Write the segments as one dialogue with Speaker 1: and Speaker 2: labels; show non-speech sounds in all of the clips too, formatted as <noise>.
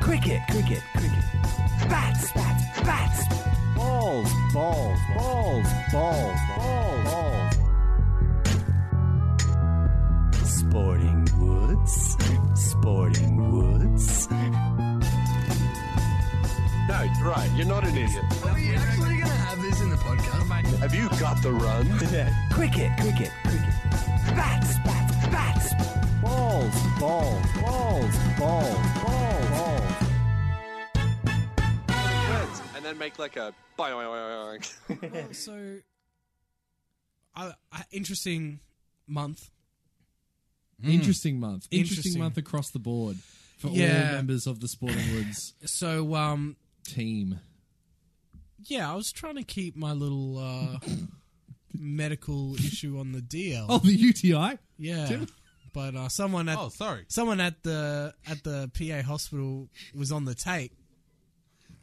Speaker 1: Cricket, cricket, cricket. Spat, spat, spat. Balls, balls, balls, balls, balls, balls. Sporting Woods, Sporting Woods.
Speaker 2: No, right. You're not an idiot.
Speaker 3: Are we actually going to have this in the podcast?
Speaker 2: Have you got the run?
Speaker 1: cricket, cricket, cricket. Spat, spat, spat. Balls, balls, balls, balls, balls, balls.
Speaker 2: And then make like a. <laughs>
Speaker 4: Well, so, uh, uh, interesting month.
Speaker 5: Interesting month. Interesting,
Speaker 4: Interesting.
Speaker 5: month across the board for
Speaker 4: Yeah.
Speaker 5: all members of the
Speaker 4: <laughs>
Speaker 5: Sporting Woods
Speaker 4: So, um,
Speaker 5: team.
Speaker 4: yeah, I was trying to keep my little
Speaker 5: <laughs>
Speaker 4: uh, medical issue on the DL.
Speaker 5: Oh, the UTI.
Speaker 4: yeah, but uh, someone at
Speaker 6: Oh, sorry.
Speaker 4: someone at the at the PA hospital was on the tape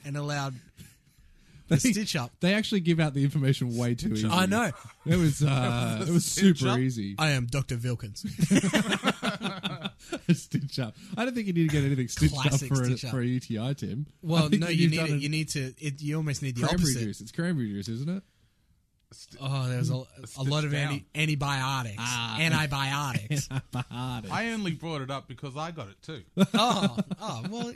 Speaker 4: and allowed the
Speaker 5: <laughs> They-
Speaker 4: stitch up.
Speaker 5: They actually give out the information way too easy.
Speaker 4: I know. <laughs>
Speaker 5: It was uh, it was super
Speaker 6: Stitch up.
Speaker 5: easy.
Speaker 4: I am Doctor Vilkins.
Speaker 5: <laughs> stitch up. I don't think you need to get anything stitched
Speaker 4: Classic
Speaker 5: up for
Speaker 4: stitch
Speaker 5: a,
Speaker 4: up.
Speaker 5: for a UTI, Tim. I
Speaker 4: Well,
Speaker 5: <laughs> think
Speaker 4: no, you
Speaker 5: you've
Speaker 4: need
Speaker 5: done
Speaker 4: it. You need to. It, you almost need the
Speaker 5: cranberry
Speaker 4: opposite.
Speaker 5: juice. It's cranberry juice, isn't it?
Speaker 4: Oh, there's a,
Speaker 5: <laughs>
Speaker 4: a lot of anti, antibiotics,
Speaker 5: Ah.
Speaker 4: antibiotics.
Speaker 6: I only brought it up because I got it
Speaker 4: <laughs>
Speaker 6: too.
Speaker 4: oh, oh, well,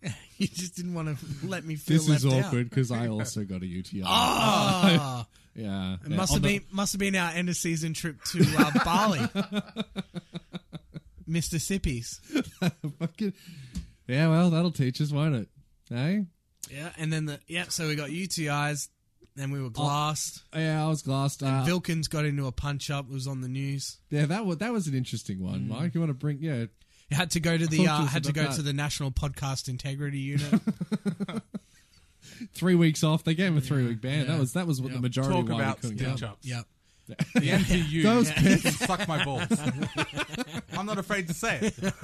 Speaker 4: <laughs> you just didn't want to let me feel
Speaker 5: This is
Speaker 4: left out.
Speaker 5: awkward because
Speaker 4: <laughs>
Speaker 5: I also got a UTI.
Speaker 4: Oh,
Speaker 5: <laughs> yeah,
Speaker 4: it must have been must have been our end of season trip to
Speaker 5: <laughs>
Speaker 4: uh, Bali, Mississippi's.
Speaker 5: been. yeah, well, that'll teach us, won't it? Eh?
Speaker 4: Yeah, and then the yeah. So we got UTIs, then we were glassed.
Speaker 5: Yeah, I was glassed. Oh, Uh,
Speaker 4: Vilkins got into a punch up. It was on the news.
Speaker 5: yeah, that was that was an interesting
Speaker 4: Mm.
Speaker 5: one, Mike. You want to bring? Yeah,
Speaker 4: It had to go to
Speaker 5: Talk
Speaker 4: the
Speaker 5: to
Speaker 4: uh,
Speaker 5: us
Speaker 4: had to
Speaker 5: about
Speaker 4: go
Speaker 5: that.
Speaker 4: to the National Podcast Integrity
Speaker 5: <laughs>
Speaker 4: Unit.
Speaker 5: three weeks off. They gave him a three week ban. That was that was what the majority
Speaker 6: Talk
Speaker 5: why he
Speaker 6: about
Speaker 5: couldn't
Speaker 6: stitch
Speaker 5: come.
Speaker 6: ups.
Speaker 5: <laughs>
Speaker 4: yep.
Speaker 6: The MPU
Speaker 4: <laughs>
Speaker 5: Those
Speaker 6: can suck my balls. I'm not afraid to say it.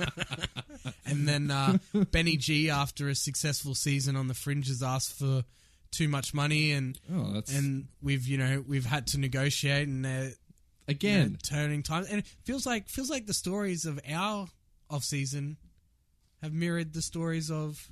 Speaker 4: And then
Speaker 5: <laughs>
Speaker 4: uh, Benny G, after a successful season on the fringe, has asked for too much money, and
Speaker 5: Oh, that's
Speaker 4: and we've you know we've had to negotiate, and they're you know,
Speaker 5: again.
Speaker 4: turning time, and it feels like feels like the stories of our off season have mirrored the stories of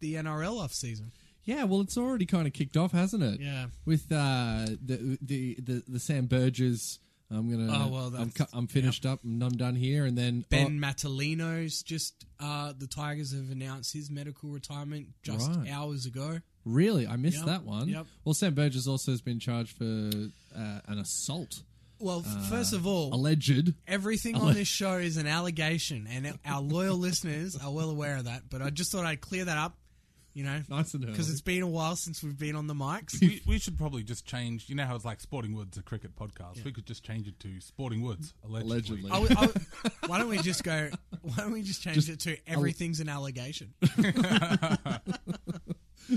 Speaker 4: the NRL off season.
Speaker 5: Yeah, well, it's already kind of kicked off, hasn't it?
Speaker 4: Yeah.
Speaker 5: With uh, the, the the the Sam Burgess, I'm gonna.
Speaker 4: Oh, well,
Speaker 5: I'm,
Speaker 4: that's-
Speaker 5: cu- I'm finished up. and I'm done here, and then oh,
Speaker 4: Ben Matalino's just uh, the Tigers have announced his medical retirement just
Speaker 5: Right.
Speaker 4: hours ago.
Speaker 5: oh, really, I missed
Speaker 4: Yep,
Speaker 5: that one.
Speaker 4: yep.
Speaker 5: Well, Sam Burgess also has been charged for uh, an assault,
Speaker 4: Well, f- first
Speaker 5: Uh,
Speaker 4: of all,
Speaker 5: alleged.
Speaker 4: Everything on this show is an allegation, and our loyal listeners are well aware of that. But I just thought I'd clear that up, you know,
Speaker 5: Nice and early.
Speaker 4: because it's been a while since we've been on the mics.
Speaker 6: <laughs> We, we should probably just change. You know how it's like Sporting Woods, a cricket podcast. We could just change it to Sporting Woods, allegedly.
Speaker 5: Allegedly.
Speaker 4: I would- I would- why don't we just go? Why don't we just change
Speaker 5: Just
Speaker 4: it to everything's an allegation?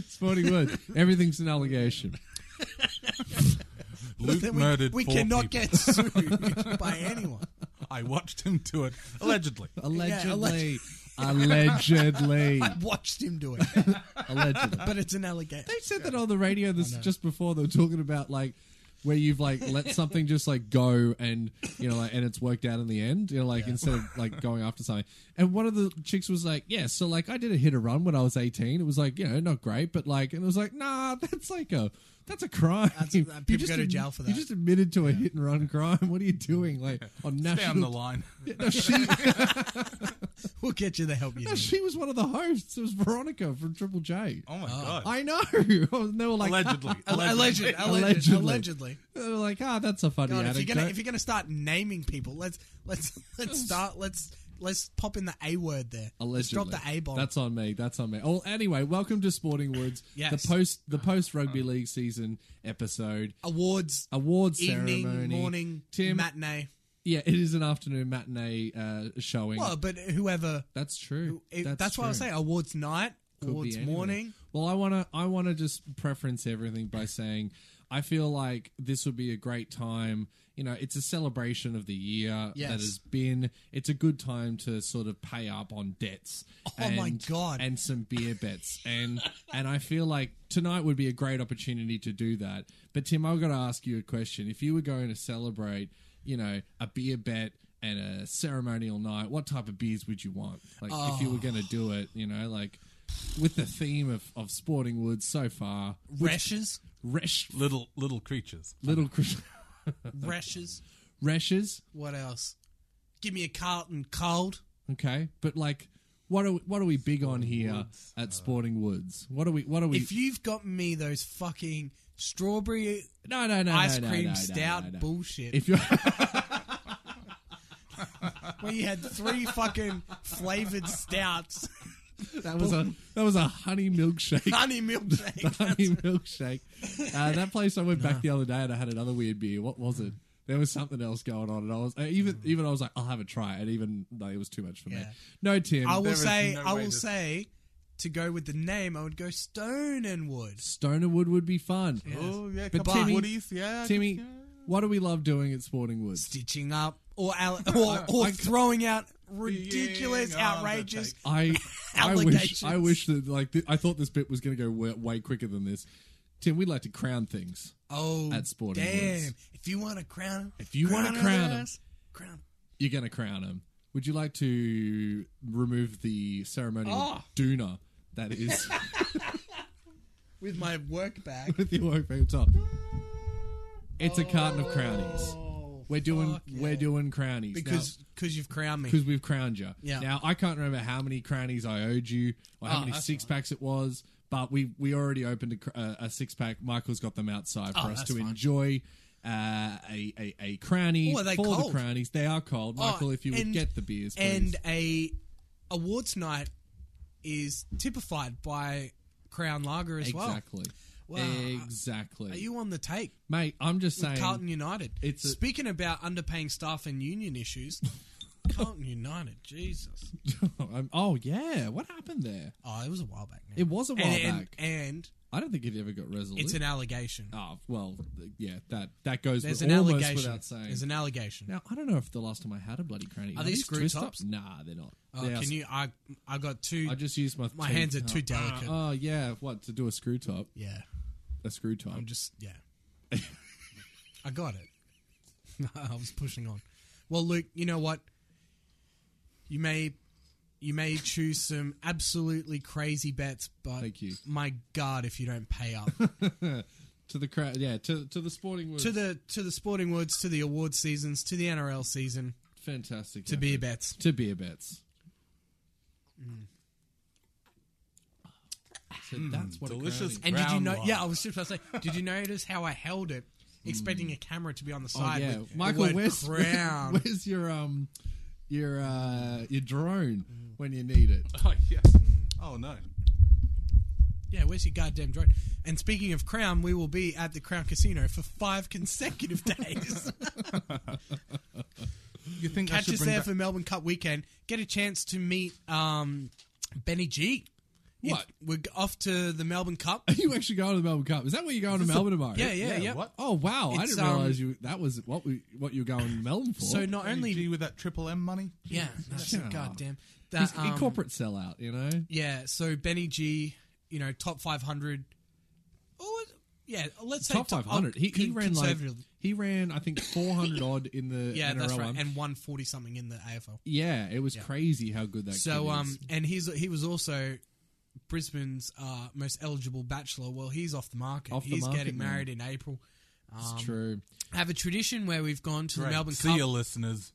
Speaker 5: Sporting words. Everything's an allegation.
Speaker 6: Luke
Speaker 4: Then we
Speaker 6: murdered.
Speaker 4: we
Speaker 6: four
Speaker 4: cannot
Speaker 6: people.
Speaker 4: get sued by anyone.
Speaker 6: I watched him do it allegedly.
Speaker 5: Allegedly. <laughs> allegedly.
Speaker 4: I watched him do it,
Speaker 5: allegedly.
Speaker 4: but it's an allegation.
Speaker 5: They said that on the radio this just before they were talking about like where you've like let something just like go and you know like and it's worked out in the end you know like instead of like going after something and one of the chicks was like yeah so like i did a hit or run when i was 18 it was like you know not great but like and it was like nah that's like a that's a crime <laughs>
Speaker 4: That's- uh, people go to
Speaker 5: ad-
Speaker 4: jail for
Speaker 5: you
Speaker 4: that.
Speaker 5: just admitted to a hit and run crime what are you doing like on national
Speaker 6: Down the
Speaker 4: <laughs>
Speaker 6: line.
Speaker 5: No, she,
Speaker 4: We'll get you the help you
Speaker 5: no,
Speaker 4: need.
Speaker 5: <laughs> she was one of the hosts it was veronica from triple j
Speaker 6: Oh my god.
Speaker 5: I know <laughs> and they were like <laughs>
Speaker 6: allegedly.
Speaker 4: Uh, <laughs> Allegedly, allegedly,
Speaker 5: Allegedly.
Speaker 4: allegedly.
Speaker 5: They were like, ah, that's a funny
Speaker 4: God, if
Speaker 5: anecdote.
Speaker 4: you're gonna if you're gonna start naming people, let's let's <laughs> let's start let's let's pop in the a word there. Let's
Speaker 5: Allegedly.
Speaker 4: drop the a bomb.
Speaker 5: That's on me. That's on me. Well, anyway, welcome to Sporting Woods,
Speaker 4: <laughs> Yes.
Speaker 5: the post the post rugby league season episode
Speaker 4: awards
Speaker 5: awards
Speaker 4: evening,
Speaker 5: ceremony.
Speaker 4: morning,
Speaker 5: Tim,
Speaker 4: matinee.
Speaker 5: yeah, it is an afternoon matinee uh, showing.
Speaker 4: Well, but whoever
Speaker 5: that's true.
Speaker 4: it- that's,
Speaker 5: that's
Speaker 4: why I was
Speaker 5: true.
Speaker 4: saying awards night,
Speaker 5: Could be
Speaker 4: awards
Speaker 5: anywhere.
Speaker 4: morning.
Speaker 5: Well, I wanna I wanna just preference everything by saying I feel like this would be a great time. You know, it's a celebration of the year
Speaker 4: Yes.
Speaker 5: that has been. It's a good time to sort of pay up on debts.
Speaker 4: Oh my God.
Speaker 5: And some beer bets, and and I feel like tonight would be a great opportunity to do that. But Tim, I've got to ask you a question. If you were going to celebrate, you know, a beer bet and a ceremonial night, what type of beers would you want? Like, if you were going to do it, you know, like with the theme of, of sporting woods so far,
Speaker 4: Reshes,
Speaker 5: resh,
Speaker 6: Little little creatures.
Speaker 5: little cr-
Speaker 4: reshes.
Speaker 5: <laughs> reshes,
Speaker 4: What else? Give me a Carlton cold.
Speaker 5: okay, but like. What are, we, what are we big on here at Sporting Woods? What are we? What are we?
Speaker 4: If you've got me those fucking strawberry
Speaker 5: no, no, no,
Speaker 4: ice
Speaker 5: no, no,
Speaker 4: cream
Speaker 5: no, no,
Speaker 4: stout
Speaker 5: no, no.
Speaker 4: bullshit,
Speaker 5: <laughs> If you're
Speaker 4: where you had
Speaker 5: <laughs>
Speaker 4: three fucking flavored stouts,
Speaker 5: That was a that was a
Speaker 6: <laughs>
Speaker 5: honey <laughs> milkshake.
Speaker 4: honey
Speaker 5: The
Speaker 4: milkshake.
Speaker 5: honey milkshake. Uh, that place I went back the other day and I had another weird beer. What was it? There was something else going on, and I was uh, even
Speaker 6: Hmm.
Speaker 5: even I was like, I'll have a try, and even like, it was too much for me.
Speaker 4: Yeah.
Speaker 5: No, Tim,
Speaker 4: I will
Speaker 6: There is
Speaker 4: say,
Speaker 6: no
Speaker 4: I
Speaker 6: way
Speaker 4: will
Speaker 6: this-
Speaker 4: say, to go with the name, I would go Stone and Wood.
Speaker 5: Stoner Wood would be fun.
Speaker 6: Oh yeah,
Speaker 5: But
Speaker 6: couple of
Speaker 5: Timmy-
Speaker 6: woodies, yeah. I
Speaker 5: Timmy,
Speaker 6: could- yeah.
Speaker 5: what do we love doing at Sporting Woods?
Speaker 4: Stitching up or al- or, or throwing out ridiculous,
Speaker 6: Yeah, yeah, yeah,
Speaker 4: outrageous.
Speaker 6: <laughs>
Speaker 5: I I wish
Speaker 4: Allegations.
Speaker 5: I wish that like th- I thought this bit was going to go way, way quicker than this. Tim, we like to crown things.
Speaker 4: Oh,
Speaker 5: At Sporting
Speaker 4: damn!
Speaker 5: Woods.
Speaker 4: If you want to crown 'em,
Speaker 5: If you want to
Speaker 4: his
Speaker 5: crown 'em.
Speaker 4: ass, crown 'em.
Speaker 5: you're going to crown him. Would you like to remove the ceremonial
Speaker 4: Oh.
Speaker 5: doona
Speaker 4: <laughs>
Speaker 5: that is <laughs>
Speaker 4: with my work bag.
Speaker 5: with your work paper top? It's a carton of crownies.
Speaker 4: Oh,
Speaker 5: We're doing
Speaker 4: fuck yeah.
Speaker 5: we're doing
Speaker 4: <laughs>
Speaker 5: crownies
Speaker 4: because because you've crowned me.
Speaker 5: because we've crowned you.
Speaker 4: Yeah.
Speaker 5: Now I can't remember how many crownies I owed you or how
Speaker 4: Oh,
Speaker 5: many
Speaker 4: that's
Speaker 5: six packs it was, but we we already opened a, cr- uh, a six pack. Michael's got them outside
Speaker 4: Oh,
Speaker 5: for us
Speaker 4: that's
Speaker 5: to
Speaker 4: fine.
Speaker 5: enjoy. Uh, a, a a crownie
Speaker 4: Oh, are they
Speaker 5: for
Speaker 4: cold?
Speaker 5: the crownies. They are cold,
Speaker 4: Oh,
Speaker 5: Michael. if you would
Speaker 4: and-
Speaker 5: get the beers,
Speaker 4: and
Speaker 5: please.
Speaker 4: a awards night is typified by Crown Lager as well.
Speaker 5: Exactly.
Speaker 4: Wow.
Speaker 5: Exactly.
Speaker 4: Are you on the take
Speaker 5: Mate, I'm just
Speaker 4: with
Speaker 5: saying.
Speaker 4: Carlton United?
Speaker 5: It's a-
Speaker 4: Speaking about underpaying staff and union
Speaker 5: <laughs>
Speaker 4: issues, Carlton United, Jesus.
Speaker 5: <laughs> I'm- oh, yeah. What happened there?
Speaker 4: Oh, it was a while back now.
Speaker 5: It was a while
Speaker 4: and, and-
Speaker 5: back.
Speaker 4: And
Speaker 5: I don't think it ever got resolved.
Speaker 4: it's an allegation.
Speaker 5: oh, well, th- yeah, that, that goes
Speaker 4: There's
Speaker 5: with
Speaker 4: an
Speaker 5: almost
Speaker 4: allegation.
Speaker 5: without saying.
Speaker 4: There's an allegation.
Speaker 5: now, I don't know if the last time I had a bloody cranny.
Speaker 4: these screw
Speaker 5: twist
Speaker 4: tops?
Speaker 5: ups? Nah, they're not.
Speaker 4: Oh,
Speaker 5: They are-
Speaker 4: can you? I I got two.
Speaker 5: I just used my.
Speaker 4: my
Speaker 5: teeth.
Speaker 4: hands are too
Speaker 5: Oh.
Speaker 4: delicate.
Speaker 5: <laughs> Oh, yeah. What? To do a screw top?
Speaker 4: yeah,
Speaker 5: A screw top.
Speaker 4: I'm just yeah. <laughs> I got it. <laughs> I was pushing on. Well, Luke, you know what? You may you may choose some absolutely crazy bets, but
Speaker 5: Thank you.
Speaker 4: my God, if you don't pay
Speaker 5: <laughs>
Speaker 4: up
Speaker 5: to the crowd. Yeah, to, to the sporting world.
Speaker 4: to the to the sporting woods, to the award seasons, to the NRL season,
Speaker 5: Fantastic.
Speaker 4: to
Speaker 5: effort.
Speaker 4: beer bets.
Speaker 5: to beer bets. Mm. So that's what
Speaker 6: delicious.
Speaker 5: delicious.
Speaker 4: And did you
Speaker 6: Brown
Speaker 4: know?
Speaker 6: lager. <laughs>
Speaker 4: Yeah, I was just about to say. Did you notice how I held
Speaker 5: <laughs>
Speaker 4: it, expecting a camera to be on the side?
Speaker 5: Hmm. Oh, yeah,
Speaker 4: with
Speaker 5: Michael,
Speaker 4: the word
Speaker 5: where's, <laughs>
Speaker 4: crown.
Speaker 5: where's your um your uh your drone when you need it?
Speaker 6: Oh yeah.
Speaker 4: Mm.
Speaker 6: Oh no.
Speaker 4: Yeah, where's your goddamn drone? And speaking of Crown, we will be at the Crown Casino for five consecutive <laughs> days.
Speaker 6: You think I
Speaker 4: Catch
Speaker 6: should
Speaker 4: us
Speaker 6: bring
Speaker 4: there
Speaker 6: back-
Speaker 4: for Melbourne Cup weekend. Get a chance to meet um, Benny G. It-
Speaker 5: What?
Speaker 4: we're g- off to the Melbourne
Speaker 5: <laughs>
Speaker 4: Cup.
Speaker 5: Are you actually going to the Melbourne Cup? Is that where you're going to Melbourne tomorrow?
Speaker 4: Yeah, yeah, yeah.
Speaker 6: What?
Speaker 5: Oh wow! I
Speaker 4: It's,
Speaker 5: didn't
Speaker 4: um,
Speaker 5: realize you that was what we what you were going to Melbourne for.
Speaker 4: So not
Speaker 6: Only
Speaker 4: only
Speaker 6: with that triple M money.
Speaker 5: <laughs>
Speaker 4: yeah, that's
Speaker 5: Yeah.
Speaker 4: a goddamn
Speaker 5: He's
Speaker 4: that,
Speaker 5: a
Speaker 4: um,
Speaker 5: corporate sellout, you know.
Speaker 4: Yeah, so Benny G, you know, top 500. Oh, yeah, let's say oh,
Speaker 5: Top 500.
Speaker 4: I'll-
Speaker 5: He, he
Speaker 4: con-
Speaker 5: ran like
Speaker 4: conservatively.
Speaker 5: he ran I think 400 odd in the
Speaker 4: yeah,
Speaker 5: NRL
Speaker 4: that's right,
Speaker 5: one.
Speaker 4: and 140 something in the AFL.
Speaker 5: yeah, it was crazy how good that. kid
Speaker 4: So
Speaker 5: is.
Speaker 4: um, and he's he was also Brisbane's uh, most eligible bachelor. Well, he's off the market.
Speaker 5: Off the
Speaker 4: he's
Speaker 5: market
Speaker 4: getting
Speaker 5: now.
Speaker 4: married in April.
Speaker 5: it's true.
Speaker 4: Have a tradition where we've gone to the
Speaker 6: Great.
Speaker 4: Melbourne
Speaker 6: See
Speaker 4: Cup.
Speaker 6: you,
Speaker 4: <laughs>
Speaker 6: listeners.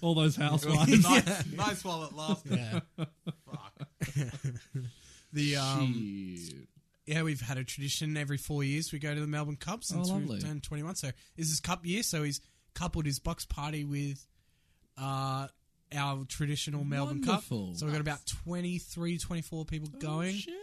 Speaker 5: All those housewives. <laughs>
Speaker 6: nice, nice while it lasted.
Speaker 4: <laughs> Yeah. the um,
Speaker 5: Shit.
Speaker 4: yeah, we've had a tradition every four years we go to the Melbourne Cup since
Speaker 5: Oh, lovely.
Speaker 4: we've turned twenty one. So this is Cup year, so he's coupled his box party with uh our traditional Melbourne
Speaker 5: Wonderful. Oh,
Speaker 4: Cup. So we've got about 23, 24 people going.
Speaker 5: Shit.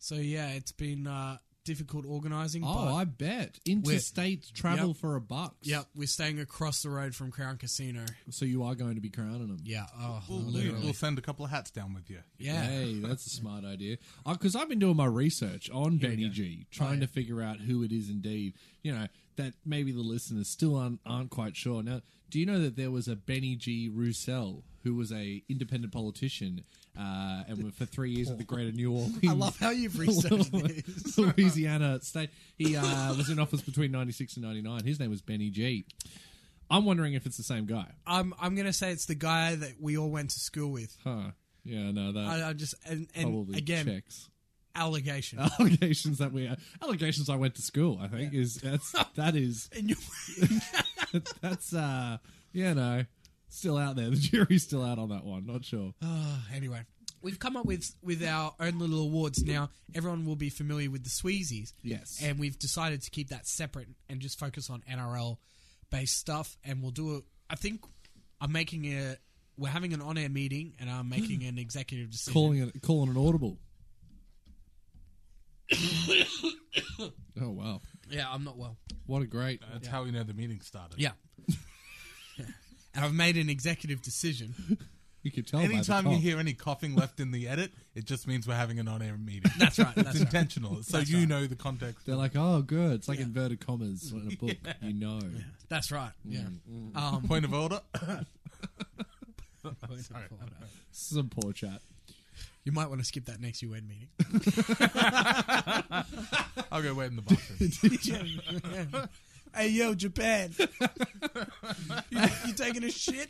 Speaker 4: So yeah, it's been uh, difficult organising.
Speaker 5: Oh,
Speaker 4: but,
Speaker 5: I bet interstate travel
Speaker 4: Yep.
Speaker 5: for a buck.
Speaker 4: Yep, we're staying across the road from Crown Casino.
Speaker 5: So you are going to be crowning them.
Speaker 4: Yeah. Oh,
Speaker 6: We'll, we'll-
Speaker 4: literally.
Speaker 6: we'll send a couple of hats down with you.
Speaker 4: yeah.
Speaker 5: Hey, that's a smart Uh, idea. Because I've been doing my research
Speaker 4: we
Speaker 5: on Benny
Speaker 4: go. Oh,
Speaker 5: G, trying to figure out who it is indeed. you know that maybe the listeners still aren't, aren't quite sure. Now, do you know that there was a Benny G. Roussel who was a independent politician uh, and were for three years at the Greater New Orleans?
Speaker 4: <laughs> I love how you've
Speaker 5: <laughs>
Speaker 4: researched this.
Speaker 5: Louisiana state. He uh, was in office between 96 and 99. His name was Benny G. I'm wondering if it's the same guy.
Speaker 4: I'm I'm gonna say it's the guy that we all went to school with.
Speaker 5: Huh. Yeah, no, that
Speaker 4: I, I just and, and
Speaker 5: probably Uh,
Speaker 4: again
Speaker 5: checks. <laughs>
Speaker 4: allegation.
Speaker 5: Allegations that we allegations I went to school, I think, is that's that is
Speaker 4: <laughs> And you-
Speaker 5: that's uh yeah, no. Still out there. The jury's still out on that one, not sure.
Speaker 4: Ah, anyway, we've come up with with our own little awards now. Everyone will be familiar with the Sweezies.
Speaker 5: Yes.
Speaker 4: and we've decided to keep that separate and just focus on NRL based stuff. And we'll do it. I think I'm making a. We're having an on air meeting, and I'm making an executive decision.
Speaker 5: Calling it calling an audible. oh wow.
Speaker 4: Yeah, I'm not well.
Speaker 5: What a great
Speaker 6: That's how we know the meeting started.
Speaker 4: Yeah. <laughs> And I've made an executive decision.
Speaker 5: you could
Speaker 4: Oh,
Speaker 5: tell. by the
Speaker 6: Anytime you
Speaker 5: cough.
Speaker 6: hear any coughing left in the edit, it just means we're having an on-air meeting. <laughs>
Speaker 4: That's right.
Speaker 6: it's
Speaker 4: That's right.
Speaker 6: intentional, so you know the context.
Speaker 5: They're like, oh, good. It's like inverted commas in
Speaker 4: <laughs>
Speaker 5: a book. You know.
Speaker 4: That's right. Yeah.
Speaker 5: Mm, <laughs>
Speaker 4: Um,
Speaker 6: Point of order.
Speaker 5: Some poor chat.
Speaker 4: <laughs> you might want to skip that next UN meeting.
Speaker 6: I'll go wait in the bathroom.
Speaker 4: <laughs> hey, yo, Japan. you, you taking a shit?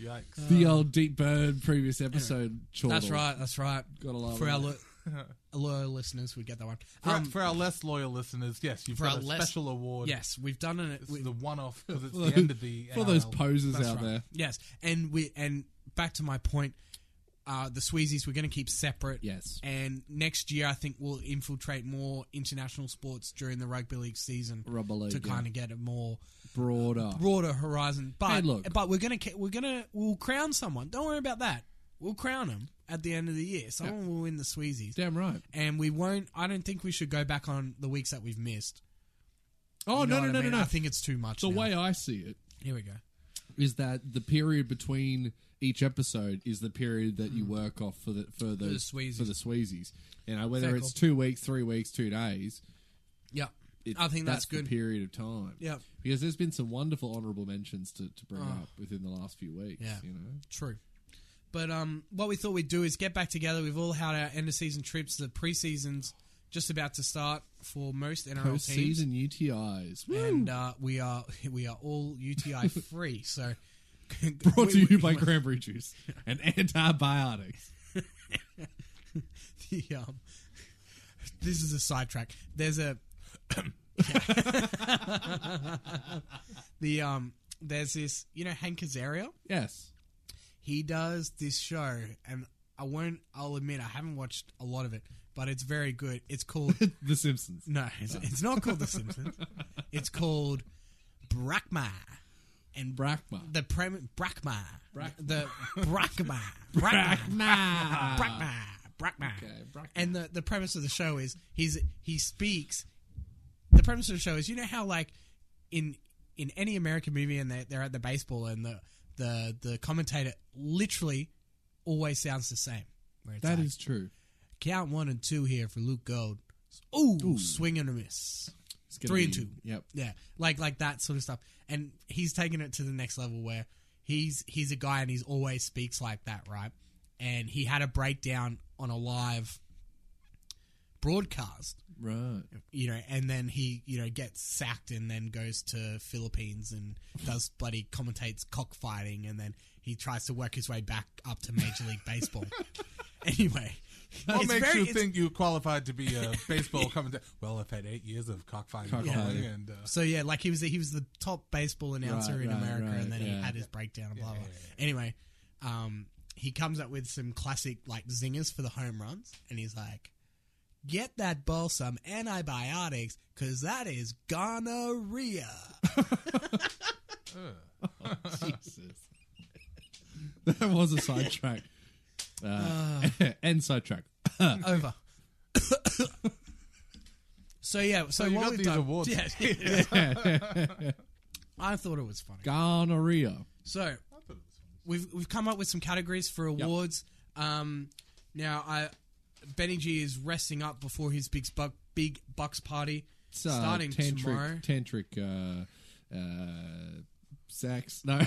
Speaker 6: Yikes!
Speaker 5: the old deep burn previous episode. chortle.
Speaker 4: Uh, That's
Speaker 5: <laughs>
Speaker 4: right. That's right.
Speaker 5: Gotta love
Speaker 4: For
Speaker 5: it.
Speaker 4: our lo- loyal listeners, we get that one.
Speaker 6: For,
Speaker 4: Um,
Speaker 6: for our less loyal listeners, yes, you've
Speaker 4: for
Speaker 6: got
Speaker 4: our
Speaker 6: a
Speaker 4: less-
Speaker 6: special award.
Speaker 4: yes, we've done it.
Speaker 6: It's
Speaker 4: we-
Speaker 6: the
Speaker 4: <laughs>
Speaker 6: one-off because it's
Speaker 5: For
Speaker 6: the end of the
Speaker 5: for those
Speaker 6: NRL.
Speaker 5: posers
Speaker 4: That's
Speaker 5: out
Speaker 4: right.
Speaker 5: there.
Speaker 4: Yes, and we and back to my point. Uh, the Sweezies we're going to keep separate.
Speaker 5: Yes.
Speaker 4: And next year, I think we'll infiltrate more international sports during the rugby league season
Speaker 5: Rugby league,
Speaker 4: to
Speaker 5: yeah.
Speaker 4: kind of get a more
Speaker 5: Broader.
Speaker 4: broader horizon. But
Speaker 5: look.
Speaker 4: but we're gonna ca- we're gonna we'll crown someone. Don't worry about that. We'll crown them at the end of the year. Someone will win the Sweezies,
Speaker 5: Damn right.
Speaker 4: and we won't. I don't think we should go back on the weeks that we've missed.
Speaker 5: Oh
Speaker 4: You know
Speaker 5: no no
Speaker 4: what
Speaker 5: no
Speaker 4: I
Speaker 5: no
Speaker 4: mean?
Speaker 5: no.
Speaker 4: I think it's too much.
Speaker 5: the
Speaker 4: now.
Speaker 5: way I see it
Speaker 4: here we go.
Speaker 5: is that the period between each episode is the period that you work off for the for the,
Speaker 4: Hmm. Sweezies.
Speaker 5: for the Sweezies. You know whether
Speaker 4: Fair
Speaker 5: it's
Speaker 4: call.
Speaker 5: two weeks, three weeks, two days.
Speaker 4: Yeah,
Speaker 5: it-
Speaker 4: I think that's,
Speaker 5: the
Speaker 4: good.
Speaker 5: period of time.
Speaker 4: Yeah. Oh.
Speaker 5: because there's been some wonderful honourable mentions to, to bring up within the last few weeks.
Speaker 4: Yeah.
Speaker 5: you know.
Speaker 4: True. But um, what we thought we'd do is get back together. We've all had our end of season trips. The preseason's just about to start for most NRL teams,
Speaker 5: Postseason UTIs. Woo.
Speaker 4: and uh, we are <laughs> we are all UTI free. So <laughs>
Speaker 5: Brought to you by cranberry juice and antibiotics.
Speaker 4: <laughs> the, um, this is a sidetrack. There's a <coughs> the um there's this you know Hank Azaria.
Speaker 5: Yes. <laughs>
Speaker 4: he does this show and i won't i'll admit i haven't watched a lot of it but it's very good it's called
Speaker 5: The Simpsons.
Speaker 4: no it's, it's not called the simpsons it's called brackma and
Speaker 5: Brackma.
Speaker 4: the prem brackma the brackma brackma brackma brackma
Speaker 5: Ah, Okay, Brackma.
Speaker 4: and the, the premise of the show is he's he speaks the premise of the show is you know how like in in any American movie and they they're at the baseball and the the the commentator literally always sounds the same. Where it's
Speaker 5: That
Speaker 4: like,
Speaker 5: is true.
Speaker 4: count one and two here for Luke Gold. Ooh, swing and a miss.
Speaker 5: It's gonna
Speaker 4: Three and
Speaker 5: be-
Speaker 4: two.
Speaker 5: Yep.
Speaker 4: Yeah, like like that sort of stuff. And he's taking it to the next level where he's he's a guy and he's always speaks like that, right? And he had a breakdown on a live broadcast
Speaker 5: Right.
Speaker 4: you know, and then he, you know, gets sacked and then goes to Philippines and does bloody commentates cockfighting and then he tries to work his way back up to Major League
Speaker 6: <laughs>
Speaker 4: Baseball. anyway,
Speaker 6: What
Speaker 4: it's
Speaker 6: makes
Speaker 4: very-
Speaker 6: you
Speaker 4: it's-
Speaker 6: think you qualified to be a <laughs> baseball commentator? Well, I've had eight years of cockfighting,
Speaker 5: Cockfighting.
Speaker 6: and uh,
Speaker 4: So yeah, like he was he was the top baseball announcer
Speaker 5: Right,
Speaker 4: in
Speaker 5: right,
Speaker 4: America,
Speaker 5: right,
Speaker 4: and then he
Speaker 5: yeah.
Speaker 4: had his breakdown and blah blah. Anyway, um, he comes up with some classic like zingers for the home runs, and he's like, "Get that ball some antibiotics, cause that is gonorrhea."
Speaker 6: <laughs>
Speaker 5: <laughs> That was a sidetrack. Uh, <laughs> and sidetrack. Uh,
Speaker 4: Over. so yeah, so,
Speaker 6: So you
Speaker 4: what
Speaker 6: got
Speaker 4: we've
Speaker 6: these
Speaker 4: done-
Speaker 6: awards. <laughs>
Speaker 4: <laughs> Yeah, I thought it was funny.
Speaker 5: gonorrhea.
Speaker 4: So we've we've come up with some categories for awards. Um, Now, I, Benny G is resting up before his big buck big bucks party
Speaker 5: It's, uh,
Speaker 4: starting
Speaker 5: tantric,
Speaker 4: tomorrow.
Speaker 5: Tantric uh, uh, sex.
Speaker 4: <laughs>
Speaker 5: No.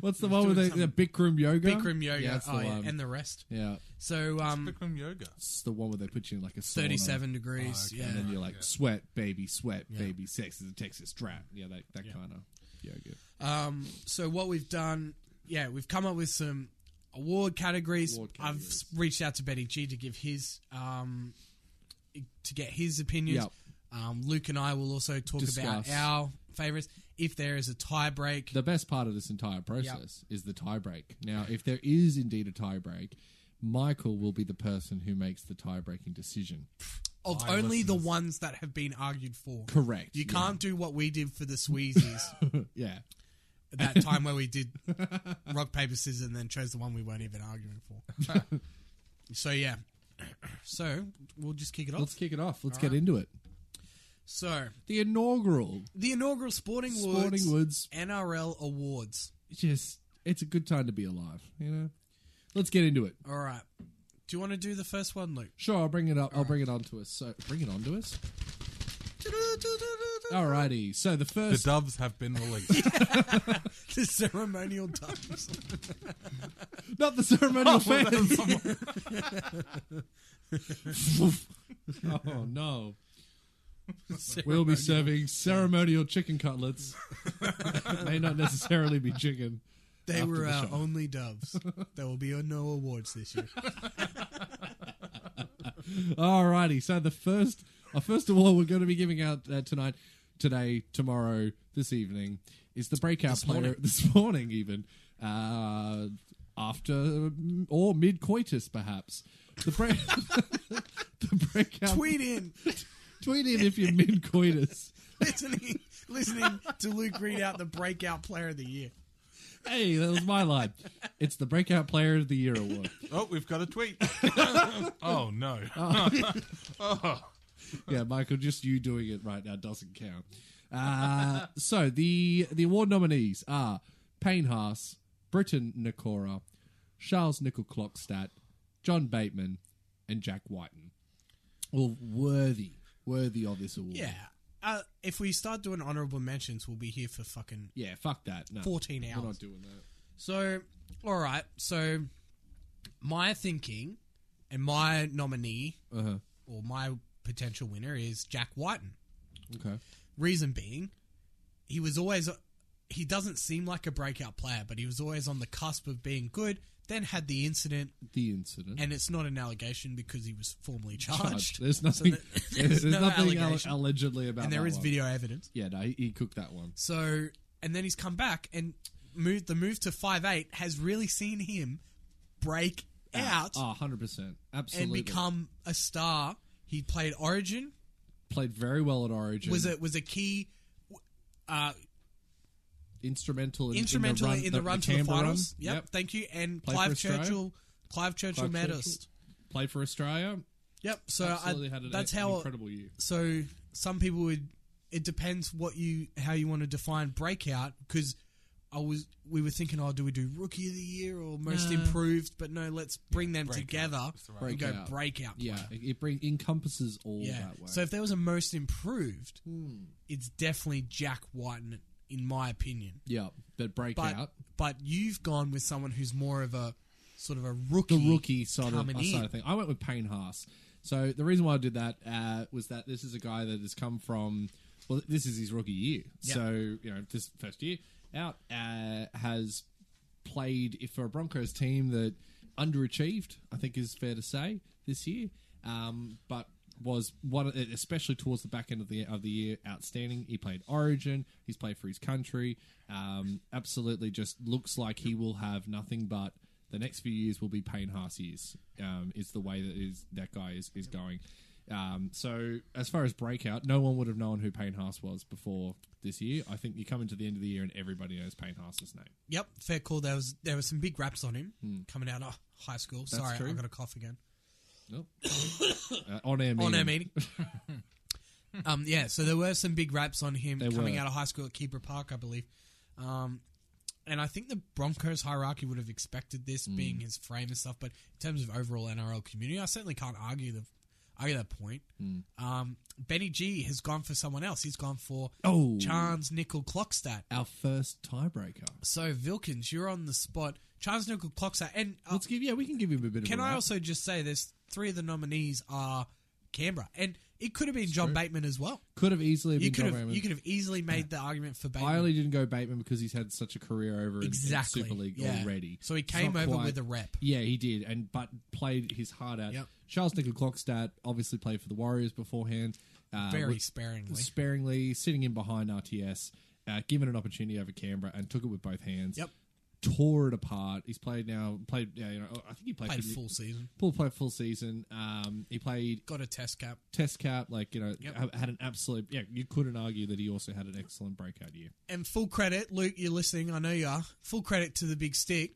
Speaker 5: What's the one with
Speaker 4: doing
Speaker 5: the, the Bikram yoga?
Speaker 4: Bikram yoga,
Speaker 5: Yeah, that's the
Speaker 4: oh, yeah,
Speaker 5: one.
Speaker 4: and the rest.
Speaker 5: yeah.
Speaker 4: So, um,
Speaker 6: Bikram yoga.
Speaker 5: It's the one where they put you in like a sauna.
Speaker 4: thirty-seven degrees.
Speaker 5: And then
Speaker 4: Yeah.
Speaker 5: you're like, sweat, baby, sweat, baby, sex is a Texas trap. Yeah, that, that kind of yoga.
Speaker 4: Um, so what we've done, yeah, we've come up with some award categories.
Speaker 5: Award
Speaker 4: I've
Speaker 5: categories.
Speaker 4: s- reached out to Betty G to give his, um, to get his opinions.
Speaker 5: Yep.
Speaker 4: Um, Luke and I will also talk about
Speaker 5: Discuss.
Speaker 4: our favorites. If there is a tie break,
Speaker 5: The best part of this entire process is the tie break. Now, if there is indeed a tie break, Michael will be the person who makes the tie breaking decision.
Speaker 4: of
Speaker 6: I
Speaker 4: only the
Speaker 6: listeners.
Speaker 4: ones that have been argued for.
Speaker 5: Correct.
Speaker 4: You
Speaker 5: yeah.
Speaker 4: can't do what we did for the
Speaker 5: <laughs>
Speaker 4: Sweezies
Speaker 5: Yeah.
Speaker 4: that time where we did rock paper scissors and then chose the one we weren't even arguing for.
Speaker 5: <laughs>
Speaker 4: so yeah, so we'll just kick it off.
Speaker 5: Let's kick it off. Let's get into it.
Speaker 4: So
Speaker 5: The inaugural
Speaker 4: the inaugural Sporting Woods,
Speaker 5: Sporting Woods.
Speaker 4: NRL Awards.
Speaker 5: Just, it's a good time to be alive, you know? Let's get into it.
Speaker 4: All right. Do you want to do the first one, <laughs> Luke?
Speaker 5: Sure, I'll bring it up. I'll bring it on to us. So, bring it on to us. Alrighty. So,
Speaker 6: The
Speaker 5: the first.
Speaker 6: doves have been released.
Speaker 4: The ceremonial dubs. <laughs>
Speaker 5: not the ceremonial fans. <laughs> oh no. We'll be serving ceremonial chicken cutlets. <laughs> May not necessarily be chicken.
Speaker 4: They
Speaker 5: after
Speaker 4: were
Speaker 5: the
Speaker 4: our
Speaker 5: show.
Speaker 4: only doves. There will be no awards this year.
Speaker 5: Alrighty, so the first, uh, first of all, we're going to be giving out uh, tonight, today, tomorrow, this evening is the breakout
Speaker 4: This
Speaker 5: player
Speaker 4: morning.
Speaker 5: <laughs> this morning, even uh, after mm, or mid coitus, perhaps. The, break, <laughs> the breakout
Speaker 4: <laughs> Tweet in, <laughs>
Speaker 5: Tweet in if you're mid coitus.
Speaker 4: listening, listening to Luke read out the breakout player of the year.
Speaker 5: Hey, that was my line. It's the Breakout Player of the Year award.
Speaker 6: oh, we've got a tweet. <laughs> oh no.
Speaker 5: Yeah, Michael, just you doing it right now doesn't count. Uh, <laughs> so the the award nominees are Payne Haas, Britton Nakora, Charles Nickel Clockstadt, John Bateman, and Jack Whiten. All worthy, worthy of this award.
Speaker 4: Yeah. Uh, if we start doing honorable mentions, we'll be here for fucking
Speaker 5: yeah. Fuck that. No,
Speaker 4: 14
Speaker 5: We're
Speaker 4: hours.
Speaker 5: not doing that.
Speaker 4: So, all right. So, my thinking and my nominee
Speaker 5: Uh-huh.
Speaker 4: or my potential winner is Jack Whiten.
Speaker 5: Okay.
Speaker 4: Reason being, he was always he doesn't seem like a breakout player, but he was always on the cusp of being good. Then had the incident,
Speaker 5: The incident.
Speaker 4: and it's not an allegation because he was formally charged,
Speaker 5: Charged. There's nothing.
Speaker 4: there-
Speaker 5: <laughs>
Speaker 4: <laughs>
Speaker 5: there's,
Speaker 4: no
Speaker 5: nothing alle-
Speaker 4: allegation.
Speaker 5: allegedly about.
Speaker 4: and there
Speaker 5: that
Speaker 4: is
Speaker 5: one.
Speaker 4: video evidence.
Speaker 5: Yeah, no, he, he cooked that one.
Speaker 4: So, and then he's come back and moved the move to five eight has really seen him break out
Speaker 5: Oh, 100%.
Speaker 4: and
Speaker 5: Absolutely.
Speaker 4: become a star. He played Origin.
Speaker 5: played very well at Origin.
Speaker 4: Was a was a key uh,
Speaker 5: instrumental in,
Speaker 4: instrumental in the run, to the
Speaker 5: Canberra run.
Speaker 4: finals. Yep, thank you. And
Speaker 5: Played for
Speaker 4: Clive
Speaker 5: Australia.
Speaker 4: Churchill, Clive Churchill
Speaker 5: Clive Churchill.
Speaker 4: medalist.
Speaker 5: Played for Australia.
Speaker 4: Yep. So
Speaker 5: Absolutely
Speaker 4: I,
Speaker 5: had an,
Speaker 4: that's
Speaker 5: an
Speaker 4: how.
Speaker 5: incredible year.
Speaker 4: So some people would. It depends what you how you want to define breakout because. I was. We were thinking, oh, do we do rookie of the year or most improved? But no, let's bring them together and go
Speaker 5: Breakout.
Speaker 4: breakout.
Speaker 5: Yeah, it, it bring, encompasses all
Speaker 4: Yeah.
Speaker 5: that way. Hmm.
Speaker 4: So if there was a most improved, it's definitely Jack Whiten, in my opinion.
Speaker 5: yeah, that
Speaker 4: But
Speaker 5: breakout.
Speaker 4: but you've gone with someone who's more of a sort of a rookie,
Speaker 5: the rookie side of,
Speaker 4: coming
Speaker 5: uh,
Speaker 4: in.
Speaker 5: side of thing. I went with Payne Haas. So the reason why I did that uh, was that this is a guy that has come from. Well, this is his rookie year.
Speaker 4: Yeah.
Speaker 5: So you know, this first year out uh, has played for a Broncos team that underachieved. I think is fair to say this year, um, but was one especially towards the back end of the of the year outstanding. He played Origin. He's played for his country. Um, absolutely, just looks like he will have nothing but the next few years will be Payne Haas years. Um, is the way that is that guy is is going. Um, so as far as breakout, no one would have known who Payne Haas was before this year. I think you come into the end of the year and everybody knows Payne Haas's name.
Speaker 4: Yep, fair call. There was there was some big raps on him coming out of high school. Sorry, I
Speaker 5: Hmm. true.
Speaker 4: got a cough again.
Speaker 5: Nope. <coughs> uh, on air
Speaker 4: On
Speaker 5: meeting.
Speaker 4: our meeting. <laughs> um, yeah, so there were some big raps on him
Speaker 5: There
Speaker 4: coming
Speaker 5: were.
Speaker 4: out of high school at Keebra Park, I believe. Um, and I think the Broncos hierarchy would have expected this being his frame and stuff. But in terms of overall NRL community, I certainly can't argue the argue that point. Um, Benny G has gone for someone else. He's gone for
Speaker 5: Oh.
Speaker 4: Chance Nickel Clockstat.
Speaker 5: Our first tiebreaker.
Speaker 4: So Vilkins, you're on the spot. Chance Nickel Clockstat, and uh,
Speaker 5: Let's give. Yeah, we can give him a bit of.
Speaker 4: can
Speaker 5: a
Speaker 4: I
Speaker 5: wrap.
Speaker 4: also just say this? Three of the nominees are Canberra, and it could have been John Bateman as well.
Speaker 5: could have easily
Speaker 4: You
Speaker 5: been
Speaker 4: could
Speaker 5: John
Speaker 4: have
Speaker 5: Raymond.
Speaker 4: you could have easily made the argument for Bateman.
Speaker 5: I only didn't go Bateman because he's had such a career over in-
Speaker 4: exactly
Speaker 5: in Super League
Speaker 4: yeah.
Speaker 5: already.
Speaker 4: So he
Speaker 5: It's
Speaker 4: came
Speaker 5: not
Speaker 4: over
Speaker 5: quite-
Speaker 4: with a rep.
Speaker 5: Yeah, he did, and but played his heart out.
Speaker 4: Yep.
Speaker 5: Charles Nickel Clockstat obviously played for the Warriors beforehand. Uh,
Speaker 4: very
Speaker 5: with-
Speaker 4: sparingly.
Speaker 5: sparingly, sitting in behind RTS, uh, given an opportunity over Canberra, and took it with both hands.
Speaker 4: Yep.
Speaker 5: Tore it apart. He's played now. Played. Yeah, you know, I think he played,
Speaker 4: Played
Speaker 5: for the-
Speaker 4: full season.
Speaker 5: Full play full season. Um, he played
Speaker 4: Got a test cap.
Speaker 5: test cap. Like you know,
Speaker 4: Yep.
Speaker 5: ha- had an absolute. Yeah, you couldn't argue that he also had an excellent breakout year.
Speaker 4: And full credit, Luke, you're listening. I know you are. Full credit to the big stick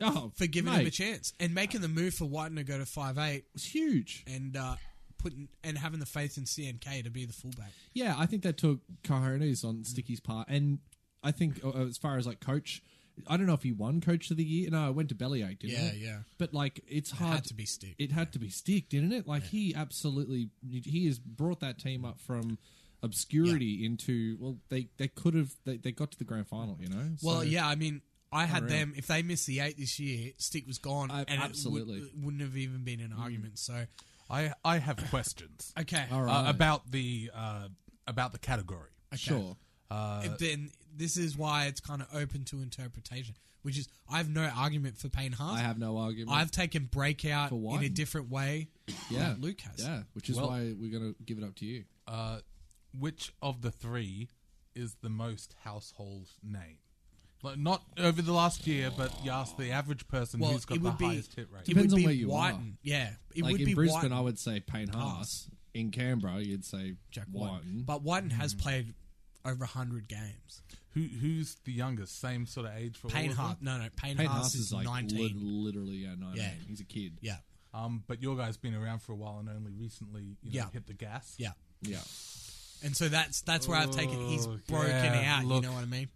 Speaker 5: Oh,
Speaker 4: for giving him a
Speaker 5: mate,
Speaker 4: chance and making the move for Whiten to go to five eight
Speaker 5: It was huge.
Speaker 4: and uh, putting and having the faith in CNK to be the fullback.
Speaker 5: Yeah, I think that took cojones on Sticky's part, and I think uh, as far as like coach, I don't know if he won coach of the year. No, it went to Bellyache, didn't
Speaker 4: Yeah,
Speaker 5: it?
Speaker 4: yeah.
Speaker 5: But like, it's
Speaker 4: It
Speaker 5: hard
Speaker 4: had to be stick.
Speaker 5: It had to be Stick, didn't it? Like he absolutely he has brought that team up from obscurity into well they they could have they, they got to the grand final you know
Speaker 4: well,
Speaker 5: So-
Speaker 4: yeah. I mean, I had
Speaker 5: Unreal.
Speaker 4: them. If they missed the eight this year, stick was gone,
Speaker 5: I-
Speaker 4: and
Speaker 5: absolutely. Mm.
Speaker 4: it would, wouldn't have even been an argument. So,
Speaker 6: I I have questions
Speaker 4: okay,
Speaker 5: all right
Speaker 6: uh, about the uh, about the category.
Speaker 5: sure
Speaker 4: And then this is why it's kind of open to interpretation. Which is, I have no argument for Payne Haas.
Speaker 5: I have no argument
Speaker 4: I've taken breakout
Speaker 5: For
Speaker 4: in a
Speaker 5: Wyden.
Speaker 4: different way.
Speaker 5: yeah
Speaker 4: that Luke has.
Speaker 5: yeah which is
Speaker 6: Well-
Speaker 5: why we're gonna give it up to you
Speaker 6: Uh, which of the three is the most household name? Like not over the last year, but you ask the average person
Speaker 4: Well,
Speaker 6: who's got
Speaker 4: it
Speaker 6: the
Speaker 4: would be-
Speaker 6: highest hit rate.
Speaker 4: It
Speaker 5: Depends
Speaker 4: would
Speaker 5: on
Speaker 4: be
Speaker 5: where you are.
Speaker 4: Whiten. Yeah, it
Speaker 5: like
Speaker 4: would
Speaker 5: in
Speaker 4: be
Speaker 5: Brisbane
Speaker 4: Whiten,
Speaker 5: I would say Payne Haas in Canberra you'd say
Speaker 4: Jack Whiten.
Speaker 5: Whiten
Speaker 4: But Whiten has played over hundred games.
Speaker 6: Who who's the youngest? Same sort of age for all
Speaker 4: Payne
Speaker 6: of them?
Speaker 4: Haas, no, no, Payne,
Speaker 5: Payne
Speaker 4: Haas,
Speaker 5: Haas
Speaker 4: is,
Speaker 5: is like
Speaker 4: nineteen.
Speaker 5: lit- literally yeah 19
Speaker 4: Yeah.
Speaker 5: he's a kid
Speaker 4: yeah,
Speaker 6: Um, but your guy's been around for a while and only recently, you know,
Speaker 4: Yeah.
Speaker 6: hit the gas.
Speaker 4: yeah.
Speaker 5: yeah
Speaker 4: And so that's that's where I've taken. He's
Speaker 6: Oh,
Speaker 4: broken
Speaker 6: yeah,
Speaker 4: out.
Speaker 6: look.
Speaker 4: You know what I mean?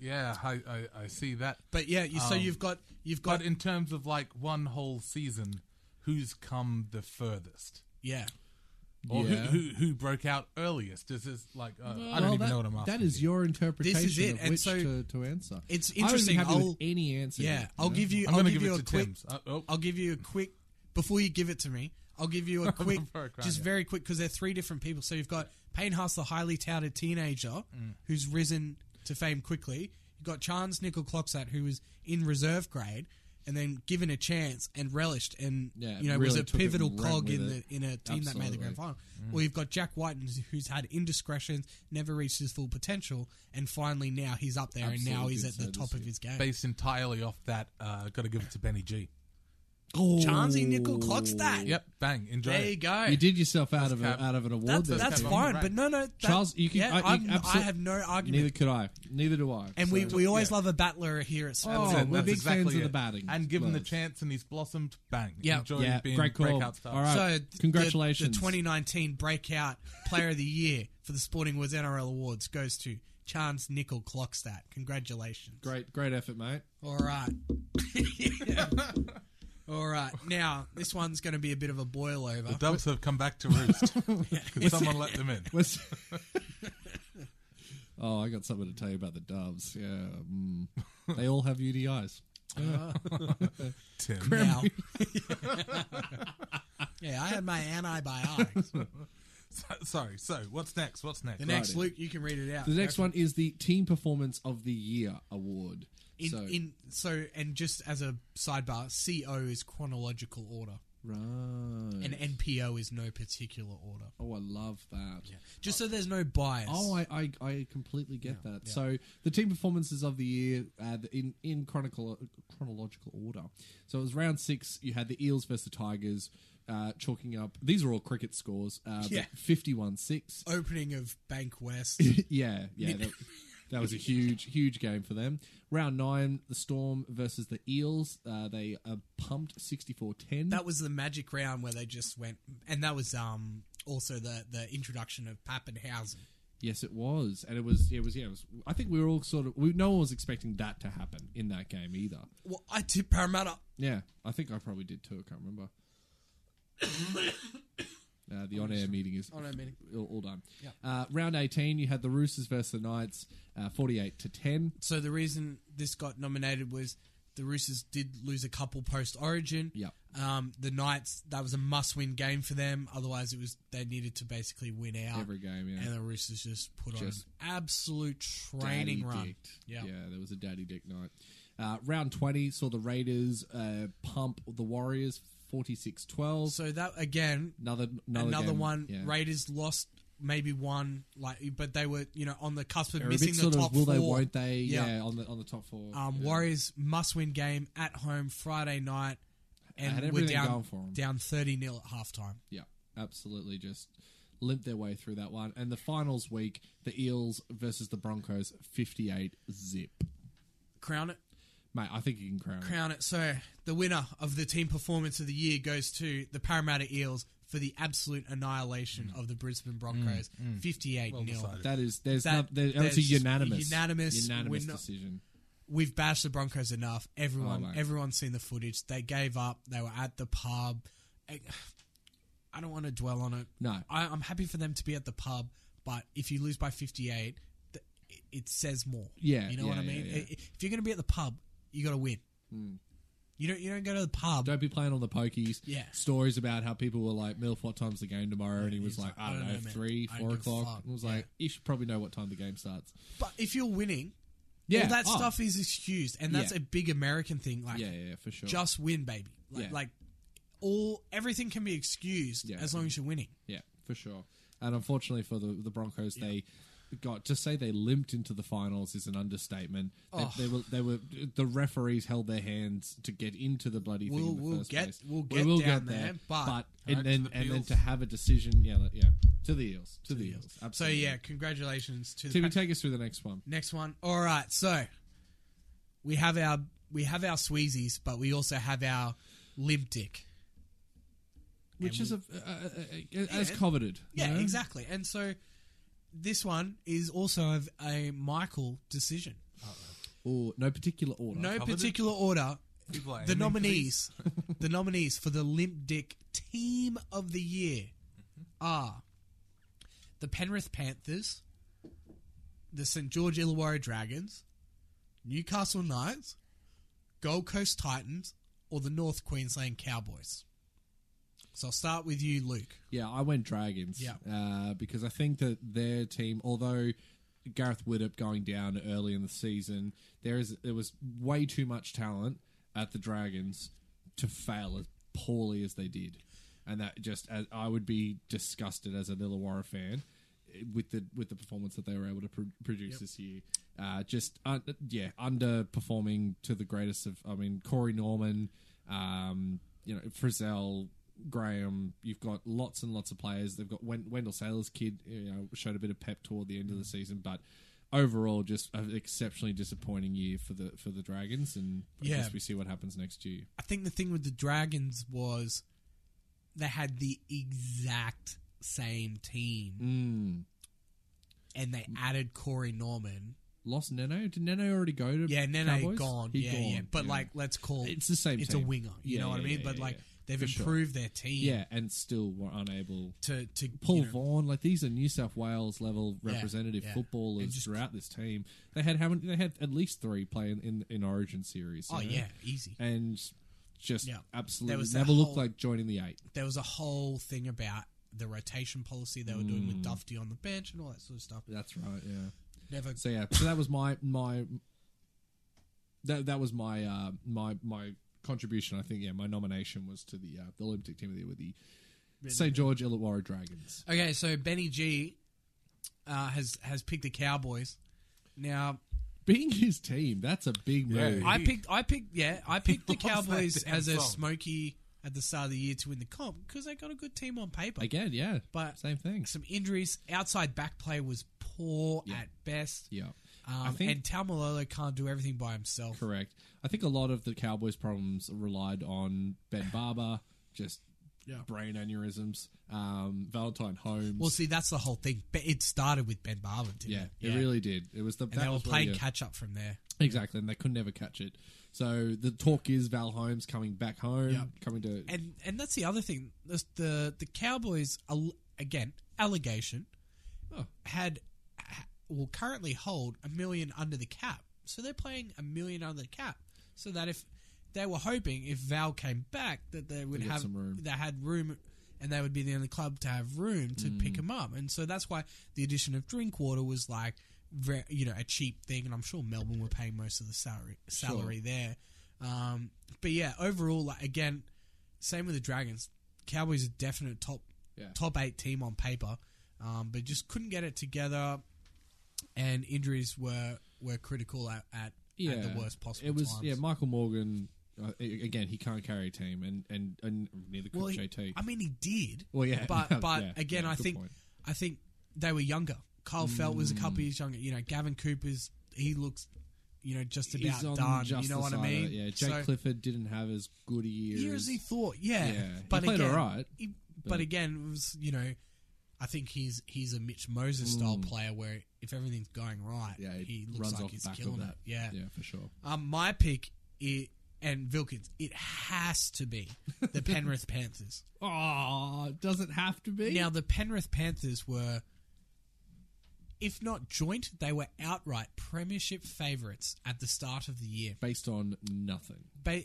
Speaker 6: yeah, I, I, I see that.
Speaker 4: But yeah, you, so
Speaker 6: Um,
Speaker 4: you've got you've got
Speaker 6: But in terms of like one whole season, who's come the furthest?
Speaker 4: yeah.
Speaker 6: Or
Speaker 5: Yeah.
Speaker 6: who, who who broke out earliest? Is this like uh, I don't
Speaker 5: Well,
Speaker 6: even
Speaker 5: that-
Speaker 6: know what I'm asking.
Speaker 5: That is
Speaker 6: here.
Speaker 5: your interpretation
Speaker 4: This is it,
Speaker 5: of
Speaker 4: and
Speaker 5: which
Speaker 4: so-
Speaker 5: to, to answer.
Speaker 4: it's
Speaker 5: I wouldn't be
Speaker 4: interesting,
Speaker 5: happy with
Speaker 4: I'll-
Speaker 5: any answer.
Speaker 4: Yeah,
Speaker 5: yet,
Speaker 4: I'll
Speaker 5: know?
Speaker 4: give you.
Speaker 6: I'm
Speaker 4: I'll
Speaker 6: going to
Speaker 4: give
Speaker 6: give
Speaker 4: you
Speaker 6: it
Speaker 4: a
Speaker 6: to
Speaker 4: quick.
Speaker 6: Tim's. Uh, oh,
Speaker 4: I'll give you a quick before you give it to me. I'll give
Speaker 5: <laughs>
Speaker 4: you a quick,
Speaker 6: Before I cry,
Speaker 4: just
Speaker 6: yeah.
Speaker 4: very quick, because they're three different people. So you've got Payne Haas, the highly touted teenager
Speaker 5: Mm.
Speaker 4: who's risen to fame quickly. You've got Chance Nickel Clocksat, who was in reserve grade and then given a chance and relished, and
Speaker 5: Yeah,
Speaker 4: you know
Speaker 5: really
Speaker 4: was a
Speaker 5: took it
Speaker 4: pivotal
Speaker 5: and ran
Speaker 4: cog in
Speaker 5: with
Speaker 4: the
Speaker 5: it.
Speaker 4: in a team that made the grand
Speaker 5: Absolutely. Mm.
Speaker 4: final. Or you've got Jack Whiten, who's had indiscretions, never reached his full potential, and finally now he's up there, and now
Speaker 5: Absolutely
Speaker 4: he's
Speaker 5: did
Speaker 4: at the
Speaker 5: so this
Speaker 4: top of
Speaker 5: year.
Speaker 4: his game.
Speaker 6: based entirely off that. Uh, Got to give it to Benny G.
Speaker 5: Oh,
Speaker 4: Chansey Nickel Clockstat.
Speaker 6: Yep, bang, enjoy.
Speaker 4: There you
Speaker 6: it.
Speaker 4: go.
Speaker 5: You did yourself out of a,
Speaker 6: cap.
Speaker 5: out of an award.
Speaker 4: That's,
Speaker 5: there,
Speaker 4: that's
Speaker 6: Kevin.
Speaker 5: Kevin.
Speaker 4: fine,
Speaker 6: Right.
Speaker 4: but no, no, that,
Speaker 5: Charles, you can-
Speaker 4: Yeah,
Speaker 5: I- you
Speaker 4: I'm-
Speaker 5: can
Speaker 4: I,
Speaker 5: absolute-
Speaker 4: have no argument,
Speaker 5: Neither could I. Neither do I.
Speaker 4: and
Speaker 5: So-
Speaker 4: we, we always
Speaker 6: yeah.
Speaker 4: love a battler here at Sports.
Speaker 5: Oh,
Speaker 6: That's it,
Speaker 5: we're
Speaker 6: that's
Speaker 5: big
Speaker 6: exactly
Speaker 5: fans of
Speaker 6: it.
Speaker 5: the batting.
Speaker 6: And given the
Speaker 5: Loves.
Speaker 6: chance and he's blossomed, bang.
Speaker 4: Yeah.
Speaker 6: Enjoy
Speaker 5: yeah,
Speaker 6: being
Speaker 5: great call.
Speaker 6: breakout star.
Speaker 5: All right,
Speaker 4: so th-
Speaker 5: congratulations.
Speaker 4: The, the 2019 Breakout Player of the Year for the Sporting Woods NRL Awards goes to Chance Nickel Clockstat. Congratulations.
Speaker 5: great, great
Speaker 4: <laughs>
Speaker 5: effort, mate.
Speaker 4: All right. All right. Now this one's going to be a bit of a boil over.
Speaker 6: The Dubs have come
Speaker 5: <laughs>
Speaker 6: back to roost. <laughs> Because someone let them in.
Speaker 5: What's- <laughs> oh, I got something to tell you about the Doves. Yeah, mm. they all have UDIs.
Speaker 6: Tim.
Speaker 4: <laughs> now. <laughs> yeah, I had my antibiotics.
Speaker 5: <laughs>
Speaker 6: So- <laughs> Sorry. So, what's next? What's next?
Speaker 4: The next,
Speaker 5: Righty.
Speaker 4: Luke, you can read it out.
Speaker 5: The next
Speaker 4: Go for it.
Speaker 5: one is the Team Performance of the Year award.
Speaker 4: In,
Speaker 5: so,
Speaker 4: in so and just as a sidebar, CO is chronological order,
Speaker 5: right.
Speaker 4: and NPO is no particular order.
Speaker 5: oh, I love that.
Speaker 4: Just so there's no bias.
Speaker 5: Oh, I, I, I completely get that. So the team performances of the year uh, the- in in chronicle, chronological order. So it was round six. You had the Eels versus the Tigers, uh, chalking up. These are all cricket scores. Uh,
Speaker 4: Yeah.
Speaker 5: fifty-one six. <laughs>
Speaker 4: opening of Bank West.
Speaker 5: yeah, yeah. That, that was a huge, huge game for them. Round nine, the Storm versus the Eels. Uh, they uh, pumped 64-10.
Speaker 4: that was the magic round where they just went, and that was um also the the introduction of Pappenhausen.
Speaker 5: Yes, it was, and it was. It was. Yeah, it was. I think we were all sort of. We, no one was expecting that to happen in that game either.
Speaker 4: Well, I tip Parramatta.
Speaker 5: Yeah, I think I probably did too. I can't remember. <coughs> Uh, the on-air meeting is
Speaker 4: On-air meeting.
Speaker 5: all, all done. Uh, round eighteen, you had the Roosters versus the Knights, uh, forty-eight to ten.
Speaker 4: So the reason this got nominated was the Roosters did lose a couple post Origin.
Speaker 5: Yep.
Speaker 4: Um, the Knights that was a must-win game for them. Otherwise, it was they needed to basically win out
Speaker 5: Every game, yeah.
Speaker 4: And the Roosters just put
Speaker 5: Just
Speaker 4: on an absolute training
Speaker 5: Daddy
Speaker 4: run.
Speaker 5: dicked. yeah, there was a daddy dick night. Uh, round twenty saw the Raiders uh, pump the Warriors 46-12.
Speaker 4: So that again,
Speaker 5: another another,
Speaker 4: another,
Speaker 5: game,
Speaker 4: one.
Speaker 5: yeah.
Speaker 4: Raiders lost maybe one, like, but they were you know on the cusp of
Speaker 5: They're a
Speaker 4: missing
Speaker 5: bit
Speaker 4: the
Speaker 5: sort
Speaker 4: top
Speaker 5: of will
Speaker 4: four.
Speaker 5: they won't they?
Speaker 4: Yeah.
Speaker 5: Yeah. on the on the top four.
Speaker 4: Um,
Speaker 5: yeah.
Speaker 4: Warriors must-win game at home Friday night,
Speaker 5: Had
Speaker 4: and we're
Speaker 5: everything
Speaker 4: down
Speaker 5: going for 'em.
Speaker 4: down thirty 0 at halftime.
Speaker 5: Yeah, absolutely. Just limp their way through that one. And the finals week, the Eels versus the Broncos, 58 zip.
Speaker 4: Crown it.
Speaker 5: Mate, I think you can crown. it.
Speaker 4: crown it. So the winner of the team performance of the year goes to the Parramatta Eels for the absolute annihilation
Speaker 5: Mm.
Speaker 4: of the Brisbane Broncos, fifty-eight nil.
Speaker 5: That is, there's,
Speaker 4: That-
Speaker 5: no, there,
Speaker 4: there's
Speaker 5: that's a unanimous,
Speaker 4: unanimous,
Speaker 5: unanimous
Speaker 4: we're not-
Speaker 5: decision.
Speaker 4: We've bashed the Broncos enough. Everyone,
Speaker 5: Oh, mate.
Speaker 4: everyone's seen the footage. They gave up. They were at the pub. I, <sighs> I don't want to dwell on it.
Speaker 5: No.
Speaker 4: I, I'm happy for them to be at the pub, but if you lose by fifty-eight, th- it, it says more.
Speaker 5: Yeah,
Speaker 4: you know
Speaker 5: yeah,
Speaker 4: what I
Speaker 5: yeah,
Speaker 4: mean.
Speaker 5: yeah. Hmm.
Speaker 4: I- If you're going to be at the pub, you got to win. You don't. You don't go to the pub.
Speaker 5: Don't be playing all the pokies.
Speaker 4: Yeah.
Speaker 5: Stories about how people were like, Milf, what time's the game tomorrow? And he was like, I don't, know,
Speaker 4: man.
Speaker 5: three,
Speaker 4: I don't
Speaker 5: four
Speaker 4: give a
Speaker 5: o'clock.
Speaker 4: fuck.
Speaker 5: And I was like, you should probably know what time the game starts.
Speaker 4: But if you're winning,
Speaker 5: Yeah.
Speaker 4: all that
Speaker 5: oh,
Speaker 4: stuff is excused, and that's
Speaker 5: Yeah.
Speaker 4: a big American thing. Like,
Speaker 5: Yeah, yeah, yeah, for sure.
Speaker 4: just win, baby. Like,
Speaker 5: Yeah.
Speaker 4: like all everything can be excused
Speaker 5: Yeah.
Speaker 4: as long as you're winning.
Speaker 5: Yeah, for sure. And unfortunately for the the Broncos, they got to say they limped into the finals is an understatement. They, they were they were the referees held their hands to get into the bloody thing.
Speaker 4: We'll-
Speaker 5: in the
Speaker 4: we'll
Speaker 5: first
Speaker 4: get-
Speaker 5: place.
Speaker 4: we'll
Speaker 5: We
Speaker 4: get
Speaker 5: will
Speaker 4: down
Speaker 5: get there,
Speaker 4: there, but-
Speaker 5: and
Speaker 6: Right,
Speaker 5: then
Speaker 6: to the
Speaker 5: and then
Speaker 6: Eels.
Speaker 5: to have a decision, yeah, like, yeah, to the eels, to, the, eels. Absolutely.
Speaker 4: So yeah, congratulations to the
Speaker 5: Timmy,
Speaker 4: pa-
Speaker 5: take us through the next one.
Speaker 4: next one. All right, so we have our we have our sweezies, but we also have our limp dick.
Speaker 5: Which is a, a, a, a, as coveted. you
Speaker 4: Yeah,
Speaker 5: know?
Speaker 4: exactly. And so this one is also of a Michael decision.
Speaker 5: Or no particular order.
Speaker 4: No
Speaker 6: coveted?
Speaker 4: particular order.
Speaker 6: People are
Speaker 4: the
Speaker 6: aiming for
Speaker 4: <laughs> nominees, the nominees for the Limp Dick Team of the Year Mm-hmm. are the Penrith Panthers, the St George Illawarra Dragons, Newcastle Knights, Gold Coast Titans, or the North Queensland Cowboys. So I'll start with you, Luke.
Speaker 5: Yeah, I went Dragons.
Speaker 4: Yeah.
Speaker 5: Uh, because I think that their team, although Gareth Widdop going down early in the season, there is there was way too much talent at the Dragons to fail as poorly as they did, and that just as I would be disgusted as an Illawarra fan eh, with the with the performance that they were able to pr- produce this year. Uh, just un- yeah, underperforming to the greatest of. I mean, Corey Norman, um, you know, Frizzell, Graham. You've got lots and lots of players. They've got Wen- Wendell Saylor's kid. You know, showed a bit of pep toward the end of the
Speaker 4: Mm-hmm.
Speaker 5: season, but overall, just an exceptionally disappointing year for the for the Dragons. And I
Speaker 4: Yeah.
Speaker 5: guess we see what happens next year.
Speaker 4: I think the thing with the Dragons was they had the exact same team
Speaker 5: Mm.
Speaker 4: and they added Corey Norman.
Speaker 5: Lost Neno? Did Neno already go to?
Speaker 4: Yeah, Nene
Speaker 5: Cowboys?
Speaker 4: gone.
Speaker 5: He
Speaker 4: yeah, yeah.
Speaker 5: gone,
Speaker 4: But
Speaker 5: yeah.
Speaker 4: like, let's call
Speaker 5: It's the same
Speaker 4: It's a
Speaker 5: team.
Speaker 4: winger. You
Speaker 5: Yeah,
Speaker 4: know what I
Speaker 5: yeah,
Speaker 4: mean?
Speaker 5: yeah,
Speaker 4: but
Speaker 5: yeah,
Speaker 4: like,
Speaker 5: yeah.
Speaker 4: they've
Speaker 5: For sure.
Speaker 4: improved their team.
Speaker 5: yeah, and still were unable.
Speaker 4: To to
Speaker 5: Paul
Speaker 4: you know,
Speaker 5: Vaughan, like these are New South Wales level
Speaker 4: Yeah,
Speaker 5: representative
Speaker 4: yeah.
Speaker 5: footballers
Speaker 4: And just-
Speaker 5: throughout this team. They had how many? They had at least three playing in, in Origin series. you
Speaker 4: Oh
Speaker 5: know?
Speaker 4: yeah, easy.
Speaker 5: and just
Speaker 4: Yeah. There
Speaker 5: absolutely
Speaker 4: was that
Speaker 5: never looked
Speaker 4: whole-
Speaker 5: like joining the eight.
Speaker 4: There was a whole thing about the rotation policy they were doing with Dufty on the bench and all that sort of stuff.
Speaker 5: That's right. Mm. Yeah.
Speaker 4: Never.
Speaker 5: So yeah, so that was my my that that was my uh, my my contribution. I think yeah, my nomination was to the uh, the Olympic team of the year with the St George Illawarra Dragons.
Speaker 4: Okay, so Benny G uh, has has picked the Cowboys. Now
Speaker 5: Being his team, that's a big
Speaker 6: Yeah.
Speaker 5: move.
Speaker 4: I picked I picked yeah I picked
Speaker 5: <laughs>
Speaker 4: the
Speaker 6: What's that
Speaker 4: Cowboys
Speaker 6: damn
Speaker 4: as a
Speaker 6: song?
Speaker 4: smoky at the start of the year to win the comp because they got a good team on paper.
Speaker 5: Again, yeah,
Speaker 4: But-
Speaker 5: same thing.
Speaker 4: some injuries. Outside back play was poor at best.
Speaker 5: Yeah, I
Speaker 4: Um,
Speaker 5: think
Speaker 4: and Talmalolo can't do everything by himself.
Speaker 5: correct. I think a lot of the Cowboys' problems relied on Ben Barber just
Speaker 4: Yeah.
Speaker 5: brain aneurysms, um, Valentine Holmes.
Speaker 4: Well, see, that's the whole thing. But it started with Ben Barber, didn't
Speaker 5: yeah,
Speaker 4: it?
Speaker 5: it really did. It was the
Speaker 4: And
Speaker 5: that
Speaker 4: they were
Speaker 5: was
Speaker 4: playing
Speaker 5: really a-
Speaker 4: catch up from there.
Speaker 5: exactly, and they could never catch it. So the talk is Val Holmes coming back home,
Speaker 4: Yeah.
Speaker 5: coming to
Speaker 4: and and that's the other thing. The the, the Cowboys al- again allegation
Speaker 5: Oh.
Speaker 4: had ha- will currently hold a million under the cap, so they're playing a million under the cap, so that if they were hoping if Val came back that they would
Speaker 5: They get
Speaker 4: have
Speaker 5: some room.
Speaker 4: they had room. And they would be the only club to have room
Speaker 5: Mm.
Speaker 4: to pick him up, and so that's why the addition of Drinkwater was like, very, you know, a cheap thing. And I'm sure Melbourne were paying most of the salary salary there. Um, but yeah, overall, like, again, same with the Dragons. Cowboys are definite top
Speaker 5: Yeah.
Speaker 4: top eight team on paper, um, but just couldn't get it together, and injuries were were critical at at, at the worst possible.
Speaker 5: It was
Speaker 4: times.
Speaker 5: yeah. Michael Morgan uh, a- again. He can't carry a team, and and, and neither could
Speaker 4: well, he-
Speaker 5: JT.
Speaker 4: I mean, he did.
Speaker 5: Well, yeah,
Speaker 4: but
Speaker 5: <laughs> yeah,
Speaker 4: but
Speaker 5: yeah,
Speaker 4: again,
Speaker 5: yeah,
Speaker 4: I
Speaker 5: good
Speaker 4: think
Speaker 5: point. Mm.
Speaker 4: I think they were younger. Kyle Felt was a couple years younger. You know, Gavin Cooper's he looks, you know, just about done.
Speaker 5: just
Speaker 4: you know
Speaker 5: the
Speaker 4: what I
Speaker 5: side of it,
Speaker 4: mean?
Speaker 5: Yeah, Jake
Speaker 4: So-
Speaker 5: Clifford didn't have as good a year.
Speaker 4: year as
Speaker 5: as-
Speaker 4: he thought. Yeah,
Speaker 5: Yeah, he
Speaker 4: but
Speaker 5: played
Speaker 4: again,
Speaker 5: alright,
Speaker 4: he- but,
Speaker 5: but-
Speaker 4: again, it was you know, I think he's he's a Mitch Moses style player where if everything's going right,
Speaker 5: Mm. yeah, it
Speaker 4: he
Speaker 5: runs
Speaker 4: looks like
Speaker 5: off
Speaker 4: he's
Speaker 5: the back
Speaker 4: killing
Speaker 5: of that.
Speaker 4: it. Yeah.
Speaker 5: yeah, for sure.
Speaker 4: Um, my pick i and Vilkins, it has to be
Speaker 5: <laughs>
Speaker 4: the Penrith Panthers.
Speaker 5: Oh, does it have to be?
Speaker 4: Now the Penrith Panthers were. If not joint, they were outright premiership favourites at the start of the year.
Speaker 5: based on nothing.
Speaker 4: But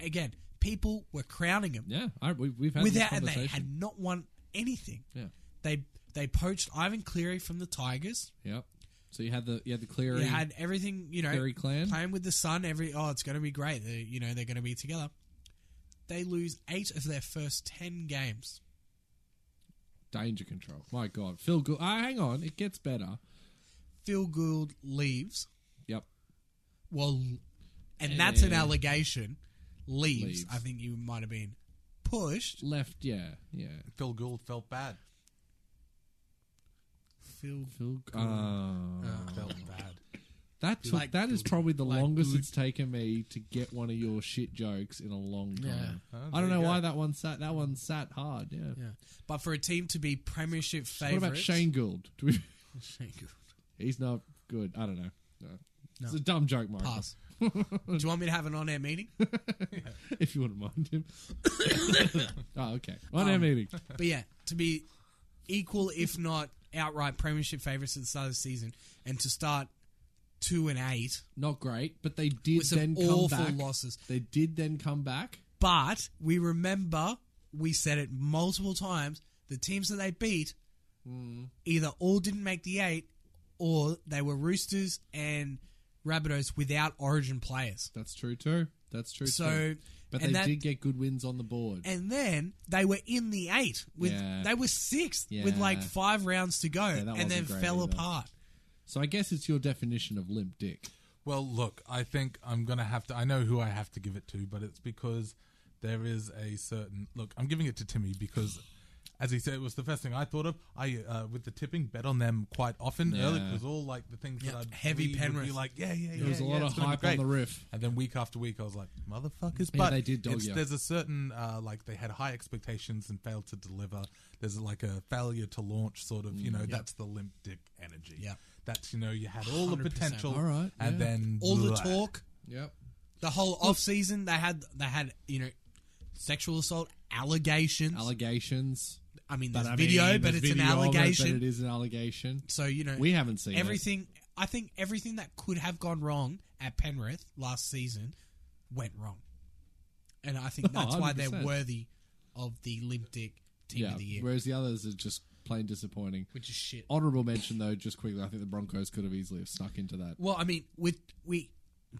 Speaker 4: again, people were crowning them
Speaker 5: Yeah, I, we, we've had
Speaker 4: without,
Speaker 5: this
Speaker 4: and they
Speaker 5: conversation.
Speaker 4: had not won anything.
Speaker 5: yeah,
Speaker 4: They they poached Ivan Cleary from the Tigers.
Speaker 5: yeah. So you had the you had the Cleary.
Speaker 4: You had everything, you know,
Speaker 5: Cleary clan?
Speaker 4: playing with the Sun. Every oh, it's going to be great. They, you know, they're going to be together. They lose eight of their first ten games.
Speaker 5: danger control. My God, Phil. Good. Ah, hang on, it gets better.
Speaker 4: Phil Gould leaves.
Speaker 5: Yep.
Speaker 4: Well, and that's an
Speaker 5: Yeah.
Speaker 4: allegation. Leaves.
Speaker 5: Leaves.
Speaker 4: I think you might have been pushed.
Speaker 5: Left. Yeah. Yeah.
Speaker 6: Phil Gould felt bad.
Speaker 4: Phil
Speaker 5: Phil. Oh.
Speaker 6: Felt bad.
Speaker 5: That took,
Speaker 4: Like-
Speaker 5: that is probably the longest
Speaker 4: good.
Speaker 5: it's taken me to get one of your shit jokes in a long time.
Speaker 4: Ah,
Speaker 6: Oh,
Speaker 5: I don't
Speaker 6: there
Speaker 5: know
Speaker 6: you
Speaker 5: why
Speaker 6: go.
Speaker 5: that one sat that one sat hard. Yeah.
Speaker 4: Yeah. But for a team to be premiership
Speaker 5: What
Speaker 4: favourites,
Speaker 5: about Shane Gould? Do we,
Speaker 4: Shane Gould.
Speaker 5: he's not good. I don't know. No.
Speaker 4: No.
Speaker 5: It's a dumb joke, Mark.
Speaker 4: Pass. Do you want me to have an on-air meeting?
Speaker 5: <laughs> If you wouldn't mind <laughs> him. oh, okay. On our meeting.
Speaker 4: But yeah, to be equal, if not outright premiership favourites at the start of the season, and to start two and eight
Speaker 5: Not great, but they did
Speaker 4: with some
Speaker 5: then come
Speaker 4: awful
Speaker 5: back.
Speaker 4: losses.
Speaker 5: They did then come back.
Speaker 4: But we remember we said it multiple times: the teams that they beat
Speaker 5: Hmm.
Speaker 4: either all didn't make the eight, or they were Roosters and Rabbitohs without Origin players.
Speaker 5: That's true too. That's true
Speaker 4: So,
Speaker 5: too. But
Speaker 4: and
Speaker 5: they
Speaker 4: that-
Speaker 5: did get good wins on the board.
Speaker 4: And then they were in the eight with
Speaker 5: Yeah.
Speaker 4: they were sixth with
Speaker 5: Yeah.
Speaker 4: like five rounds to go,
Speaker 5: that
Speaker 4: and
Speaker 5: wasn't
Speaker 4: then
Speaker 5: great
Speaker 4: fell
Speaker 5: either.
Speaker 4: apart.
Speaker 5: so I guess it's your definition of limp dick.
Speaker 6: Well, look, I think I'm going to have to. I know who I have to give it to, but it's because there is a certain. Look, I'm giving it to Timmy because, as he said, it was the first thing I thought of. I, uh, with the tipping, bet on them quite often.
Speaker 5: Yeah.
Speaker 6: Early, it was all like the things
Speaker 4: Yeah,
Speaker 6: that I'd
Speaker 4: heavy
Speaker 6: read would
Speaker 4: Penrith.
Speaker 6: Be like, yeah, yeah, yeah.
Speaker 5: There was a
Speaker 6: yeah,
Speaker 5: lot of
Speaker 6: it's gonna be
Speaker 5: hype on
Speaker 6: great.
Speaker 5: the riff.
Speaker 6: And then week after week, I was like, motherfuckers.
Speaker 5: Yeah,
Speaker 6: but
Speaker 5: they did dog
Speaker 6: it's-
Speaker 5: you.
Speaker 6: There's a certain, uh, like, they had high expectations and failed to deliver. There's like a failure to launch sort of, you know,
Speaker 5: Mm,
Speaker 6: that's the limp dick energy.
Speaker 4: Yeah.
Speaker 6: That's, you know, you had all the
Speaker 4: 100%.
Speaker 6: potential.
Speaker 5: All right,
Speaker 6: And
Speaker 5: yeah.
Speaker 6: then
Speaker 4: all the
Speaker 6: blah.
Speaker 4: talk,
Speaker 5: Yep.
Speaker 4: the whole off season. They had they had you know sexual assault allegations.
Speaker 5: Allegations.
Speaker 4: I mean,
Speaker 5: But
Speaker 4: there's
Speaker 5: I
Speaker 4: video,
Speaker 5: mean,
Speaker 4: but
Speaker 5: there's
Speaker 4: it's an
Speaker 5: video of it, but
Speaker 4: allegation.
Speaker 5: it is an allegation.
Speaker 4: so you know,
Speaker 5: We haven't seen it.
Speaker 4: everything. I think everything that could have gone wrong at Penrith last season went wrong, and I
Speaker 5: <laughs>
Speaker 4: think
Speaker 5: No,
Speaker 4: that's why they're
Speaker 5: 100%.
Speaker 4: worthy of the Limp Dick Team
Speaker 5: Yeah.
Speaker 4: of the Year,
Speaker 5: Whereas the others are just plain disappointing.
Speaker 4: which is shit.
Speaker 5: Honorable mention though, just quickly, I think the Broncos could have easily have snuck into that.
Speaker 4: Well, I mean, with we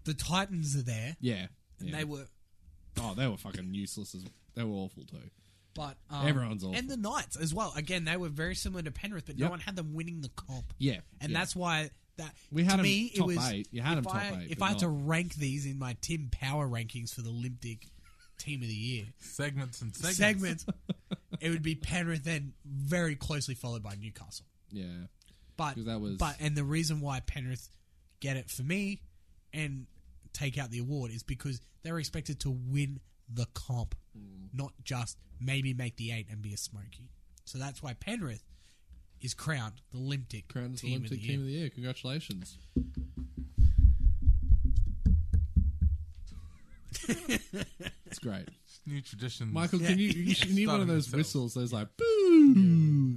Speaker 4: the Titans are there,
Speaker 5: Yeah.
Speaker 4: and
Speaker 5: yeah.
Speaker 4: they were,
Speaker 5: oh, they were fucking useless as they were awful too.
Speaker 4: but um,
Speaker 5: Everyone's awful.
Speaker 4: and the Knights as well. Again, they were very similar to Penrith, but no
Speaker 5: Yep.
Speaker 4: one had them winning the comp.
Speaker 5: Yeah.
Speaker 4: and
Speaker 5: yeah.
Speaker 4: that's why that
Speaker 5: We had
Speaker 4: to
Speaker 5: 'em
Speaker 4: me
Speaker 5: top
Speaker 4: it was
Speaker 5: eight. You had
Speaker 4: if
Speaker 5: 'em top
Speaker 4: I,
Speaker 5: eight,
Speaker 4: If
Speaker 5: but
Speaker 4: I had to
Speaker 5: not-
Speaker 4: rank these in my Tim Power rankings for the Olympic Team of the Year
Speaker 6: segments and segments.
Speaker 4: segment, it would be Penrith, then very closely followed by Newcastle.
Speaker 5: Yeah.
Speaker 4: But
Speaker 5: 'Cause that was-
Speaker 4: but and the reason why Penrith get it for me and take out the award is because they were expected to win the comp,
Speaker 5: Mm.
Speaker 4: not just maybe make the eight and be a smoky. So that's why Penrith is crowned the Olympic
Speaker 5: Crowned as the
Speaker 4: team
Speaker 5: Olympic
Speaker 4: of the
Speaker 5: Team
Speaker 4: year.
Speaker 5: of the
Speaker 4: <laughs>
Speaker 5: Year. Congratulations. it's great.
Speaker 6: New traditions.
Speaker 5: Michael, can you you should need one of
Speaker 6: Starting
Speaker 5: those
Speaker 6: themselves.
Speaker 5: whistles, those like boo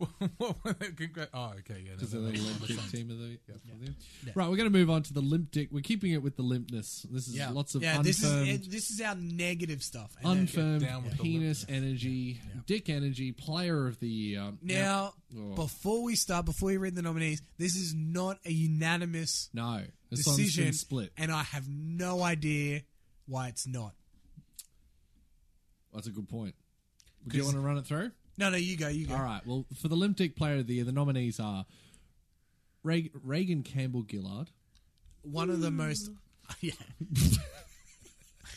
Speaker 6: <laughs> what were they? Congrat- oh, okay, yeah. no,
Speaker 5: Is it
Speaker 6: that
Speaker 5: the
Speaker 6: makes
Speaker 5: limp
Speaker 6: more
Speaker 5: dick
Speaker 6: sense.
Speaker 5: team of the of the- Right, we're going to move on to the limp dick. We're keeping it with the limpness. This is
Speaker 4: Yeah.
Speaker 5: lots of
Speaker 4: yeah,
Speaker 5: unfirmed,
Speaker 4: this is it- this is our negative stuff. And then-
Speaker 5: unfirmed
Speaker 6: down with the
Speaker 5: penis
Speaker 6: limpness.
Speaker 5: energy, dick energy, player of the year.
Speaker 4: Now,
Speaker 5: Oh.
Speaker 4: before we start, before we read the nominees, this is not a unanimous
Speaker 5: no, this one's
Speaker 4: decision,
Speaker 5: been split.
Speaker 4: and I have no idea why it's not.
Speaker 5: That's a good point. Do you want to run it through?
Speaker 4: No, no, you go, you go.
Speaker 5: All right. Well, for the Olympic Player of the Year, the nominees are Reg- Reagan Campbell Gillard,
Speaker 4: One of the
Speaker 5: <laughs>
Speaker 4: most, <laughs> yeah,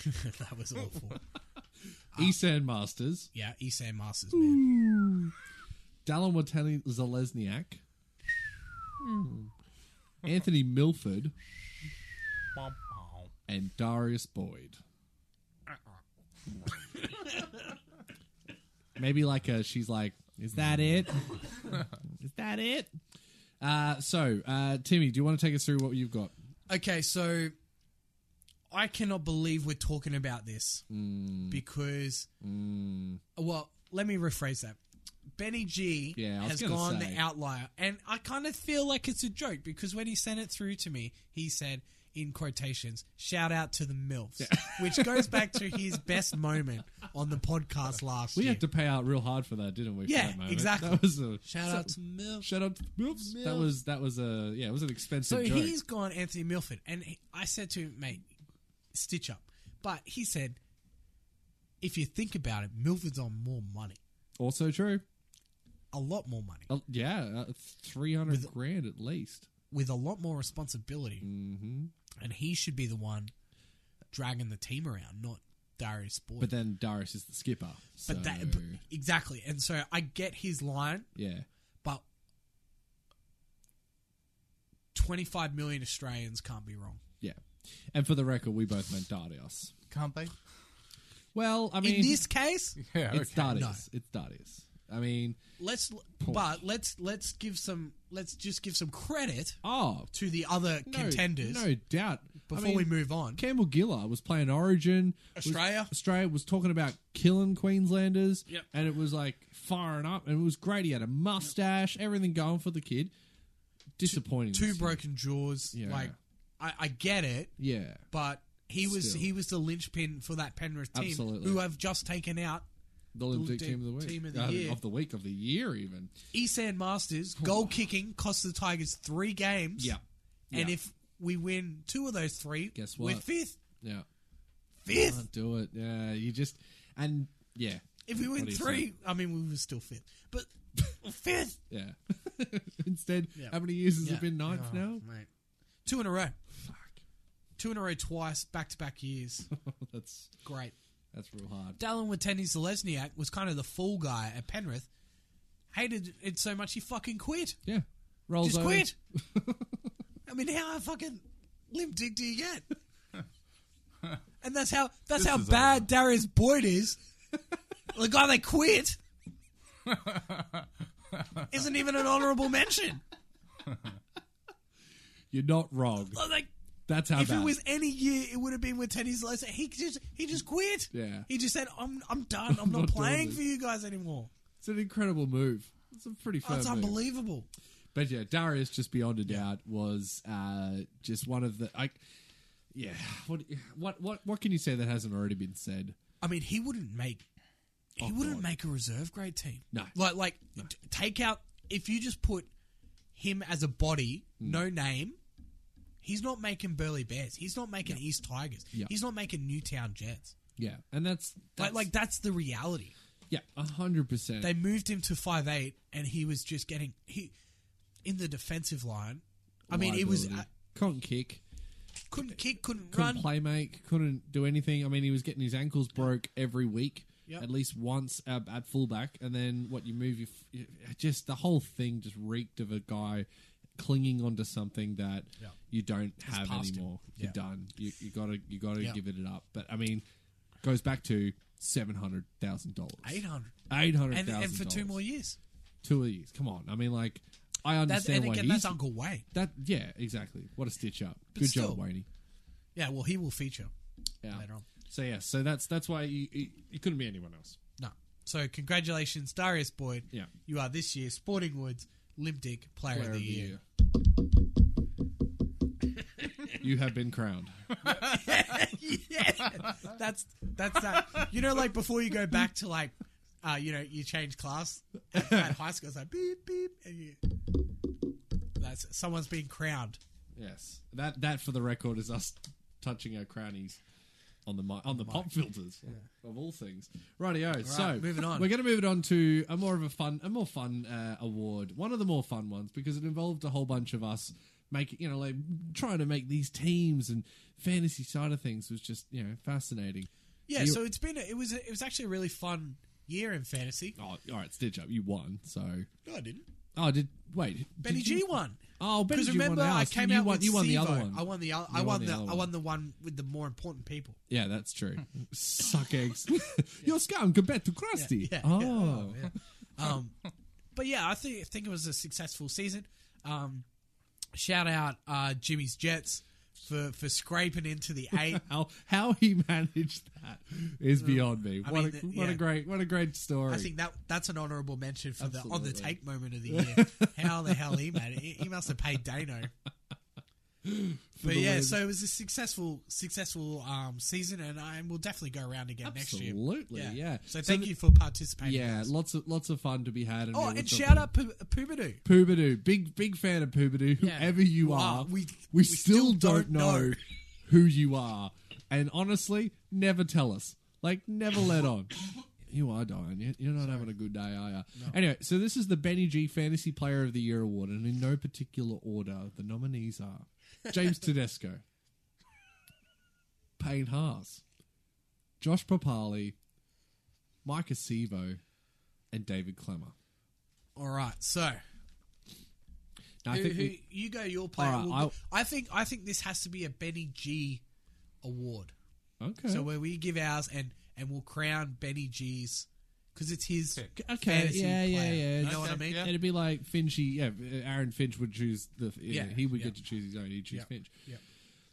Speaker 4: that was awful.
Speaker 5: Esan Masters,
Speaker 4: Yeah, Isan Masters, man.
Speaker 5: Dallin Watani Zalesniak, Hmm. Anthony Milford,
Speaker 6: Bom, bom.
Speaker 5: and Darius Boyd. Maybe like a, she's like, is that it? is that it? Uh, so, uh, Timmy, do you want to take us through what you've got?
Speaker 4: Okay, so I cannot believe we're talking about this
Speaker 5: Mm.
Speaker 4: because, well, let me rephrase that. Benny G
Speaker 5: Yeah, I was
Speaker 4: has
Speaker 5: gonna
Speaker 4: gone
Speaker 5: say.
Speaker 4: the outlier, and I kind of feel like it's a joke because when he sent it through to me, he said in quotations, "Shout out to the milfs," <laughs> which goes back to his best moment on the podcast last
Speaker 5: We
Speaker 4: year.
Speaker 5: had to pay out real hard for that, didn't we? for
Speaker 4: Yeah,
Speaker 5: that moment?
Speaker 4: exactly.
Speaker 5: That was a
Speaker 4: Shout out to milfs.
Speaker 5: Shout out to the Milfs. That was that was a yeah, it was an expensive
Speaker 4: So
Speaker 5: joke.
Speaker 4: he's gone Anthony Milford, and he, I said to him, mate, stitch up. But he said, if you think about it, Milford's on more money,
Speaker 5: also true.
Speaker 4: a lot more money,
Speaker 5: Uh, yeah, uh, three hundred grand at least.
Speaker 4: with a lot more responsibility, mm-hmm. and he should be the one dragging the team around, not Darius Boyd.
Speaker 5: But then Darius is the skipper. So,
Speaker 4: But that but- exactly, and so I get his line,
Speaker 5: yeah,
Speaker 4: but twenty-five million Australians can't be wrong.
Speaker 5: yeah. And for the record, we both meant Darius.
Speaker 6: Can't they?
Speaker 5: Well, I mean,
Speaker 4: In this
Speaker 5: <laughs>
Speaker 4: case,
Speaker 6: Yeah, okay.
Speaker 5: it's Darius. It's Darius. I mean,
Speaker 4: let's but let's let's give some let's just give some credit
Speaker 5: oh,
Speaker 4: to the other
Speaker 5: no,
Speaker 4: contenders
Speaker 5: no doubt.
Speaker 4: before
Speaker 5: I mean,
Speaker 4: we move on.
Speaker 5: Campbell Gillard was playing Origin. was-
Speaker 4: Australia.
Speaker 5: Australia was talking about killing Queenslanders.
Speaker 4: Yep.
Speaker 5: And it was like firing up. And it was great. He had a mustache, everything going for the kid. Disappointing.
Speaker 4: Two
Speaker 5: this year.
Speaker 4: broken jaws.
Speaker 5: Yeah.
Speaker 4: Like I, I get it,
Speaker 5: Yeah.
Speaker 4: but he was
Speaker 5: Still.
Speaker 4: he was the linchpin for that Penrith team
Speaker 5: Absolutely.
Speaker 4: who have just taken out
Speaker 5: The Olympic
Speaker 4: Olympic
Speaker 5: team of the week.
Speaker 4: team of the
Speaker 5: Uh,
Speaker 4: year.
Speaker 5: Of the week, of the year, even.
Speaker 4: Esan Masters. Goal kicking cost the Tigers three games.
Speaker 5: Yeah.
Speaker 4: And
Speaker 5: Yeah.
Speaker 4: if we win two of those three,
Speaker 5: Guess
Speaker 4: we're
Speaker 5: what?
Speaker 4: fifth.
Speaker 5: Yeah.
Speaker 4: Fifth.
Speaker 5: Can't do it. Yeah. You just. And yeah.
Speaker 4: if we win
Speaker 5: do you
Speaker 4: three, I mean we were still fifth,
Speaker 5: <laughs>
Speaker 4: but fifth.
Speaker 5: Yeah. <laughs> Instead, how many years has
Speaker 4: Yeah.
Speaker 5: it been? Ninth now?
Speaker 4: Oh, Mate. Two in a row. Fuck. Two in a row twice, back to back years.
Speaker 5: that's
Speaker 4: <laughs> Great.
Speaker 5: that's real hard.
Speaker 4: Dallin Wateni Zalesniak was kind of the fool guy at Penrith. Hated it so much he fucking quit.
Speaker 5: Yeah. Rolls
Speaker 4: Just
Speaker 5: over.
Speaker 4: quit.
Speaker 5: <laughs>
Speaker 4: I mean, how fucking limp dick do you get? <laughs> And that's how that's
Speaker 6: This
Speaker 4: how
Speaker 6: is
Speaker 4: <laughs> bad Darius Boyd is. the guy that <laughs> quit isn't even an honourable mention.
Speaker 5: You're not wrong.
Speaker 4: Like
Speaker 5: That's how
Speaker 4: if
Speaker 5: bad.
Speaker 4: it was any year, it would have been with Teddy's lesson. He just he just quit.
Speaker 5: Yeah.
Speaker 4: He just said, "I'm I'm
Speaker 5: <laughs>
Speaker 4: done. I'm not,
Speaker 5: not doing
Speaker 4: playing
Speaker 5: this."
Speaker 4: for you guys anymore."
Speaker 5: It's an incredible move. It's a pretty
Speaker 4: Oh,
Speaker 5: fun
Speaker 4: it's
Speaker 5: move.
Speaker 4: unbelievable.
Speaker 5: But yeah, Darius, just beyond a doubt, was uh, just one of the. I, yeah, what what what what can you say that hasn't already been said?
Speaker 4: I mean, he wouldn't make he wouldn't make a reserve grade team.
Speaker 5: No.
Speaker 4: like like t- take out if you just put him as a body,
Speaker 5: Hmm.
Speaker 4: no name. He's not making Burley Bears. He's not making East Tigers.
Speaker 5: Yeah.
Speaker 4: He's not making Newtown Jets.
Speaker 5: Yeah, and that's, that's
Speaker 4: like like that's the reality.
Speaker 5: yeah, hundred percent.
Speaker 4: they moved him to five eight, and he was just getting he in the defensive line. I mean, it was uh,
Speaker 5: couldn't kick,
Speaker 4: couldn't kick, couldn't,
Speaker 5: couldn't
Speaker 4: run.
Speaker 5: play make, couldn't do anything. I mean, he was getting his ankles broke every week,
Speaker 4: Yep.
Speaker 5: at least once at, at fullback, and then what you move, you, f- you just the whole thing just reeked of a guy clinging onto something that
Speaker 6: Yeah.
Speaker 5: you don't have
Speaker 4: past him.
Speaker 5: anymore.
Speaker 6: Yeah.
Speaker 5: You're done. You, you gotta you gotta
Speaker 4: Yeah.
Speaker 5: give it up. But I mean, goes back to seven hundred thousand dollars.
Speaker 4: Eight hundred.
Speaker 5: Eight hundred
Speaker 4: And,
Speaker 5: thousand
Speaker 4: and for two more years.
Speaker 5: Two of these. Come on. I mean, like I
Speaker 4: That's,
Speaker 5: understand
Speaker 4: and
Speaker 5: why
Speaker 4: again,
Speaker 5: he's
Speaker 4: that's Uncle Wayne.
Speaker 5: that. Yeah, exactly. What a stitch up.
Speaker 4: But
Speaker 5: Good
Speaker 4: still.
Speaker 5: job, Wayne.
Speaker 4: Yeah, well, he will feature
Speaker 5: Yeah.
Speaker 4: later on.
Speaker 5: So yeah. So that's that's why you, you, you couldn't be anyone else.
Speaker 4: No. So congratulations, Darius Boyd.
Speaker 5: Yeah.
Speaker 4: You are this year's Sporting Woods Limdick Player, of the Year.
Speaker 5: <laughs> you have been crowned.
Speaker 4: <laughs> yeah. That's that's that. You know, like before you go back to like, uh, you know, you change class at, at high school. It's like beep beep, and you. That's someone's being crowned.
Speaker 5: Yes. That that for the record is us touching our crownies on the mi- on the pop filters of all things. Rightio. so
Speaker 4: moving on.
Speaker 5: We're going to move it on to a more of a fun a more fun uh, award. One of the more fun ones because it involved a whole bunch of us making you know like trying to make these teams and fantasy side of things was just you know fascinating.
Speaker 4: Yeah.
Speaker 5: You-
Speaker 4: so it's been a, it was a, it was actually a really fun year in fantasy.
Speaker 5: Oh, all right, Stitch up. You won. So
Speaker 4: No, I didn't.
Speaker 5: oh, did wait?
Speaker 4: Benny
Speaker 5: did
Speaker 4: G
Speaker 5: you-
Speaker 4: won.
Speaker 5: Oh, Benny
Speaker 4: Because
Speaker 5: G
Speaker 4: remember,
Speaker 5: won
Speaker 4: I
Speaker 5: ours.
Speaker 4: came
Speaker 5: you
Speaker 4: out
Speaker 5: won,
Speaker 4: with
Speaker 5: you won the other
Speaker 4: Sivo.
Speaker 5: one.
Speaker 4: I won the o- I won,
Speaker 5: You won the
Speaker 4: the,
Speaker 5: other
Speaker 4: I
Speaker 5: one.
Speaker 4: won the one with the more important people.
Speaker 5: Yeah, that's true.
Speaker 4: <laughs>
Speaker 5: Suck eggs. Your scum compared to Krusty.
Speaker 4: <laughs> Yeah, yeah,
Speaker 5: oh.
Speaker 4: yeah. Um, but yeah, I think I think it was a successful season. Um, shout out uh, Jimmy's Jets for for scraping into the
Speaker 5: <laughs>
Speaker 4: eight.
Speaker 5: How how he <laughs> managed that is beyond me.
Speaker 4: I
Speaker 5: What,
Speaker 4: mean,
Speaker 5: a,
Speaker 4: the-
Speaker 5: what a
Speaker 4: yeah.
Speaker 5: great what a great story.
Speaker 4: I think that that's an honourable mention for the on the
Speaker 5: Absolutely.
Speaker 4: take moment of the year. How the hell he made it? He he must have paid
Speaker 5: <laughs>
Speaker 4: Dano. But
Speaker 5: the
Speaker 4: yeah,
Speaker 5: way-
Speaker 4: so it was a successful successful um, season, and, I, and we'll definitely go around again next year.
Speaker 5: Absolutely, yeah.
Speaker 4: So
Speaker 5: So
Speaker 4: thank
Speaker 5: the-
Speaker 4: you for participating.
Speaker 5: yeah,
Speaker 4: guys.
Speaker 5: lots of lots of fun to be had.
Speaker 4: Oh,
Speaker 5: it
Speaker 4: and
Speaker 5: was
Speaker 4: shout
Speaker 5: a-
Speaker 4: out P- Pumadu.
Speaker 5: Poobadoo, big big fan of Poobadoo,
Speaker 4: Yeah.
Speaker 5: whoever you
Speaker 4: Wow,
Speaker 5: are.
Speaker 4: we-
Speaker 5: We,
Speaker 4: we
Speaker 5: still,
Speaker 4: still
Speaker 5: don't
Speaker 4: don't
Speaker 5: know
Speaker 4: know.
Speaker 5: who you are, and honestly, never tell us. Like never let on. <laughs> You are dying. You- You're not having a good day, are you? Anyway, so this is the Benny G Fantasy Player of the Year award, and in no particular order, the nominees are
Speaker 4: <laughs>
Speaker 5: James Tedesco, Payne Haas, Josh Papali, Mike Acevo, and David Clemmer.
Speaker 4: All right, so
Speaker 5: Now,
Speaker 4: who,
Speaker 5: I think
Speaker 4: who,
Speaker 5: we-
Speaker 4: you go your player.
Speaker 5: All right,
Speaker 4: We'll-
Speaker 5: I'll-
Speaker 4: I think I think this has to be a Benny G award.
Speaker 5: okay.
Speaker 4: So where we give ours and and we'll crown Benny G's because it's his
Speaker 6: Pick.
Speaker 5: Okay,
Speaker 4: fantasy
Speaker 5: yeah, yeah,
Speaker 4: player.
Speaker 5: yeah.
Speaker 4: You know what I
Speaker 6: Okay,
Speaker 4: mean?
Speaker 6: yeah.
Speaker 5: It'd be like Finchy. Yeah, Aaron Finch would choose the. Yeah,
Speaker 4: Yeah,
Speaker 5: he would
Speaker 4: yeah.
Speaker 5: get to choose his own. He'd choose
Speaker 4: Yeah,
Speaker 5: Finch.
Speaker 4: yeah.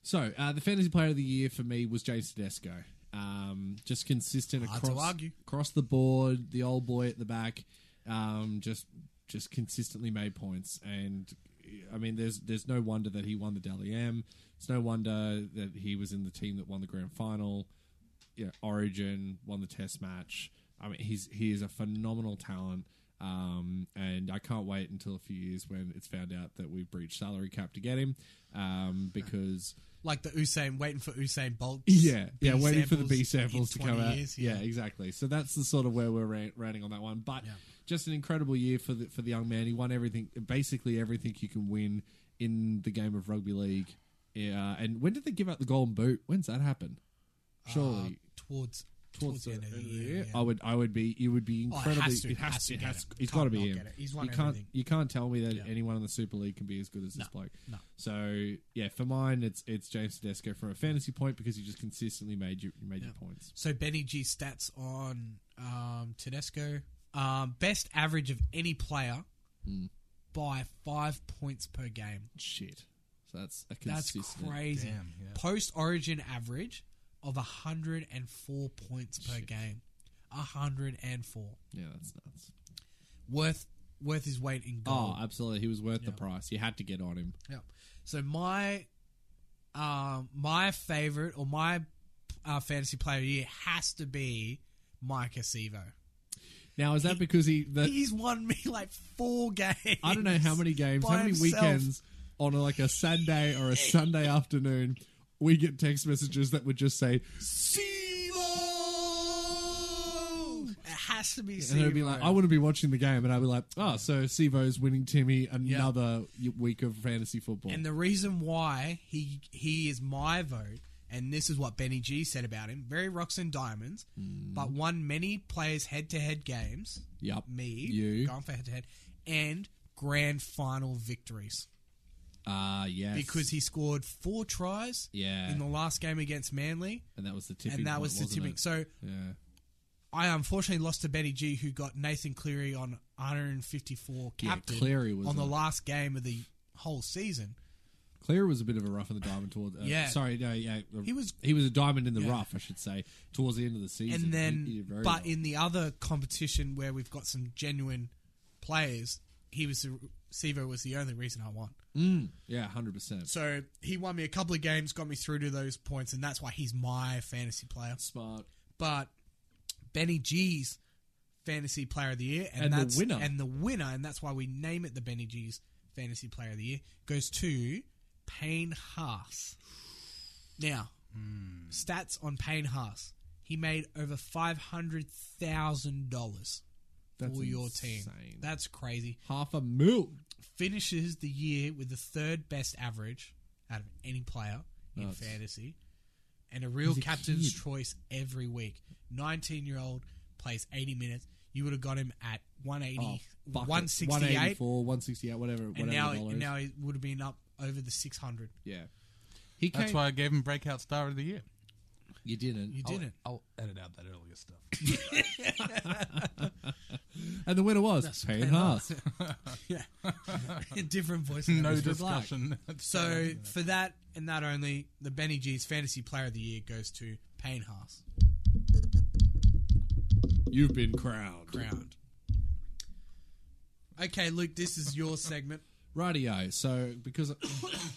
Speaker 5: So uh, the fantasy player of the year for me was James Tedesco. Um, just consistent
Speaker 4: Hard to
Speaker 5: across
Speaker 4: argue.
Speaker 5: across the board. The old boy at the back. Um, just just consistently made points, and I mean, there's there's no wonder that he won the Dally M. It's no wonder that he was in the team that won the grand final you know, Origin, won the Test match. I mean, he's he is a phenomenal talent, um, and I can't wait until a few years when it's found out that we've breached salary cap to get him, um, because
Speaker 4: Like the Usain waiting for Usain Bolt.
Speaker 5: yeah, yeah, waiting for the B samples to
Speaker 4: in
Speaker 5: come
Speaker 4: 20
Speaker 5: out.
Speaker 4: years,
Speaker 5: yeah. exactly. So that's the sort of where we're ra- ranting on that one. But just an incredible year for the for the young man. He won everything, basically everything you can win in the game of rugby league. Yeah, and when did they give out the golden boot? When's that happen? Surely
Speaker 4: Uh, towards towards
Speaker 5: towards
Speaker 4: the end of the
Speaker 5: yeah.
Speaker 4: year. yeah.
Speaker 5: I would, I would be. It would be
Speaker 4: Oh, it
Speaker 5: incredibly.
Speaker 4: has to,
Speaker 5: it has to.
Speaker 4: get
Speaker 5: It has,
Speaker 4: it.
Speaker 5: it's
Speaker 4: Can't
Speaker 5: got to be
Speaker 4: not
Speaker 5: him.
Speaker 4: get it. He's won
Speaker 5: you can't.
Speaker 4: everything.
Speaker 5: You can't tell me that
Speaker 4: Yeah.
Speaker 5: anyone in the Super League can be as good as this bloke.
Speaker 4: no.
Speaker 5: So yeah, for mine, it's it's James Tedesco from a fantasy point because he just consistently made you made your points.
Speaker 4: So Benny G stats on um, Tedesco. Um, best average of any player
Speaker 5: Hmm.
Speaker 4: by five points per game.
Speaker 5: Shit. So that's a
Speaker 4: That's
Speaker 5: consistent.
Speaker 4: crazy.
Speaker 6: Damn, yeah.
Speaker 4: Post origin average of 104 points per game. 104.
Speaker 5: Yeah, that's nuts.
Speaker 4: Worth worth his weight in
Speaker 5: Oh,
Speaker 4: gold.
Speaker 5: absolutely. He was worth the
Speaker 4: Yeah.
Speaker 5: price. You had to get on him.
Speaker 4: Yep. So my um my favorite or my uh, fantasy player of the year has to be Mike Acevo.
Speaker 5: Now is that because he? The,
Speaker 4: He's won me like four <laughs> games.
Speaker 5: Uh, I don't know how many games,
Speaker 4: by
Speaker 5: how many
Speaker 4: himself.
Speaker 5: weekends on like a Sunday or a Sunday afternoon, we get text messages that would just say,
Speaker 4: It has to be.
Speaker 5: and it'd be
Speaker 4: Sevo.
Speaker 5: like, I wouldn't be watching the game, and I'd be like, oh, so Sivo's winning Timmy another y week of fantasy football.
Speaker 4: And the reason why he he is my vote, and this is what Benny G said about him: very rocks and diamonds,
Speaker 5: Mm.
Speaker 4: but won many players head to head games.
Speaker 5: yep,
Speaker 4: Me,
Speaker 5: you,
Speaker 4: going for head to head, and grand final victories.
Speaker 5: Ah, yes.
Speaker 4: because he scored four tries
Speaker 5: Yeah.
Speaker 4: in the last game against Manly,
Speaker 5: and that was the tipping.
Speaker 4: and that
Speaker 5: point,
Speaker 4: was the
Speaker 5: wasn't
Speaker 4: tipping.
Speaker 5: it?
Speaker 4: So
Speaker 5: yeah.
Speaker 4: I unfortunately lost to Betty G, who got Nathan Cleary on 154
Speaker 5: Yeah,
Speaker 4: captain
Speaker 5: Cleary was
Speaker 4: on the
Speaker 5: a-
Speaker 4: last game of the whole season.
Speaker 5: Claire was a bit of a rough in the diamond towards. Uh,
Speaker 4: Yeah.
Speaker 5: sorry, no, yeah,
Speaker 4: He was-
Speaker 5: he was a diamond in the
Speaker 4: Yeah.
Speaker 5: rough, I should say, towards the end of the season.
Speaker 4: and then,
Speaker 5: He- he did very
Speaker 4: but
Speaker 5: well.
Speaker 4: in the other competition where we've got some genuine players, he was the, Sevo was the only reason I won.
Speaker 5: yeah, hundred percent
Speaker 4: So he won me a couple of games, got me through to those points, and that's why he's my fantasy player.
Speaker 5: smart.
Speaker 4: But Benny G's fantasy player of the year, and,
Speaker 5: And the
Speaker 4: that's,
Speaker 5: winner.
Speaker 4: and the winner, and that's why we name it the Benny G's fantasy player of the year goes to Payne Haas. Now,
Speaker 5: Hmm.
Speaker 4: stats on Payne Haas: he made over five hundred thousand dollars for
Speaker 5: That's
Speaker 4: your team.
Speaker 5: insane.
Speaker 4: That's crazy
Speaker 5: Half a mil.
Speaker 4: finishes the year with the third best average out of any player in
Speaker 5: Nuts.
Speaker 4: fantasy and a real
Speaker 5: He's a
Speaker 4: captain's
Speaker 5: kid.
Speaker 4: choice every week. 19 year old plays 80 minutes. You would have got him at 180,
Speaker 5: Oh, fuck it.
Speaker 4: 168,
Speaker 5: 184, 168, whatever, whatever.
Speaker 4: and now,
Speaker 5: the dollar
Speaker 4: and
Speaker 5: is.
Speaker 4: now he would have been up over the 600.
Speaker 5: yeah, he
Speaker 6: That's
Speaker 5: came.
Speaker 6: why I gave him breakout star of the year.
Speaker 5: you didn't. Oh,
Speaker 4: You
Speaker 5: <laughs>
Speaker 4: didn't.
Speaker 6: I'll edit out that earlier stuff.
Speaker 5: And the winner was Payne Haas.
Speaker 4: <laughs> Different voice.
Speaker 6: no
Speaker 5: was good luck.
Speaker 6: discussion. <laughs>
Speaker 4: So for that and that only, the Benny G's fantasy player of the year goes to Payne Haas.
Speaker 5: <laughs> You've been crowned.
Speaker 4: Ground. Okay, Luke, this is
Speaker 5: <laughs>
Speaker 4: your segment.
Speaker 5: Rightio. So because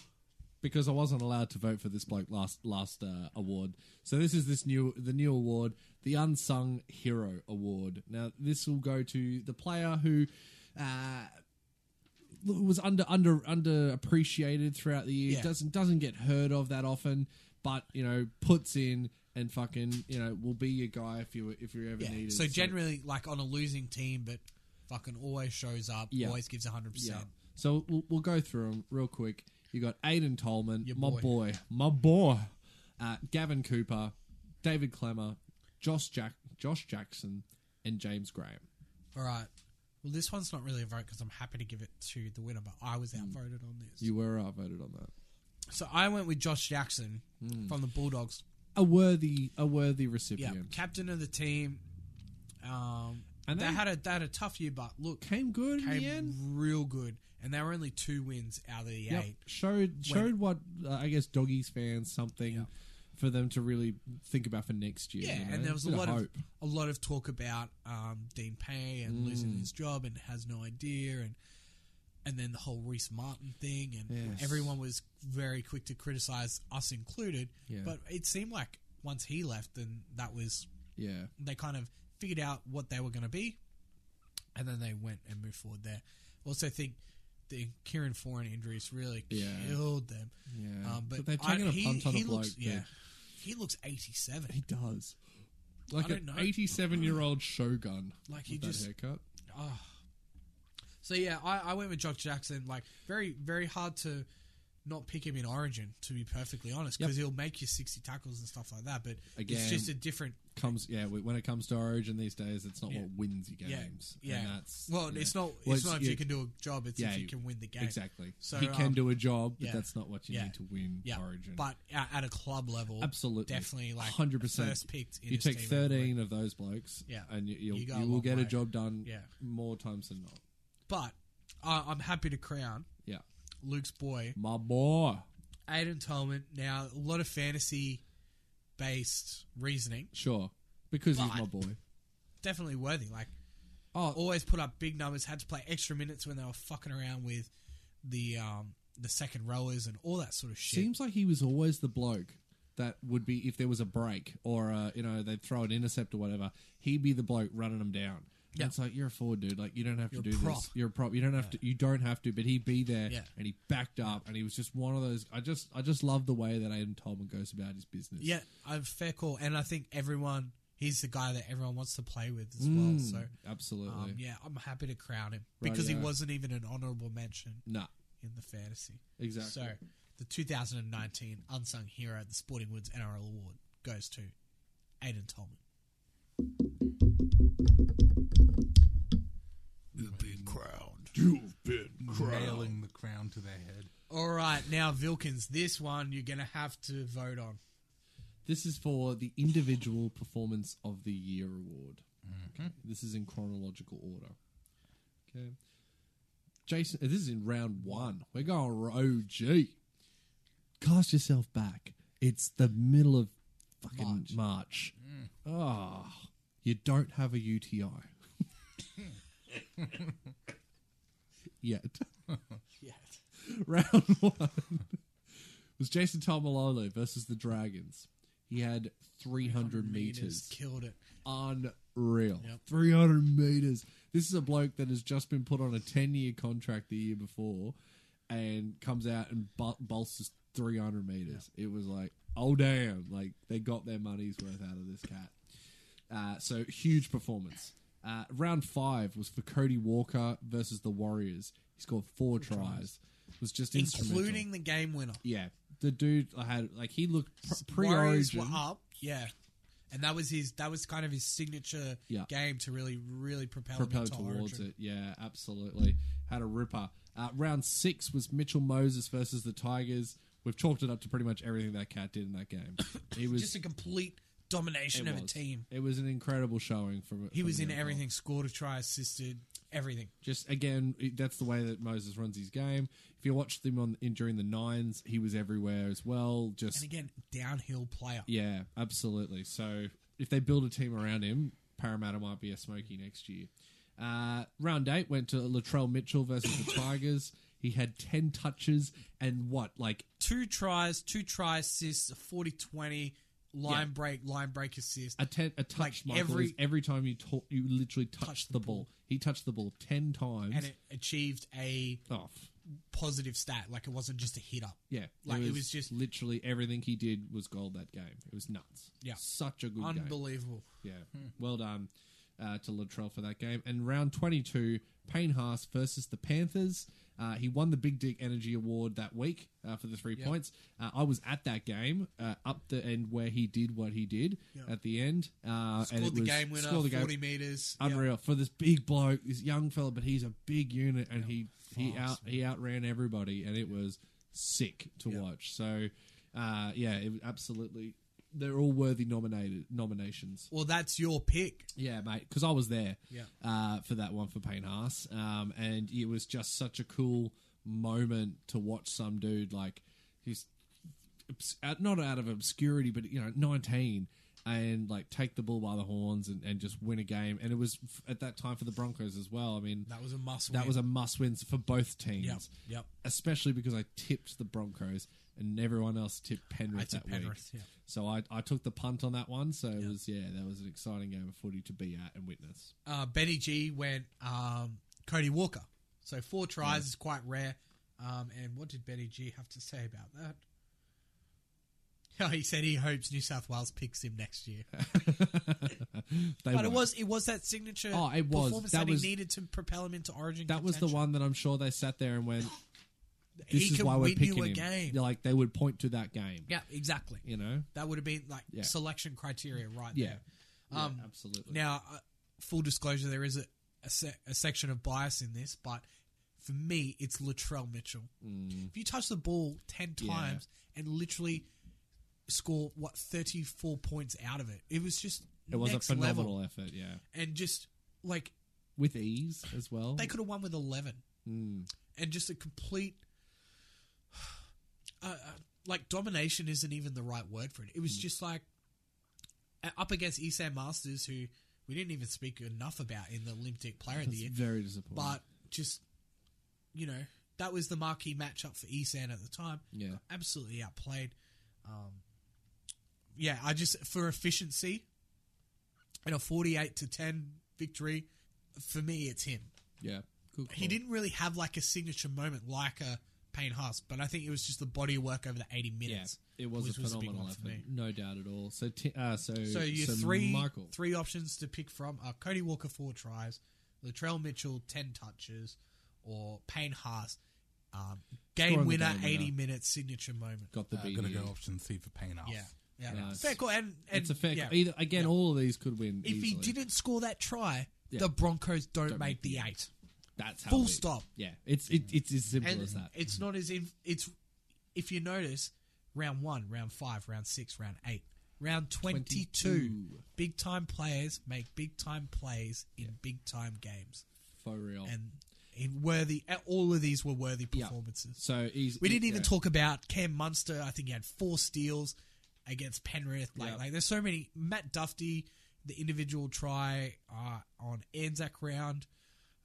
Speaker 5: <coughs> because I wasn't allowed to vote for this bloke last last uh, award, so this is this new the new award, the unsung hero award. Now this will go to the player who. Uh, was under under underappreciated throughout the year.
Speaker 4: Yeah.
Speaker 5: Doesn't doesn't get heard of that often, but you know puts in and fucking you know will be your guy if you if you ever
Speaker 4: Yeah.
Speaker 5: needed.
Speaker 4: So generally, like on a losing team, but fucking always shows up.
Speaker 5: Yeah.
Speaker 4: Always gives hundred percent.
Speaker 5: So we'll, we'll go through them real quick. You got Aiden Tolman,
Speaker 4: Your
Speaker 5: my
Speaker 4: boy.
Speaker 5: boy. my boy, uh, Gavin Cooper, David Clemmer, Josh Jack, Josh Jackson, and James Graham.
Speaker 4: All right. Well, this one's not really a vote because I'm happy to give it to the winner, but I was outvoted on this.
Speaker 5: Hmm. You were outvoted on that.
Speaker 4: so I went with Josh Jackson
Speaker 5: Hmm.
Speaker 4: from the Bulldogs.
Speaker 5: A worthy, a worthy
Speaker 4: Yeah,
Speaker 5: recipient.
Speaker 4: captain of the team. Um,
Speaker 5: And
Speaker 4: they,
Speaker 5: they-
Speaker 4: had a they had a tough year, but look,
Speaker 5: Came good in the end.
Speaker 4: came real good, and they were only two wins out of the
Speaker 5: Yep.
Speaker 4: eight.
Speaker 5: Showed showed what uh, I guess doggies fans something for them to really think about for next year.
Speaker 4: Yeah,
Speaker 5: you know?
Speaker 4: and there was a
Speaker 5: Bit
Speaker 4: lot of,
Speaker 5: hope. Mm.
Speaker 4: a lot of talk about um, Dean Payne and losing his job and has no idea, and and then the whole Reese Martin thing, and
Speaker 5: Yes.
Speaker 4: everyone was very quick to criticize us included.
Speaker 5: Yeah.
Speaker 4: But it seemed like once he left, then that was
Speaker 5: yeah.
Speaker 4: they kind of figured out what they were going to be, and then they went and moved forward there. Also, think the Kieran Foran injuries really
Speaker 5: Yeah.
Speaker 4: killed them.
Speaker 5: Yeah.
Speaker 4: Um, but
Speaker 5: But they've taken
Speaker 4: I,
Speaker 5: a
Speaker 4: he,
Speaker 5: punt on
Speaker 4: he
Speaker 5: a bloke
Speaker 4: looks, yeah,
Speaker 5: that-
Speaker 4: he looks eighty-seven.
Speaker 5: He does. Like
Speaker 4: don't
Speaker 5: an
Speaker 4: know.
Speaker 5: eighty-seven-year-old Shogun.
Speaker 4: Like,
Speaker 5: with
Speaker 4: he
Speaker 5: that
Speaker 4: just-
Speaker 5: haircut.
Speaker 4: So yeah, I, I went with Josh Jackson. Like very very hard to not pick him in Origin, to be perfectly honest, because he'll make you sixty tackles and stuff like that. But it's
Speaker 5: Again,
Speaker 4: just a different
Speaker 5: comes. Yeah, wh- when it comes to Origin these days, it's not what wins you
Speaker 4: yeah
Speaker 5: games.
Speaker 4: yeah.
Speaker 5: and that's,
Speaker 4: well,
Speaker 5: yeah.
Speaker 4: it's not it's
Speaker 5: Well,
Speaker 4: not if
Speaker 5: yeah,
Speaker 4: you can do a job; it's
Speaker 5: yeah,
Speaker 4: if you can win the game.
Speaker 5: Exactly.
Speaker 4: So,
Speaker 5: he can
Speaker 4: um,
Speaker 5: do a job, but
Speaker 4: yeah.
Speaker 5: that's not what you
Speaker 4: Yeah.
Speaker 5: need to win
Speaker 4: Yeah,
Speaker 5: Origin.
Speaker 4: but at, at a club level,
Speaker 5: Absolutely,
Speaker 4: definitely like
Speaker 5: hundred percent.
Speaker 4: first picked. In
Speaker 5: You
Speaker 4: his
Speaker 5: take
Speaker 4: team
Speaker 5: thirteen of those blokes,
Speaker 4: Yeah.
Speaker 5: and you, you'll,
Speaker 4: You
Speaker 5: you,
Speaker 4: go a
Speaker 5: will
Speaker 4: long
Speaker 5: get a
Speaker 4: way.
Speaker 5: job done.
Speaker 4: Yeah.
Speaker 5: more times than not.
Speaker 4: but uh, I'm happy to crown
Speaker 5: Yeah,
Speaker 4: Luke's boy
Speaker 5: my boy,
Speaker 4: Aiden Tolman. Now a lot of fantasy based reasoning,
Speaker 5: sure, because he's
Speaker 4: But-
Speaker 5: my boy.
Speaker 4: definitely worthy. Like
Speaker 5: Oh,
Speaker 4: always put up big numbers. Had to play extra minutes when they were fucking around with the um, the second rowers and all that sort of shit.
Speaker 5: Seems like he was always the bloke that would be if there was a break or uh, you know they'd throw an intercept or whatever. He'd be the bloke running them down. And
Speaker 4: Yeah.
Speaker 5: It's like you're a forward dude. Like you don't have
Speaker 4: You're a
Speaker 5: to do
Speaker 4: prop.
Speaker 5: this. You're a prop. You don't have to. You don't have to. But he'd be there,
Speaker 4: Yeah.
Speaker 5: and he backed up, and he was just one of those. I just, I just love the way that Aiden Tolman goes about his business.
Speaker 4: yeah, i fair call, and I think everyone he's the guy that everyone wants to play with as well.
Speaker 5: Mm,
Speaker 4: So
Speaker 5: absolutely.
Speaker 4: um, yeah, I'm happy to crown him because he
Speaker 5: Rightio.
Speaker 4: wasn't even an honourable mention
Speaker 5: Nah,
Speaker 4: in the fantasy.
Speaker 5: exactly.
Speaker 4: So the 2019 unsung hero at the Sporting Woods NRL Award goes to Aiden Tolman.
Speaker 3: You've been crowned.
Speaker 5: You've been
Speaker 6: nailing the crown to their head.
Speaker 4: All right, now Vilkins, this one you're gonna have to vote on.
Speaker 5: This is for the individual performance of the year award. Okay. This is in chronological order. Okay. Jason, uh, this is in round one. We're going OG. Cast yourself back. It's the middle of fucking March. Oh, you don't have a UTI. <laughs> Yet. <laughs> Round one was Jason Tomalolo versus the Dragons. He had 300 meters.
Speaker 4: Killed it.
Speaker 5: Unreal. 300 meters. This is a bloke that has just been put on a 10 year contract the year before and comes out and bol- bolsters 300 meters. It was like, oh, damn. Like, they got their money's worth out of this cat. Uh, so, huge performance. Uh, round five was for Cody Walker versus the Warriors. He scored four, tries. Was just instrumental.
Speaker 4: Including the game winner.
Speaker 5: Yeah, the dude had like he looked pre
Speaker 4: Warriors
Speaker 5: origin.
Speaker 4: were up, yeah, and that was his. That was kind of his signature
Speaker 5: Yeah.
Speaker 4: game to really, really propel him
Speaker 5: propelled
Speaker 4: into
Speaker 5: towards
Speaker 4: Origin.
Speaker 5: it. Yeah, absolutely. Had a ripper. Uh, round six was Mitchell Moses versus the Tigers. We've chalked it up to pretty much everything that cat did in
Speaker 4: <coughs>
Speaker 5: that game. He was
Speaker 4: Just a complete domination
Speaker 5: it
Speaker 4: of a
Speaker 5: was.
Speaker 4: team.
Speaker 5: It was an incredible showing from.
Speaker 4: He
Speaker 5: from
Speaker 4: was
Speaker 5: the
Speaker 4: in
Speaker 5: young
Speaker 4: everything: scored a try, assisted, everything.
Speaker 5: just again it- that's the way that Moses runs his game. If you watched him on in during the nines, he was everywhere as well. Just
Speaker 4: And again, downhill player.
Speaker 5: Yeah, absolutely. So if they build a team around him, Parramatta might be a smoky next year. Uh, round eight went to Latrell Mitchell versus the Tigers. He had ten touches and what, like
Speaker 4: Two tries, two try assists, a 40-20, line
Speaker 5: Yeah.
Speaker 4: break, line break assist.
Speaker 5: a ten, a touch.
Speaker 4: Like
Speaker 5: Michael,
Speaker 4: every-
Speaker 5: every every time you ta- you literally touched, the ball. He touched the ball ten times.
Speaker 4: and it achieved a
Speaker 5: oh,
Speaker 4: positive stat. Like it wasn't just a hit up.
Speaker 5: yeah,
Speaker 4: Like, it was just-
Speaker 5: literally everything he did was gold that game. It was nuts.
Speaker 4: Yeah.
Speaker 5: such a good game.
Speaker 4: Unbelievable.
Speaker 5: Yeah.
Speaker 4: Hmm.
Speaker 5: Well done uh, to Latrell for that game. And round 22, Payne Haas versus the Panthers. Uh, he won the Big Dick Energy Award that week uh, for the three points. Uh, I was at that game uh, up the end where he did what he did at the end. Uh, and
Speaker 4: Scored
Speaker 5: it
Speaker 4: the
Speaker 5: was-
Speaker 4: game winner,
Speaker 5: scored the game-
Speaker 4: 40 meters. Yeah.
Speaker 5: Unreal for this big bloke, this young fella, but he's a big unit, and he he out he outran everybody, and it was sick to watch. So, uh, yeah, it was absolutely, they're all worthy nominated nominations.
Speaker 4: Well, that's your pick.
Speaker 5: Yeah, mate, because I was there
Speaker 4: Yeah.
Speaker 5: uh, for that one for Payne Haas, um, and it was just such a cool moment to watch some dude like he's obs- out- not out of obscurity, but you know, nineteen, and like take the bull by the horns and, and just win a game. And it was f- at that time for the Broncos as well. I mean,
Speaker 4: That was a must.
Speaker 5: that
Speaker 4: win.
Speaker 5: was a must win for both teams.
Speaker 4: Yep, yep.
Speaker 5: Especially because I tipped the Broncos and everyone else tipped Penrith
Speaker 4: I tipped
Speaker 5: that
Speaker 4: Penrith,
Speaker 5: week.
Speaker 4: yeah.
Speaker 5: So I, I took the punt on that one. So it was yeah, that was an exciting game of footy to be at and witness.
Speaker 4: uh, Benny G went um, Cody Walker. So four tries is quite rare. Um, and what did Benny G have to say about that? <laughs> Oh, he said he hopes New South Wales picks him next
Speaker 5: <laughs>
Speaker 4: year.
Speaker 5: They
Speaker 4: But it
Speaker 5: won't.
Speaker 4: was it was that signature
Speaker 5: Oh, it was.
Speaker 4: performance that,
Speaker 5: That was-
Speaker 4: he needed to propel him into Origin.
Speaker 5: that was the
Speaker 4: contention.
Speaker 5: one that I'm sure they sat there
Speaker 4: <gasps>
Speaker 5: and went,
Speaker 4: He
Speaker 5: "This is
Speaker 4: can
Speaker 5: why we're
Speaker 4: win you
Speaker 5: picking
Speaker 4: a
Speaker 5: him."
Speaker 4: game.
Speaker 5: They're Like they would point to that game.
Speaker 4: Yeah, exactly.
Speaker 5: You know.
Speaker 4: That would have been like
Speaker 5: Yeah.
Speaker 4: selection criteria, right?
Speaker 5: Yeah.
Speaker 4: There. Um,
Speaker 5: yeah, absolutely.
Speaker 4: Now, uh, full disclosure, there is a, a, se- a section of bias in this, but for me, it's Latrell Mitchell. If you touch the ball 10
Speaker 5: Mm. Yeah.
Speaker 4: times and literally score, what, 34 points out of it, it was just.
Speaker 5: it was a
Speaker 4: next
Speaker 5: phenomenal
Speaker 4: Level.
Speaker 5: effort. Yeah,
Speaker 4: And just like,
Speaker 5: with ease as well.
Speaker 4: they could have won with 11.
Speaker 5: Hmm.
Speaker 4: And just a complete. <sighs> Uh, uh, like, domination isn't even the right word for it. It was
Speaker 5: Hmm.
Speaker 4: just like uh, up against Isan Masters, who we didn't even speak enough about in the Olympic Player of the
Speaker 5: That's
Speaker 4: Year.
Speaker 5: very disappointing.
Speaker 4: But just, you know, that was the marquee matchup for Isan at the time.
Speaker 5: Yeah.
Speaker 4: Absolutely outplayed. Um, yeah, I just, for efficiency and a 48 to 10 victory, for me, it's him.
Speaker 5: yeah, cool,
Speaker 4: He
Speaker 5: call.
Speaker 4: didn't really have like a signature moment like a Payne Haas, but I think it was just the body of work over the 80 minutes.
Speaker 5: It was
Speaker 4: which
Speaker 5: a
Speaker 4: big
Speaker 5: phenomenal
Speaker 4: one for
Speaker 5: effort,
Speaker 4: me.
Speaker 5: no doubt at all. So, t- uh, so
Speaker 4: So you
Speaker 5: so
Speaker 4: three
Speaker 5: Michael.
Speaker 4: three options to pick from are Cody Walker four tries, Latrell Mitchell ten touches, or Payne Haas um, game
Speaker 5: Scoring the
Speaker 4: winner
Speaker 5: game winner.
Speaker 4: eighty minute signature moment.
Speaker 5: got the
Speaker 6: Uh,
Speaker 5: B.
Speaker 6: gonna
Speaker 5: here.
Speaker 6: go option C for pain off.
Speaker 4: Yeah, yeah,
Speaker 5: Nice.
Speaker 4: fair call. And, and
Speaker 5: It's a fair.
Speaker 4: yeah.
Speaker 5: Either again, all of these could win.
Speaker 4: If he
Speaker 5: easily.
Speaker 4: didn't score that try,
Speaker 5: Yeah.
Speaker 4: the Broncos don't, make the eight.
Speaker 5: That's how.
Speaker 4: Full
Speaker 5: it is.
Speaker 4: stop.
Speaker 5: Yeah, it's it, it's as simple
Speaker 4: And
Speaker 5: as that.
Speaker 4: it's not as if it's if you notice round one, round five, round six, round eight, round 22,
Speaker 5: 22.
Speaker 4: big time players make big time plays in big time games,
Speaker 5: For real.
Speaker 4: and in worthy. All of these were worthy performances.
Speaker 5: so he's,
Speaker 4: We didn't
Speaker 5: yeah.
Speaker 4: even talk about Cam Munster. I think he had four steals against Penrith. Like,
Speaker 5: Yeah.
Speaker 4: like there's so many. Matt Duffy, the individual try uh, on Anzac round.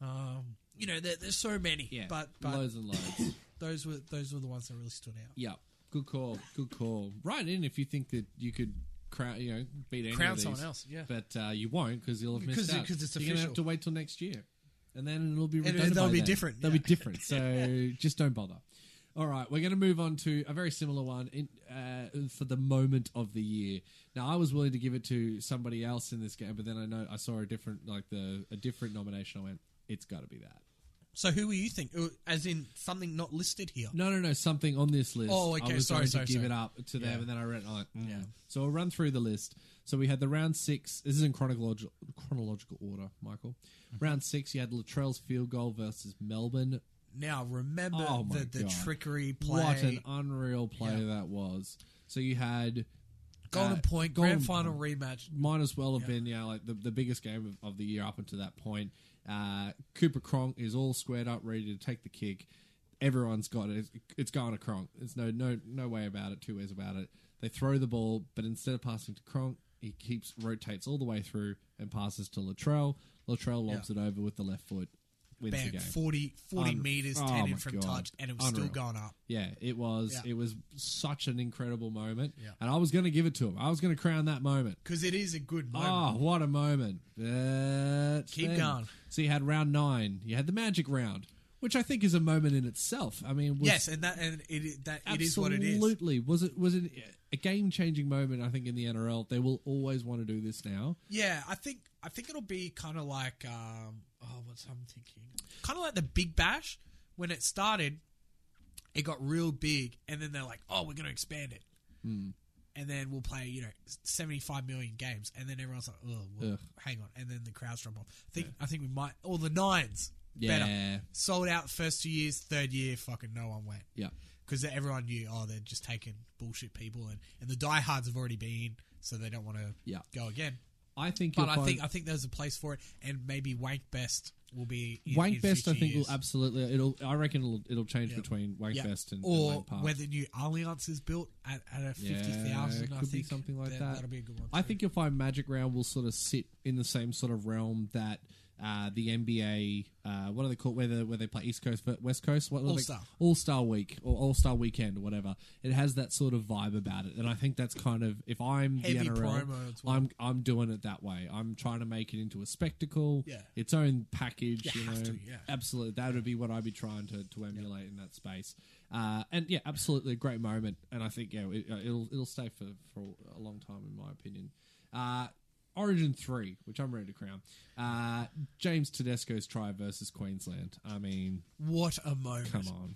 Speaker 4: Um, you know, there, there's so many.
Speaker 5: Yeah,
Speaker 4: But, but
Speaker 5: loads and loads.
Speaker 4: those were those were the ones that really stood out.
Speaker 5: yeah, good call. Good call. Write in if you think that you could crown, you know, beat any
Speaker 4: Crown
Speaker 5: of these.
Speaker 4: someone else, yeah.
Speaker 5: but uh, you won't because you'll have missed
Speaker 4: Because-
Speaker 5: out.
Speaker 4: because it's
Speaker 5: You're gonna have
Speaker 4: official.
Speaker 5: to wait till next year, and then it'll be
Speaker 4: And
Speaker 5: redone
Speaker 4: they'll
Speaker 5: by
Speaker 4: be
Speaker 5: then.
Speaker 4: different,
Speaker 5: They'll
Speaker 4: yeah.
Speaker 5: be
Speaker 4: <laughs>
Speaker 5: different. So just don't bother. All right, we're going to move on to a very similar one in, uh, for the moment of the year. Now, I was willing to give it to somebody else in this game, but then I know I saw a different, like the a different nomination. I went, it's got to be that.
Speaker 4: So who were you think? uh, As in something not listed here.
Speaker 5: No, no, no. Something on this list.
Speaker 4: Oh, okay,
Speaker 5: I was
Speaker 4: sorry,
Speaker 5: going
Speaker 4: sorry,
Speaker 5: to give
Speaker 4: sorry.
Speaker 5: it up to them, and then I read. Like, Yeah. So I'll run through the list. So we had the round six. This is in chronological chronological order, Michael.
Speaker 4: Mm-hmm.
Speaker 5: Round six, you had Latrell's field goal versus Melbourne.
Speaker 4: Now remember
Speaker 5: Oh my
Speaker 4: the, the
Speaker 5: God.
Speaker 4: trickery play,
Speaker 5: What an uh, unreal play
Speaker 4: Yeah.
Speaker 5: that was. So you had
Speaker 4: golden
Speaker 5: uh,
Speaker 4: point,
Speaker 5: golden
Speaker 4: grand final
Speaker 5: point.
Speaker 4: rematch.
Speaker 5: might as well have been yeah like the, the biggest game of, of the year up until that point. Uh, Cooper Cronk is all squared up, ready to take the kick. Everyone's got it. It's, it's going to Cronk. There's no no no way about it. Two ways about it. They throw the ball, but instead of passing to Cronk, he keeps rotates all the way through and passes to Latrell. Latrell lobs it over with the left foot. Wins the
Speaker 4: Bam,
Speaker 5: game.
Speaker 4: 40, 40
Speaker 5: Un-
Speaker 4: meters,
Speaker 5: oh
Speaker 4: 10 in
Speaker 5: my
Speaker 4: from
Speaker 5: God.
Speaker 4: touch, and it was
Speaker 5: Unreal.
Speaker 4: still going up.
Speaker 5: Yeah, it was.
Speaker 4: Yeah.
Speaker 5: It was such an incredible moment,
Speaker 4: Yeah.
Speaker 5: and I was going to give it to him. I was going to crown that moment.
Speaker 4: Because it is a good moment.
Speaker 5: Oh, what a moment. But
Speaker 4: Keep
Speaker 5: then-
Speaker 4: going.
Speaker 5: So you had round nine. You had the magic round, which I think is a moment in itself. I mean, was
Speaker 4: yes, and that and it i- that it is what it is.
Speaker 5: Absolutely. Was it was it a game changing moment, I think, in the NRL. They will always want to do this now.
Speaker 4: Yeah, I think I think it'll be kind of like um, oh, what's I'm thinking? Kind of like the Big Bash when it started, it got real big, and then they're like, oh, we're going to expand it,
Speaker 5: Hmm.
Speaker 4: and then we'll play you know 75 million games, and then everyone's like, oh, well,
Speaker 5: Ugh.
Speaker 4: hang on, and then the crowds drop off. I think I think we might or the nines.
Speaker 5: Yeah.
Speaker 4: Better. Sold out first two years, third year, fucking no one went.
Speaker 5: Yeah.
Speaker 4: because everyone knew, oh, they're just taking bullshit people, and, and the diehards have already been, so they don't want to
Speaker 5: Yeah.
Speaker 4: go again.
Speaker 5: I think
Speaker 4: But
Speaker 5: you'll
Speaker 4: I
Speaker 5: find-
Speaker 4: think I think there's a place for it, and maybe Wank Best will be in,
Speaker 5: Wank
Speaker 4: in
Speaker 5: Best, I
Speaker 4: future
Speaker 5: think,
Speaker 4: years.
Speaker 5: will absolutely. It'll. I reckon it'll. It'll change
Speaker 4: Yeah.
Speaker 5: between Wank
Speaker 4: Yeah.
Speaker 5: Best and
Speaker 4: or
Speaker 5: and Wank Park.
Speaker 4: when the new Alliance is built at, at a
Speaker 5: Yeah,
Speaker 4: fifty thousand, I
Speaker 5: could be
Speaker 4: think
Speaker 5: something like that.
Speaker 4: That'll be a good one.
Speaker 5: I
Speaker 4: too.
Speaker 5: think you'll find Magic Round will sort of sit in the same sort of realm that uh, the NBA. Uh, what are they called? Where they, where they play East Coast, ver- West Coast, what
Speaker 4: All-Star.
Speaker 5: All Star Week or All Star Weekend or whatever. It has that sort of vibe about it, and I think that's kind of if I'm
Speaker 4: Heavy
Speaker 5: the NRL,
Speaker 4: promo as well.
Speaker 5: I'm I'm doing it that way. I'm trying to make it into a spectacle,
Speaker 4: Yeah.
Speaker 5: its own package. You,
Speaker 4: You
Speaker 5: know,
Speaker 4: have to, yeah.
Speaker 5: absolutely, that would be what I'd be trying to, to emulate in that space. Uh, and yeah, absolutely, a great moment. And I think yeah, it, uh, it'll it'll stay for for a long time, in my opinion. Uh, Origin three, which I'm ready to crown. Uh, James Tedesco's try versus Queensland. I mean,
Speaker 4: what a moment.
Speaker 5: come on,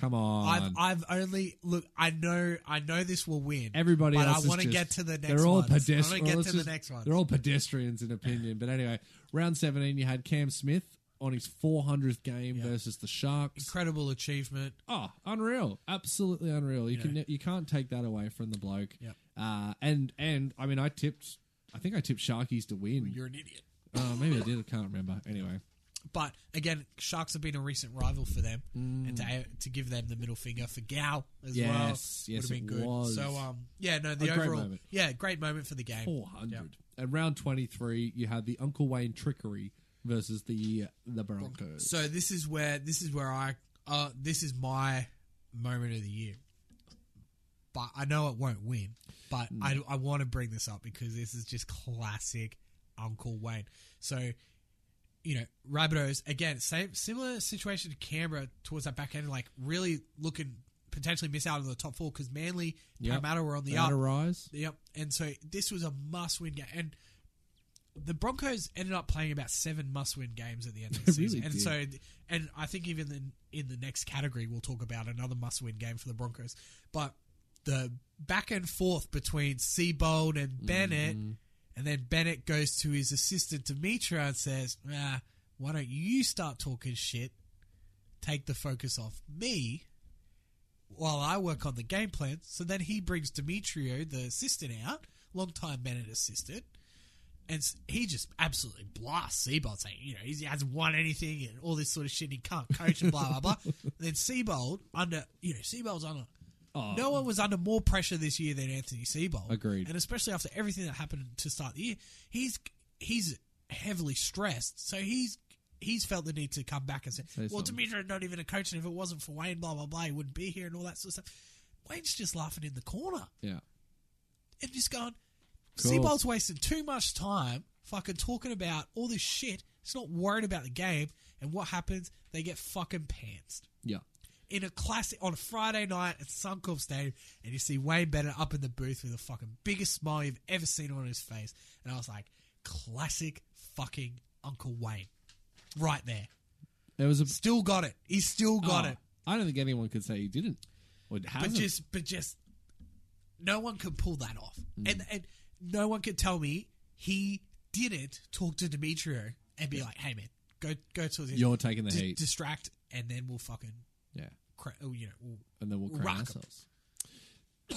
Speaker 5: come on.
Speaker 4: I've I've only look. I know I know this will win.
Speaker 5: Everybody
Speaker 4: but
Speaker 5: else
Speaker 4: I want
Speaker 5: is
Speaker 4: to get
Speaker 5: just-
Speaker 4: to the next.
Speaker 5: They're all
Speaker 4: ones. I
Speaker 5: pedestrians.
Speaker 4: want to get to the next one.
Speaker 5: They're all pedestrians in opinion. But anyway, round 17, you had Cam Smith on his 400th game versus the Sharks.
Speaker 4: incredible achievement.
Speaker 5: Oh, unreal! Absolutely unreal. You can ne- you can't take that away from the bloke.
Speaker 4: Yep.
Speaker 5: Uh, and and I mean, I tipped. I think I tipped Sharkies to win.
Speaker 4: You're an idiot.
Speaker 5: Oh, maybe I did. I can't remember. Anyway,
Speaker 4: But again, Sharks have been a recent rival for them, and to, to give them the middle finger for Gao as well
Speaker 5: Mm. Yes, yes,
Speaker 4: would have been
Speaker 5: it
Speaker 4: good.
Speaker 5: was.
Speaker 4: So um, yeah, no, the
Speaker 5: A great
Speaker 4: overall
Speaker 5: moment.
Speaker 4: yeah, great moment for the game.
Speaker 5: four hundred. And round twenty three, you had the Uncle Wayne trickery versus the uh, the Broncos.
Speaker 4: So this is where this is where I uh this is my moment of the year. But I know it won't win. But I I want to bring this up because this is just classic Uncle Wayne. So you know, Rabbitohs again, same similar situation to Canberra towards that back end, like really looking potentially miss out on the top four because Manly,
Speaker 5: Yep.
Speaker 4: Parramatta were on the
Speaker 5: They had
Speaker 4: up.
Speaker 5: a rise.
Speaker 4: Yep. And so this was a must win game. And the Broncos ended up playing about seven must win games at the
Speaker 5: <laughs>
Speaker 4: end of the
Speaker 5: They really
Speaker 4: season. And
Speaker 5: did.
Speaker 4: so and I think even in, in the next category we'll talk about another must win game for the Broncos. But the back and forth between Seabold
Speaker 5: Mm-hmm.
Speaker 4: and Bennett and then Bennett goes to his assistant Demetra and says, ah, Why don't you start talking shit? Take the focus off me while I work on the game plan. So then he brings Demetrio, the assistant, out, long time Bennett assistant. And s- he just absolutely blasts Seabold, saying, you know, he hasn't won anything and all this sort of shit. He can't coach and blah, blah, blah. And then Seabold, under, you know, Seabold's under. No one was under more pressure this year than Anthony Seabold.
Speaker 5: Agreed.
Speaker 4: And especially after everything that happened to start the year, he's he's heavily stressed. So he's he's felt the need to come back and say, well,
Speaker 5: something.
Speaker 4: Demetra not even a coach, and if it wasn't for Wayne, blah blah blah, he wouldn't be here and all that sort of stuff. Wayne's just laughing in the corner
Speaker 5: Yeah.
Speaker 4: and just going,
Speaker 5: Cool.
Speaker 4: Seabold's wasted too much time fucking talking about all this shit. He's not worried about the game, and what happens? They get fucking pantsed
Speaker 5: Yeah.
Speaker 4: in a classic on a Friday night at Suncorp Stadium, and you see Wayne Bennett up in the booth with the fucking biggest smile you've ever seen on his face, and I was like, classic fucking Uncle Wayne, right there.
Speaker 5: There was a
Speaker 4: Still got it. He's still got
Speaker 5: Oh,
Speaker 4: it.
Speaker 5: I don't think anyone could say he didn't. Or
Speaker 4: But
Speaker 5: hasn't.
Speaker 4: just, but just, no one can pull that off,
Speaker 5: Mm.
Speaker 4: and and no one can tell me he didn't talk to Demetrio and be like, hey man, go go to the
Speaker 5: You're taking the
Speaker 4: dis-
Speaker 5: heat.
Speaker 4: distract, and then we'll fucking,
Speaker 5: yeah.
Speaker 4: cra- oh, you know, we'll
Speaker 5: and then we'll
Speaker 4: Rock
Speaker 5: crown
Speaker 4: 'em.
Speaker 5: ourselves.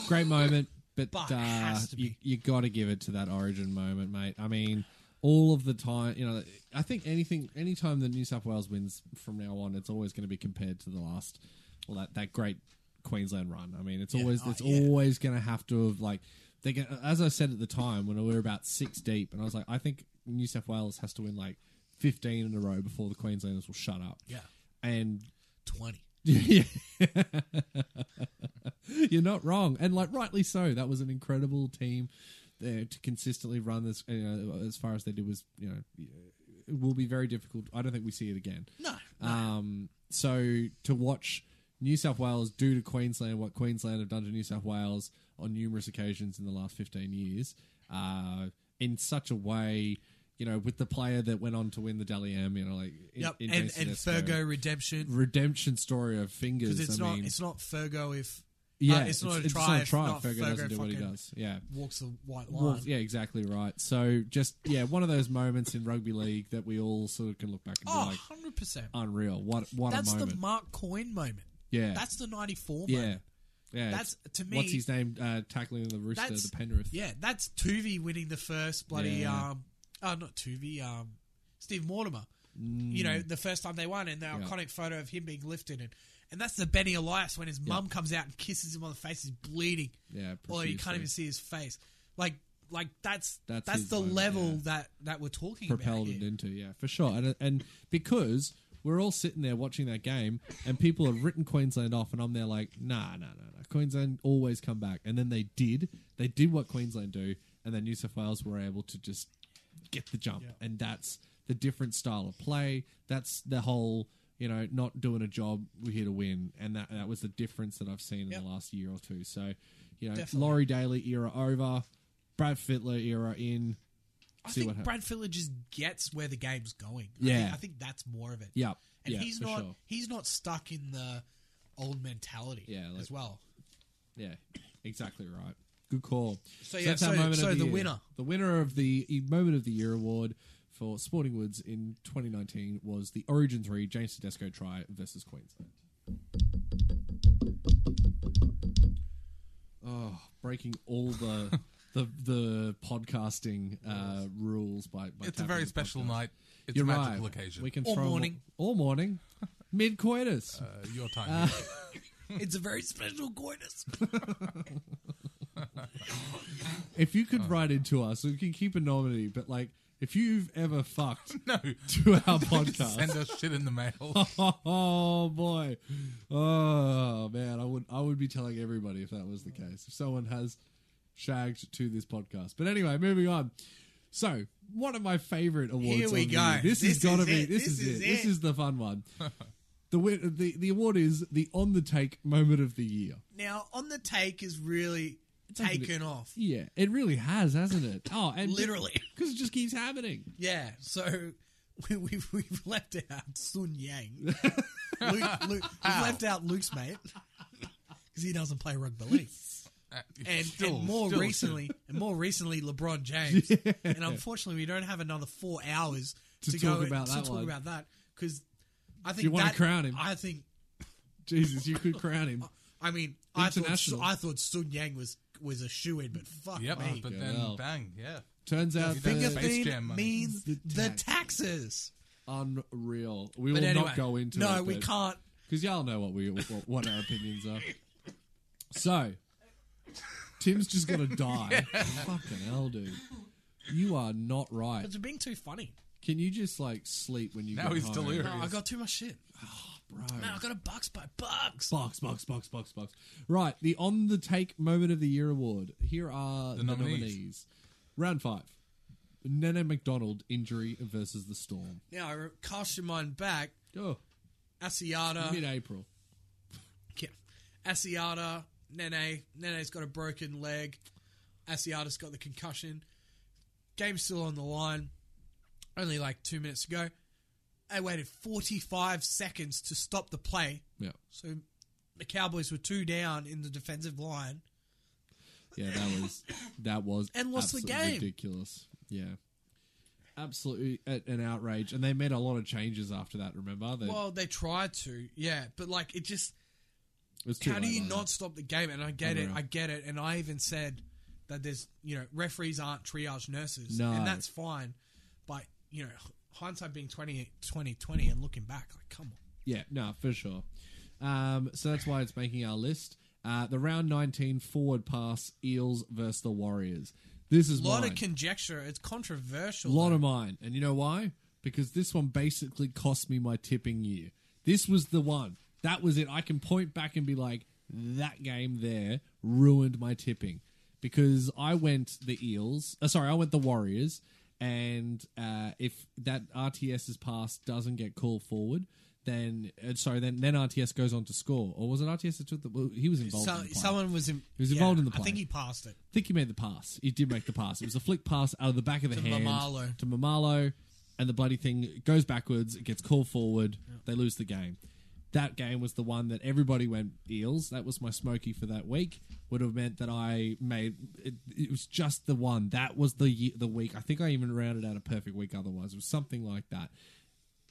Speaker 5: Great moment, but,
Speaker 4: But it
Speaker 5: uh,
Speaker 4: has to
Speaker 5: you,
Speaker 4: be.
Speaker 5: you got to give it to that origin moment, mate. I mean, all of the time, you know, I think anything, anytime the New South Wales wins from now on, it's always going to be compared to the last, well, that, that great Queensland run. I mean, it's always,
Speaker 4: oh,
Speaker 5: it's always going to have to have like, they get, as I said at the time when we were about six deep, and I was like, I think New South Wales has to win like 15 in a row before the Queenslanders will shut up.
Speaker 4: Yeah.
Speaker 5: And
Speaker 4: twenty.
Speaker 5: yeah. <laughs> You're not wrong. And like rightly so. That was an incredible team there to consistently run this you know, as far as they did was, you know, it will be very difficult. I don't think we see it again.
Speaker 4: No,
Speaker 5: Um so to watch New South Wales do to Queensland what Queensland have done to New South Wales on numerous occasions in the last 15 years uh in such a way you know, with the player that went on to win the Dally M, you know, like in,
Speaker 4: Yep,
Speaker 5: in
Speaker 4: and,
Speaker 5: Jason
Speaker 4: and
Speaker 5: Esco
Speaker 4: Fergo redemption
Speaker 5: redemption story of fingers.
Speaker 4: because it's
Speaker 5: I
Speaker 4: not
Speaker 5: mean,
Speaker 4: it's not Fergo if
Speaker 5: yeah,
Speaker 4: uh, it's not a try if not
Speaker 5: Fergo doesn't do what he
Speaker 4: fucking
Speaker 5: does. Yeah.
Speaker 4: walks the white line.
Speaker 5: Well, yeah, exactly right. So just yeah, one of those moments in rugby league that we all sort of can look back and be
Speaker 4: Oh,
Speaker 5: like,
Speaker 4: 100 percent.
Speaker 5: unreal. What what
Speaker 4: That's
Speaker 5: a
Speaker 4: the
Speaker 5: moment.
Speaker 4: Mark Coyne moment.
Speaker 5: yeah.
Speaker 4: That's the '94
Speaker 5: yeah.
Speaker 4: moment.
Speaker 5: Yeah.
Speaker 4: That's to me.
Speaker 5: What's his name? Uh, tackling the rooster,
Speaker 4: That's-
Speaker 5: the Penrith.
Speaker 4: Yeah, that's Tuvey winning the first bloody
Speaker 5: Yeah.
Speaker 4: um oh not Tuvey, um Steve Mortimer. You
Speaker 5: Mm.
Speaker 4: know, the first time they won and the iconic photo of him being lifted and and that's the Benny Elias when his mum comes out and kisses him on the face, he's bleeding.
Speaker 5: Yeah,
Speaker 4: Or you can't
Speaker 5: profusely.
Speaker 4: even see his face. Like like that's
Speaker 5: That's
Speaker 4: that's,
Speaker 5: his
Speaker 4: the
Speaker 5: moment,
Speaker 4: level
Speaker 5: yeah.
Speaker 4: that that we're talking
Speaker 5: propelled
Speaker 4: about.
Speaker 5: it
Speaker 4: Here.
Speaker 5: into, yeah, for sure. And and because we're all sitting there watching that game, and people have written Queensland off, and I'm there like, nah, nah, nah, nah. Queensland always come back, and then they did. They did what Queensland do, and then New South Wales were able to just get the jump, and that's the different style of play. That's the whole. You know, not doing a job, we're here to win, and that that was the difference that I've seen in
Speaker 4: Yep.
Speaker 5: the last year or two. So, you know,
Speaker 4: Definitely.
Speaker 5: Laurie Daly era over, Brad Fittler era in,
Speaker 4: I
Speaker 5: see what
Speaker 4: think
Speaker 5: happens.
Speaker 4: Brad Fittler just gets where the game's going. I
Speaker 5: Yeah.
Speaker 4: think, I think that's more of it.
Speaker 5: Yeah.
Speaker 4: And
Speaker 5: yeah,
Speaker 4: he's
Speaker 5: for
Speaker 4: not
Speaker 5: Sure.
Speaker 4: he's not stuck in the old mentality
Speaker 5: Yeah, like-
Speaker 4: as well.
Speaker 5: Yeah. Exactly right. Good call.
Speaker 4: So, yeah,
Speaker 5: our
Speaker 4: so-
Speaker 5: moment of
Speaker 4: so the
Speaker 5: year.
Speaker 4: winner.
Speaker 5: the winner of the E- moment of the year award for Sporting Woods in 2019 was the Origin Three James Tedesco try versus Queensland. Oh, breaking all
Speaker 6: <laughs>
Speaker 5: the the the podcasting uh, rules by.
Speaker 6: It's
Speaker 5: by
Speaker 6: a
Speaker 5: tapping
Speaker 6: very
Speaker 5: the
Speaker 6: special
Speaker 5: podcast.
Speaker 6: night. It's
Speaker 5: You're
Speaker 6: a
Speaker 5: right.
Speaker 6: magical occasion.
Speaker 5: We can
Speaker 4: All
Speaker 5: throw 'em
Speaker 4: morning.
Speaker 6: <laughs>
Speaker 5: all morning, mid coitus.
Speaker 6: uh,
Speaker 5: <laughs>
Speaker 6: your time.
Speaker 4: <laughs> It's a very special coitus.
Speaker 5: If you
Speaker 4: Oh.
Speaker 5: could write into us, we can keep anonymity, but like if you've ever
Speaker 4: <laughs>
Speaker 5: fucked
Speaker 6: <laughs> no.
Speaker 5: to our
Speaker 6: Just send
Speaker 5: podcast.
Speaker 6: us shit in the mail.
Speaker 5: <laughs> Oh boy. Oh man, I would I would be telling everybody if that was the case. If someone has shagged to this podcast. But anyway, moving on. So, one of my favorite awards.
Speaker 4: Here we
Speaker 5: of the
Speaker 4: go.
Speaker 5: year. This,
Speaker 4: This
Speaker 5: has got to
Speaker 4: is
Speaker 5: be
Speaker 4: it.
Speaker 5: this,
Speaker 4: This
Speaker 5: is,
Speaker 4: is
Speaker 5: it. This
Speaker 4: it.
Speaker 5: is the
Speaker 4: <laughs>
Speaker 5: fun one. The, win, the the award is the on the take moment of the year.
Speaker 4: now, on the take is really
Speaker 5: hasn't
Speaker 4: taken off.
Speaker 5: Yeah, it really has, hasn't it? Oh, and
Speaker 4: Literally.
Speaker 5: because it just keeps happening.
Speaker 4: Yeah. So we, we've we've left out Sun
Speaker 5: <laughs>
Speaker 4: Yang. Luke, Luke, we've left out Luke's mate because he doesn't play rugby
Speaker 5: <laughs>
Speaker 4: league.
Speaker 6: Uh,
Speaker 4: <laughs>
Speaker 6: <laughs>
Speaker 4: And,
Speaker 6: still-
Speaker 4: and more
Speaker 6: still-
Speaker 4: recently, and more recently, LeBron James. And unfortunately, we don't have another four hours
Speaker 5: To
Speaker 4: to,
Speaker 5: talk
Speaker 4: go
Speaker 5: about
Speaker 4: to
Speaker 5: that
Speaker 4: talk
Speaker 5: one.
Speaker 4: about that because I think
Speaker 5: you wanna
Speaker 4: that-
Speaker 5: crown him?
Speaker 4: I think
Speaker 5: Jesus, you could crown him.
Speaker 4: I mean I thought Su-
Speaker 5: International.
Speaker 4: I thought Sun Yang was was a shoe in, but fuck
Speaker 6: Yep,
Speaker 4: me.
Speaker 6: but
Speaker 5: Yeah,
Speaker 6: then
Speaker 5: well.
Speaker 6: bang, yeah.
Speaker 5: Turns out
Speaker 6: He does
Speaker 5: they're
Speaker 4: Finger
Speaker 6: Space Jam
Speaker 4: thing
Speaker 6: money.
Speaker 4: means
Speaker 5: The
Speaker 4: the,
Speaker 5: tax.
Speaker 4: taxes.
Speaker 5: unreal. We
Speaker 4: But
Speaker 5: will
Speaker 4: anyway,
Speaker 5: not go into
Speaker 4: no,
Speaker 5: it.
Speaker 4: we can't.
Speaker 5: because y'all know what we what, what our opinions are. So, Tim's just gonna die. Fucking hell, dude. You are not right.
Speaker 4: But you're being too funny.
Speaker 5: Can you just like sleep when you
Speaker 6: Now
Speaker 5: get
Speaker 6: he's
Speaker 5: home?
Speaker 6: delirious.
Speaker 4: No, I got too much shit. Oh,
Speaker 5: bro?
Speaker 4: Man, I got a bucks by bucks.
Speaker 5: Box, box, box, box, box. Right, the on the take moment of the year award. Here are the, nominees.
Speaker 6: nominees.
Speaker 5: Round five. Nene McDonald injury versus the storm.
Speaker 4: Now I re- cast your mind back.
Speaker 5: Oh,
Speaker 4: Asiata,
Speaker 5: mid April.
Speaker 4: Yeah. Asiata, Nene. Nene's got a broken leg. Asiata's got the concussion. Game's still on the line. Only like two minutes ago. They waited 45 seconds to stop the play.
Speaker 5: Yeah.
Speaker 4: So the Cowboys were two down in the defensive line.
Speaker 5: Yeah, that was that was
Speaker 4: <laughs> And lost the
Speaker 5: absolutely
Speaker 4: game.
Speaker 5: Ridiculous. Yeah, absolutely a- an outrage. And they made a lot of changes after that. Remember, they,
Speaker 4: Well, they tried to, yeah, but like it just.
Speaker 5: it was too
Speaker 4: How do
Speaker 5: late
Speaker 4: you
Speaker 5: by
Speaker 4: not stop the game? And I get it,
Speaker 5: Unreal.
Speaker 4: I get it. And I even said that there's, you know, referees aren't triage nurses,
Speaker 5: No.
Speaker 4: and that's fine. But you know, h- hindsight being 20, 20, 20 and looking back, like, come on,
Speaker 5: then. Yeah, no, for sure. Um, so that's why it's making our list. Uh, the round nineteen forward pass Eels versus the Warriors. This is
Speaker 4: a lot
Speaker 5: mine.
Speaker 4: of conjecture. It's controversial.
Speaker 5: A lot
Speaker 4: though.
Speaker 5: of mine. And you know why? Because this one basically cost me my tipping year. This was the one. That was it. I can point back and be like, that game there ruined my tipping. Because I went the Eels. Uh, sorry, I went the Warriors. And uh, if that RTS's pass doesn't get called forward, then uh, sorry, then then RTS goes on to score, or was it RTS that took the? Well, he was involved.
Speaker 4: So,
Speaker 5: in the play.
Speaker 4: someone was, in,
Speaker 5: He was involved in the
Speaker 4: I
Speaker 5: play.
Speaker 4: think he passed it.
Speaker 5: I think he made the pass. He did make the pass. It was a flick pass out of the back of the
Speaker 4: To
Speaker 5: hand
Speaker 4: Mamalo.
Speaker 5: to Mamalo, and the bloody thing goes backwards. It gets called forward. They lose the game. That game was the one that everybody went eels. That was my smoky for that week. Would have meant that I made it, it was just the one. That was the ye- the week. I think I even rounded out a perfect week. Otherwise, it was something like that.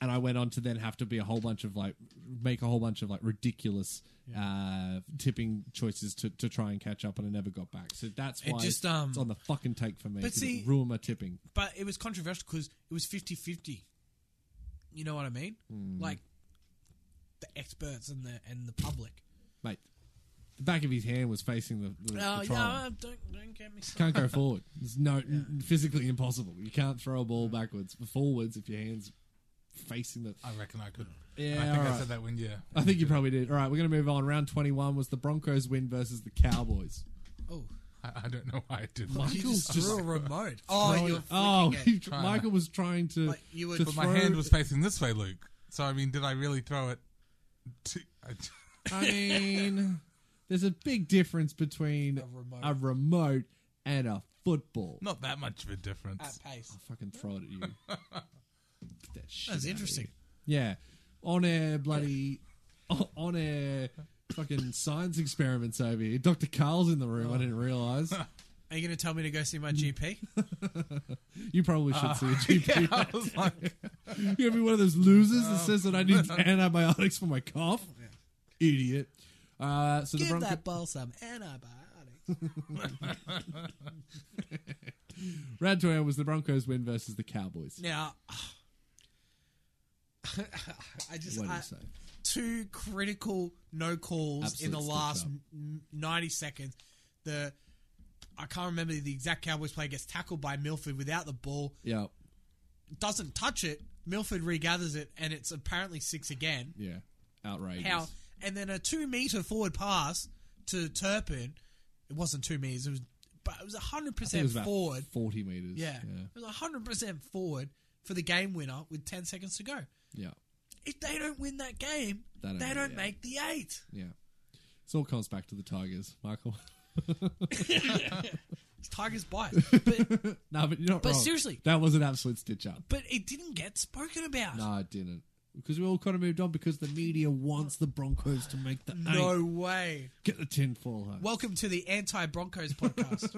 Speaker 5: And I went on to then have to be a whole bunch of like make a whole bunch of like ridiculous uh, tipping choices to, to try and catch up, and I never got back. So that's
Speaker 4: It
Speaker 5: why
Speaker 4: just, um,
Speaker 5: it's on the fucking take for me.
Speaker 4: But
Speaker 5: 'cause it
Speaker 4: see-
Speaker 5: ruined my tipping.
Speaker 4: But it was controversial because it was 50-50. You know what I mean?
Speaker 5: Hmm.
Speaker 4: Like the experts and the and the public.
Speaker 5: mate. The back of his hand was facing the, the,
Speaker 4: Oh yeah,
Speaker 5: the trial.
Speaker 4: don't don't get me. started.
Speaker 5: Can't go forward. It's no n- physically impossible. You can't throw a ball backwards, forwards if your hands facing
Speaker 4: <laughs>
Speaker 5: the.
Speaker 6: I reckon I could.
Speaker 5: Yeah,
Speaker 6: I think I
Speaker 5: alright.
Speaker 6: said that when yeah.
Speaker 5: I think you probably did. All right, we're going to move on. Round twenty-one was the Broncos win versus the Cowboys.
Speaker 4: Oh.
Speaker 6: <laughs> I, I don't know why I did. that.
Speaker 4: You just threw a remote. <laughs> Oh,
Speaker 5: Throwing-
Speaker 4: you're
Speaker 5: oh,
Speaker 4: oh,
Speaker 5: <laughs> he- Michael was trying to.
Speaker 4: But you were-
Speaker 5: to
Speaker 4: But
Speaker 6: But my
Speaker 5: throw-
Speaker 4: <laughs>
Speaker 6: hand was facing this way, Luke. So I mean, did I really throw it? To, I,
Speaker 5: I mean, there's a big difference between a
Speaker 4: remote.
Speaker 5: remote and a football.
Speaker 6: <laughs> not that much of a difference.
Speaker 4: at pace.
Speaker 5: I'll fucking throw it
Speaker 4: <laughs>
Speaker 5: at you. Get that shit
Speaker 4: That's
Speaker 5: out of
Speaker 4: interesting.
Speaker 5: Yeah. On air bloody <laughs> o- on air fucking science experiments over here. Dr. Carl's in the
Speaker 4: Oh.
Speaker 5: room, I didn't
Speaker 4: <laughs>
Speaker 5: realise.
Speaker 4: Are you going to tell me to go see my GP? <laughs>
Speaker 5: You probably should see a
Speaker 4: Uh,
Speaker 5: GP.
Speaker 6: I <laughs> was like,
Speaker 5: You ever be one of those losers
Speaker 4: Oh.
Speaker 5: that says that I need
Speaker 4: <laughs>
Speaker 5: antibiotics for my cough? Idiot. Uh, so
Speaker 4: Give
Speaker 5: the Bronco-
Speaker 4: that ball some antibiotics.
Speaker 5: round 28 was the Broncos win versus the Cowboys.
Speaker 4: now, <sighs> I just
Speaker 5: What do
Speaker 4: I,
Speaker 5: you say?
Speaker 4: two critical no calls in
Speaker 5: Absolute
Speaker 4: the
Speaker 5: stitch
Speaker 4: last
Speaker 5: up.
Speaker 4: m- ninety seconds. The I can't remember the exact Cowboys player gets tackled by Milford without the ball,
Speaker 5: Yeah.
Speaker 4: doesn't touch it. Milford regathers it, and it's apparently six again.
Speaker 5: Yeah. Outrageous.
Speaker 4: How and then a two meter forward pass to Turpin. It wasn't two meters. It was, but it was hundred
Speaker 5: I think it
Speaker 4: percent
Speaker 5: was about
Speaker 4: forward.
Speaker 5: 40 metres.
Speaker 4: Yeah,
Speaker 5: Yeah.
Speaker 4: it was hundred percent forward for the game winner with ten seconds to go.
Speaker 5: Yeah.
Speaker 4: If they don't win that game,
Speaker 5: They don't
Speaker 4: they
Speaker 5: win,
Speaker 4: don't
Speaker 5: yeah.
Speaker 4: make the eight.
Speaker 5: Yeah. This all comes back to the Tigers, Michael. <laughs>
Speaker 4: It's Tigers bite, but
Speaker 5: no, but you're not
Speaker 4: But
Speaker 5: wrong.
Speaker 4: seriously-
Speaker 5: That was an absolute stitch up.
Speaker 4: but it didn't get spoken about.
Speaker 5: No, it didn't. Because we all kind of moved on because the media wants the Broncos to make the
Speaker 4: No
Speaker 5: eight.
Speaker 4: way.
Speaker 5: Get the tinfoil home.
Speaker 4: Welcome to the anti Broncos
Speaker 5: <laughs>
Speaker 4: podcast.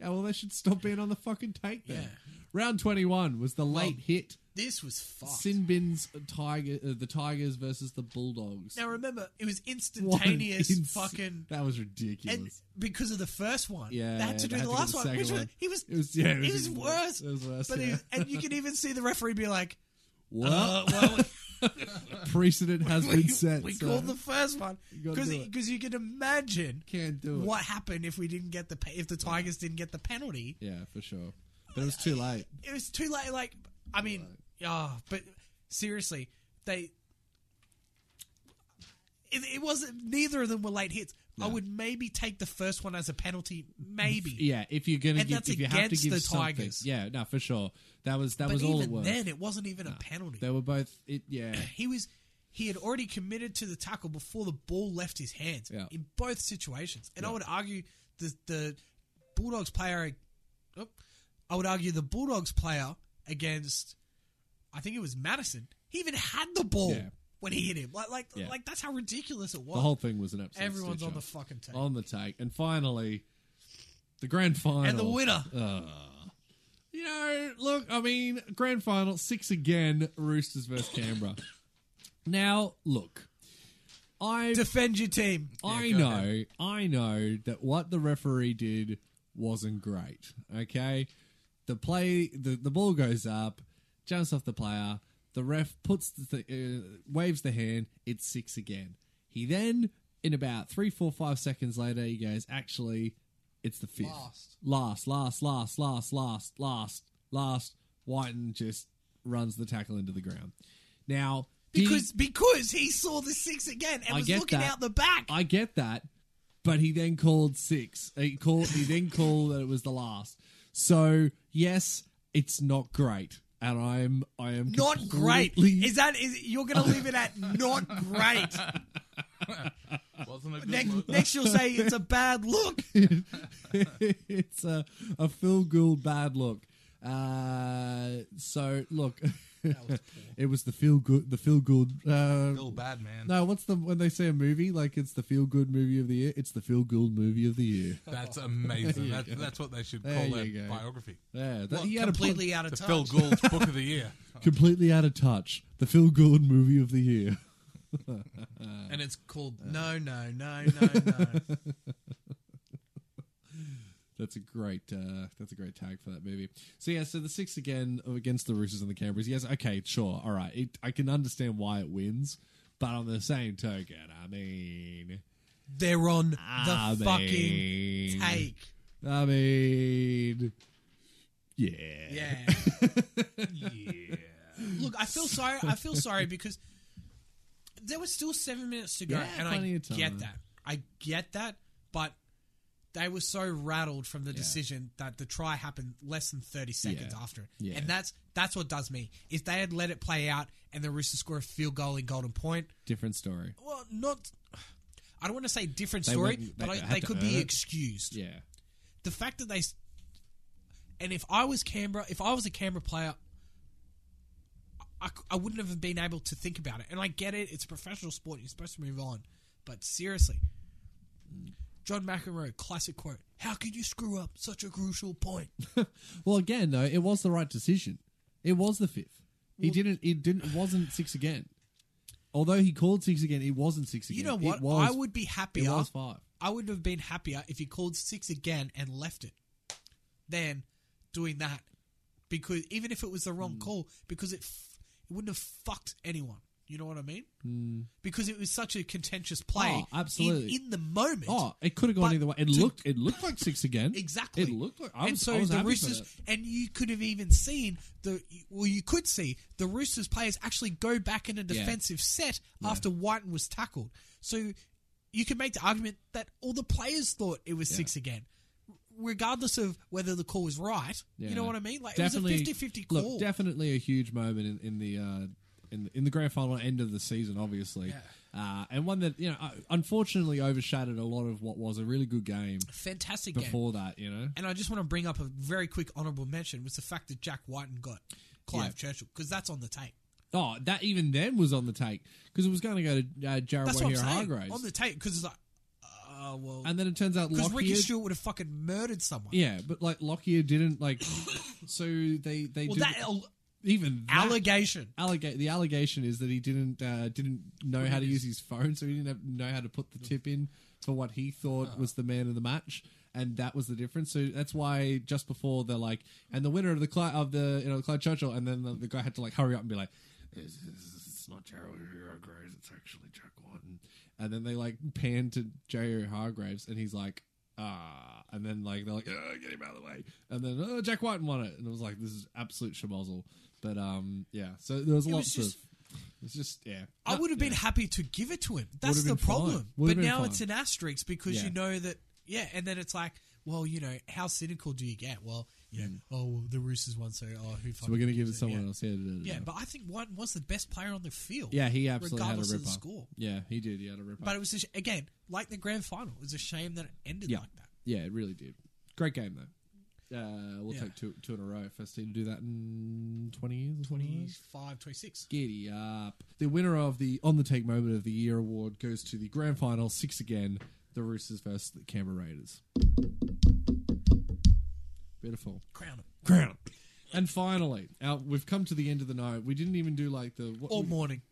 Speaker 5: yeah, well, they should stop being on the fucking take then.
Speaker 4: Yeah.
Speaker 5: Round 21 was the late hit
Speaker 4: This was fucked.
Speaker 5: Sinbin's tiger, uh, the Tigers versus the Bulldogs.
Speaker 4: now remember, it was
Speaker 5: What an
Speaker 4: instantaneous
Speaker 5: ins-
Speaker 4: fucking.
Speaker 5: That was
Speaker 4: And
Speaker 5: ridiculous.
Speaker 4: because of the first one,
Speaker 5: Yeah,
Speaker 4: they had to
Speaker 5: they
Speaker 4: do
Speaker 5: had
Speaker 4: the
Speaker 5: to do
Speaker 4: last
Speaker 5: the
Speaker 4: one,
Speaker 5: second
Speaker 4: which was,
Speaker 5: one.
Speaker 4: he was
Speaker 5: It was- yeah,
Speaker 4: it was, worse.
Speaker 5: It was worse,
Speaker 4: But he
Speaker 5: yeah.
Speaker 4: was- and you can even see the referee be like,
Speaker 5: <laughs> well,
Speaker 4: uh, "Well,
Speaker 5: <laughs> precedent has
Speaker 4: we,
Speaker 5: been set.
Speaker 4: we
Speaker 5: so
Speaker 4: called the first one
Speaker 5: gotta
Speaker 4: because
Speaker 5: do it.
Speaker 4: because you can imagine
Speaker 5: can't do it.
Speaker 4: what happened if we didn't get the pa- if the Tigers didn't get the penalty.
Speaker 5: Yeah, for sure. But it was too late.
Speaker 4: It was too late. Like I mean, ah, but seriously, they it, it wasn't. Neither of them were late hits. I would maybe take the first one as a penalty, maybe.
Speaker 5: <laughs> Yeah, if you're gonna
Speaker 4: And
Speaker 5: give,
Speaker 4: that's
Speaker 5: if you have to
Speaker 4: against
Speaker 5: give
Speaker 4: the
Speaker 5: something,
Speaker 4: Tigers.
Speaker 5: yeah, no, for sure. That was that
Speaker 4: But
Speaker 5: was
Speaker 4: even
Speaker 5: all it was.
Speaker 4: then, it wasn't even a penalty.
Speaker 5: They were both. It
Speaker 4: <coughs>
Speaker 5: yeah.
Speaker 4: he was he had already committed to the tackle before the ball left his hands
Speaker 5: Yeah.
Speaker 4: in both situations. And I would argue the the Bulldogs player oop, I would argue the Bulldogs player against I think it was Madison. He even had the ball
Speaker 5: Yeah.
Speaker 4: when he hit him. Like like
Speaker 5: Yeah.
Speaker 4: like that's how ridiculous it was.
Speaker 5: The whole thing was an absolute.
Speaker 4: Everyone's on the
Speaker 5: stitch-up.
Speaker 4: fucking team.
Speaker 5: on the take, and finally, the grand final
Speaker 4: and the winner.
Speaker 5: You know, look, I mean, grand final six again, Roosters versus Canberra. now, look, I
Speaker 4: Defend your team.
Speaker 5: I know, I know that what the referee did wasn't great. Okay, the play, the, the ball goes up, jumps off the player. The ref puts the th- uh, waves the hand. It's six again. He then, in about three, four, five seconds later, he goes, "Actually, it's the fifth. Last, last, last, last, last, last, last." Whiten just runs the tackle into the ground. Now, did-
Speaker 4: Because because he saw the six again and
Speaker 5: I
Speaker 4: was
Speaker 5: get
Speaker 4: looking
Speaker 5: that.
Speaker 4: out the back.
Speaker 5: I get that, but he then called six. He called. He then called that it was the last. So yes, it's not great, and I'm I am
Speaker 4: not great.
Speaker 5: completely-
Speaker 4: Is that is you're gonna leave it at not great? <laughs>
Speaker 6: Wasn't a good
Speaker 4: next,
Speaker 6: look.
Speaker 4: next you'll say it's a bad look.
Speaker 5: <laughs> it's a a Phil Gould bad look. Uh, so look, <laughs> it was the feel good. The feel good. Uh,
Speaker 6: Feel bad, man.
Speaker 5: no, what's the when they say a movie like it's the feel good movie of the year? It's the Phil Gould movie of the year.
Speaker 6: That's amazing. That, that's what they should
Speaker 5: There
Speaker 6: call
Speaker 5: you
Speaker 6: their
Speaker 5: go.
Speaker 6: biography.
Speaker 5: Yeah, that,
Speaker 4: What,
Speaker 5: he had a point.
Speaker 4: completely out of
Speaker 6: The
Speaker 4: touch.
Speaker 6: Phil Gould <laughs> Book of the Year.
Speaker 5: completely out of touch. The Phil Gould movie of the year.
Speaker 4: and it's called No No No No No.
Speaker 5: That's a great. Uh, that's a great tag for that movie. So yeah, so the six again against the Roosters and the Canberras. Yes, okay, sure, all right. It, I can understand why it wins, but on the same token, I mean,
Speaker 4: <laughs> They're on the
Speaker 5: I
Speaker 4: fucking
Speaker 5: mean,
Speaker 4: take.
Speaker 5: I mean, yeah,
Speaker 4: Yeah. <laughs> Look, I feel sorry. I feel sorry because there was still seven minutes to go,
Speaker 5: Yeah,
Speaker 4: and
Speaker 5: plenty
Speaker 4: I
Speaker 5: of time.
Speaker 4: get that. I get that, but they were so rattled from the decision that the try happened less than thirty seconds
Speaker 5: Yeah.
Speaker 4: after it,
Speaker 5: Yeah.
Speaker 4: and that's that's what does me. If they had let it play out and the Roosters score a field goal in Golden Point,
Speaker 5: Different story.
Speaker 4: well, not. I don't want to say different
Speaker 5: They
Speaker 4: story,
Speaker 5: went- they
Speaker 4: but I,
Speaker 5: had
Speaker 4: they
Speaker 5: to
Speaker 4: could
Speaker 5: earn
Speaker 4: be
Speaker 5: it.
Speaker 4: excused
Speaker 5: Yeah,
Speaker 4: the fact that they s- and if I was Canberra, if I was a Canberra player, I, I c- I wouldn't have been able to think about it. And I get it; it's a professional sport; you're supposed to move on. But seriously, John McEnroe, classic quote: "How could you screw up such a crucial point?"
Speaker 5: Well, again though, it was the right decision. It was the fifth. He didn't. It didn't. It wasn't six again. Although he called six again, it wasn't six again.
Speaker 4: You know
Speaker 5: It
Speaker 4: what?
Speaker 5: was-
Speaker 4: I would be happier.
Speaker 5: It was five.
Speaker 4: I would have been happier if he called six again and left it than doing that because even if it was the wrong
Speaker 5: Hmm.
Speaker 4: call because it f- it wouldn't have fucked anyone. You know what I mean? Because it was such a contentious play.
Speaker 5: Hmm. Oh, absolutely.
Speaker 4: In, in the moment.
Speaker 5: Oh, it could have gone
Speaker 4: But
Speaker 5: either way. It
Speaker 4: to-
Speaker 5: looked. It looked like six again.
Speaker 4: Exactly.
Speaker 5: It looked like. I was,
Speaker 4: and so
Speaker 5: I was
Speaker 4: the
Speaker 5: happy for
Speaker 4: Roosters,
Speaker 5: that.
Speaker 4: and you could have even seen the, well, you could see the Roosters players actually go back in a defensive set after Whiten was tackled. So you can make the argument that all the players thought it was six again, regardless of whether the call was right. You know
Speaker 5: Yeah.
Speaker 4: what I mean? Like
Speaker 5: Definitely-
Speaker 4: it was a 50-50
Speaker 5: look,
Speaker 4: call.
Speaker 5: definitely a huge moment in, in the uh, in the, in the grand final end of the season, obviously, uh, and one that you know uh, unfortunately overshadowed a lot of what was a really good game
Speaker 4: Fantastic game.
Speaker 5: before that. You know,
Speaker 4: And I just want to bring up a very quick honourable mention was the fact that Jack Whiten got Clive
Speaker 5: Yeah.
Speaker 4: Churchill because that's on the tape.
Speaker 5: oh, that even then was on the take because it was going to go to uh, Jared
Speaker 4: That's what I'm
Speaker 5: Wahir
Speaker 4: saying
Speaker 5: Hargraves,
Speaker 4: on the tape because it's like, uh, well,
Speaker 5: and then it turns out
Speaker 4: Because
Speaker 5: Lockyer
Speaker 4: Ricky Stewart would have fucking murdered someone. <coughs>
Speaker 5: Yeah, but like Lockyer didn't like. so they they
Speaker 4: Well,
Speaker 5: do
Speaker 4: that
Speaker 5: even that,
Speaker 4: Allegation.
Speaker 5: allega- the allegation is that he didn't uh, didn't know how to use his phone, so he didn't have, know how to put the tip in for what he thought was the man of the match, and that was the difference. So that's why just before they're like, and the winner of the Clyde, of the you know Clyde Churchill, and then the, the guy had to like hurry up and be like, it's, it's, it's not Jerry Hargraves, it's actually Jack Warden, and then they like pan to Jerry Hargraves, and he's like. Ah, and then like they're like, oh, get him out of the way, and then oh, Jack White won it, and it was like this is absolute chamozzle. But um, yeah, so there was
Speaker 4: It was
Speaker 5: lots
Speaker 4: just-
Speaker 5: of it's just yeah.
Speaker 4: I
Speaker 5: No,
Speaker 4: would have been
Speaker 5: yeah.
Speaker 4: happy to give it to him. That's the
Speaker 5: been fine.
Speaker 4: problem.
Speaker 5: Would have
Speaker 4: But
Speaker 5: been
Speaker 4: now
Speaker 5: fine.
Speaker 4: it's an asterisk because
Speaker 5: Yeah.
Speaker 4: you know that, yeah, and then it's like, well, you know, how cynical do you get? Well, you know, oh, well, the Roosters won, so, oh, who
Speaker 5: Mm. So we're gonna give it
Speaker 4: someone
Speaker 5: someone
Speaker 4: else.
Speaker 5: else. Yeah, da, da, da,
Speaker 4: Yeah,
Speaker 5: da.
Speaker 4: but I think White was the best player on the field.
Speaker 5: yeah, he absolutely had a
Speaker 4: regardless
Speaker 5: ripper.
Speaker 4: of the score.
Speaker 5: Yeah, he did. He had a ripper.
Speaker 4: But it was a sh- again like the grand final. It was a shame that it ended
Speaker 5: Yeah.
Speaker 4: like that.
Speaker 5: yeah, it really did. Great game though. Uh, we'll
Speaker 4: Yeah.
Speaker 5: take two two in a row. First team to do that in twenty years. Twenty
Speaker 4: 25, 26.
Speaker 5: Giddy up. The winner of the On the Take Moment of the Year award goes to the grand final, six again, the Roosters versus the Canberra Raiders. Beautiful.
Speaker 4: Crown it
Speaker 5: Crown. And finally, our, we've come to the end of the night. We didn't even do like the what
Speaker 4: all
Speaker 5: we-
Speaker 4: morning.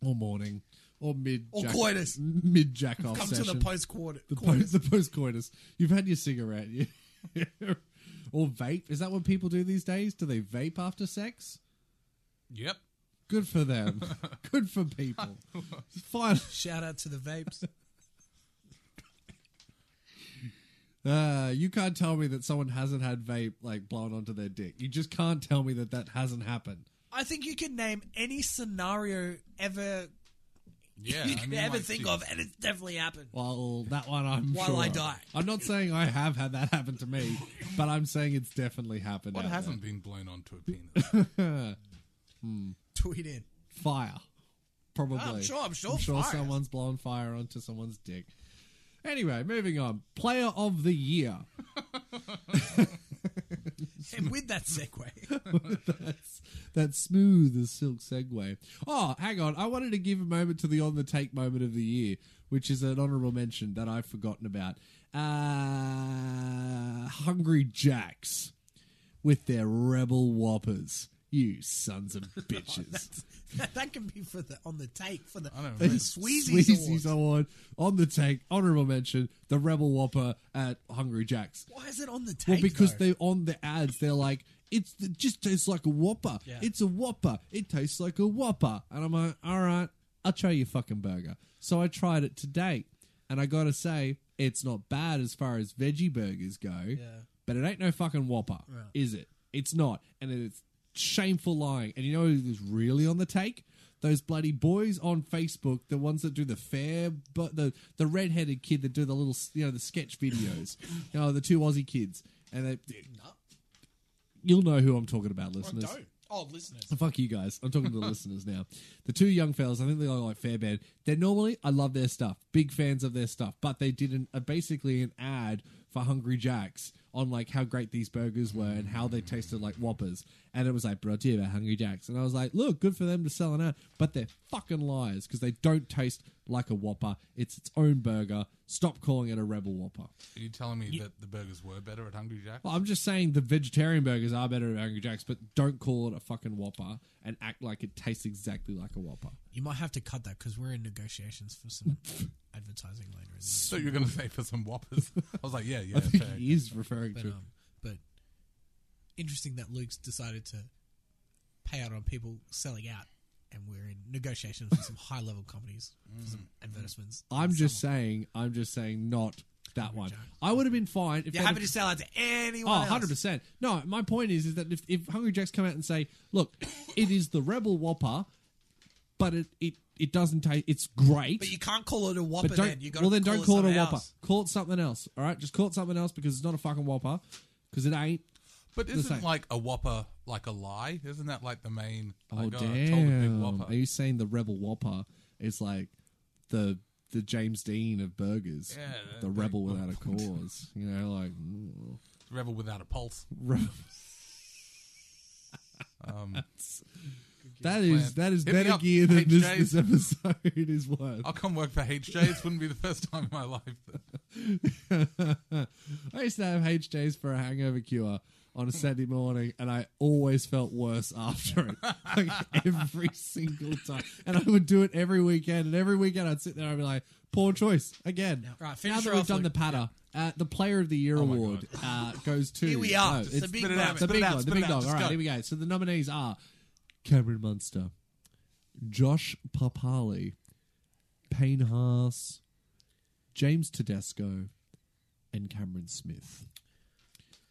Speaker 5: or morning or mid
Speaker 4: Or coitus.
Speaker 5: mid jack off
Speaker 4: Come
Speaker 5: session.
Speaker 4: to the post quarter.
Speaker 5: the
Speaker 4: quarter.
Speaker 5: post <laughs> the post coitus. You've had your cigarette, <laughs> you- or vape. Is that what people do these days? Do they vape after sex?
Speaker 6: Yep.
Speaker 5: Good
Speaker 4: <laughs>
Speaker 5: for them. Good for people. Fine.
Speaker 4: Shout out to the vapes.
Speaker 5: <laughs> Uh, you can't tell me that someone hasn't had vape like blown onto their dick. You just can't tell me that that hasn't happened.
Speaker 4: I think you can name any scenario ever
Speaker 6: Yeah.
Speaker 4: you
Speaker 6: I
Speaker 4: can
Speaker 6: mean,
Speaker 4: ever
Speaker 6: like,
Speaker 4: think
Speaker 6: geez.
Speaker 4: of, and it's definitely happened.
Speaker 5: Well, that one I'm
Speaker 4: While
Speaker 5: sure
Speaker 4: I
Speaker 5: of.
Speaker 4: die.
Speaker 5: I'm not saying I have had that happen to me, but I'm saying it's definitely happened.
Speaker 6: What
Speaker 5: out
Speaker 6: hasn't been blown onto a penis?
Speaker 4: Tweet in.
Speaker 5: there. Fire, probably.
Speaker 4: I'm sure. I'm sure.
Speaker 5: I'm sure
Speaker 4: fire.
Speaker 5: someone's blown fire onto someone's dick. Anyway, moving on. Player of the year.
Speaker 4: And <laughs> with that segue, <laughs>
Speaker 5: <laughs> That's that smooth as silk segue. Oh, hang on. I wanted to give a moment to the on the take moment of the year, which is an honorable mention that I've forgotten about. Uh, Hungry Jacks with their rebel whoppers. You
Speaker 4: <laughs>
Speaker 5: sons of bitches. <laughs>
Speaker 4: that can be for the on the take for the,
Speaker 6: I don't
Speaker 4: for the
Speaker 6: know.
Speaker 4: Sweezies,
Speaker 5: Sweezies
Speaker 4: Awards.
Speaker 5: Award on the take. Honorable mention. The rebel whopper at Hungry Jacks.
Speaker 4: Why is it on the take?
Speaker 5: Well, because
Speaker 4: though?
Speaker 5: they on the ads, they're like, it's it just tastes like a Whopper.
Speaker 4: Yeah.
Speaker 5: It's a Whopper. It tastes like a Whopper. And I'm like, all right, I'll try your fucking burger. So I tried it today, and I gotta say, it's not bad as far as veggie burgers go.
Speaker 4: Yeah.
Speaker 5: But it ain't no fucking Whopper, is it? It's not, and it's shameful lying. And you know who's really on the take? Those bloody boys on Facebook, the ones that do the fair, but the the redheaded kid that do the little, you know, the
Speaker 4: <laughs>
Speaker 5: sketch videos. you know, the two Aussie kids, and they, you'll know who I'm talking about, listeners.
Speaker 4: don't. Oh, listeners.
Speaker 5: <laughs> Fuck you guys. I'm talking to the listeners now. The two young fellas, I think they are like Fairbed. They're normally, I love their stuff, big fans of their stuff, but they did an, uh, basically an ad for Hungry Jack's on like how great these burgers were and how they tasted like Whoppers. And it was like, brought to you by Hungry Jack's. And I was like, look, good for them to sell an ad, but they're fucking liars because they don't taste like a Whopper. It's its own burger. Stop calling it a Rebel Whopper.
Speaker 6: Are you telling me that the burgers were better at Hungry Jack?
Speaker 5: Well, I'm just saying the vegetarian burgers are better at Hungry Jack's, but don't call it a fucking Whopper and act like it tastes exactly like a Whopper.
Speaker 4: You might have to cut that because we're in negotiations for some advertising later in the
Speaker 6: so you're going to say for some whoppers? I was like, yeah, yeah.
Speaker 5: I think
Speaker 6: fair.
Speaker 5: he is referring
Speaker 4: But
Speaker 5: to.
Speaker 4: um, but interesting that Luke's decided to pay out on people selling out, and we're in negotiations with some high level companies for some advertisements.
Speaker 5: I'm just saying. I'm just saying. Not that one. I would have been fine if
Speaker 4: You're
Speaker 5: they'd
Speaker 4: happy
Speaker 5: have-
Speaker 4: to sell out to
Speaker 5: Oh,
Speaker 4: anyone.
Speaker 5: 100 percent. No, my point is, is that if, if Hungry Jacks come out and say, "Look, it is the Rebel Whopper, but it it, it doesn't taste. It's great,
Speaker 4: But you can't call it a Whopper.
Speaker 5: But don't,
Speaker 4: then you got
Speaker 5: well, then don't call it a Whopper.
Speaker 4: Else.
Speaker 5: Call it something else. All right, just call it something else because it's not a fucking Whopper because it ain't.
Speaker 6: But isn't
Speaker 5: same.
Speaker 6: like a whopper like a lie? Isn't that like the main?
Speaker 5: Oh
Speaker 6: like, I
Speaker 5: damn!
Speaker 6: told a big whopper.
Speaker 5: Are you saying the Rebel Whopper is like the the James Dean of burgers?
Speaker 6: Yeah, that
Speaker 5: the
Speaker 6: big <laughs>
Speaker 5: Rebel without a cause. you know, like <laughs> mm,
Speaker 6: Rebel without a pulse.
Speaker 5: Rebel. <laughs>
Speaker 6: Um,
Speaker 5: That is that is
Speaker 6: Hit me
Speaker 5: better
Speaker 6: up,
Speaker 5: gear than this,
Speaker 6: HJs.
Speaker 5: this episode <laughs> is worth.
Speaker 6: I'll come work for HJ's. Wouldn't be the first time in my life. that-
Speaker 5: I used to have HJs for a hangover cure. on a Saturday morning, and I always felt worse after it, <laughs> like every single time. And I would do it every weekend, and every weekend I'd sit there and I'd be like, "Poor choice again."
Speaker 4: Right, finish
Speaker 5: now that
Speaker 4: her
Speaker 5: we've
Speaker 4: off,
Speaker 5: done the
Speaker 4: Luke.
Speaker 5: patter, uh, the Player of the Year award uh, goes to
Speaker 4: <laughs> Here we are.
Speaker 5: No,
Speaker 4: It's
Speaker 5: it's
Speaker 4: the big
Speaker 6: Spit it out,
Speaker 5: the
Speaker 6: spit it
Speaker 5: big
Speaker 6: out,
Speaker 5: one, the
Speaker 6: spit
Speaker 5: big
Speaker 6: it out,
Speaker 5: dog.
Speaker 6: just
Speaker 5: All right,
Speaker 6: go.
Speaker 5: here we go. So the nominees are Cameron Munster, Josh Papali, Payne Haas, James Tedesco, and Cameron Smith.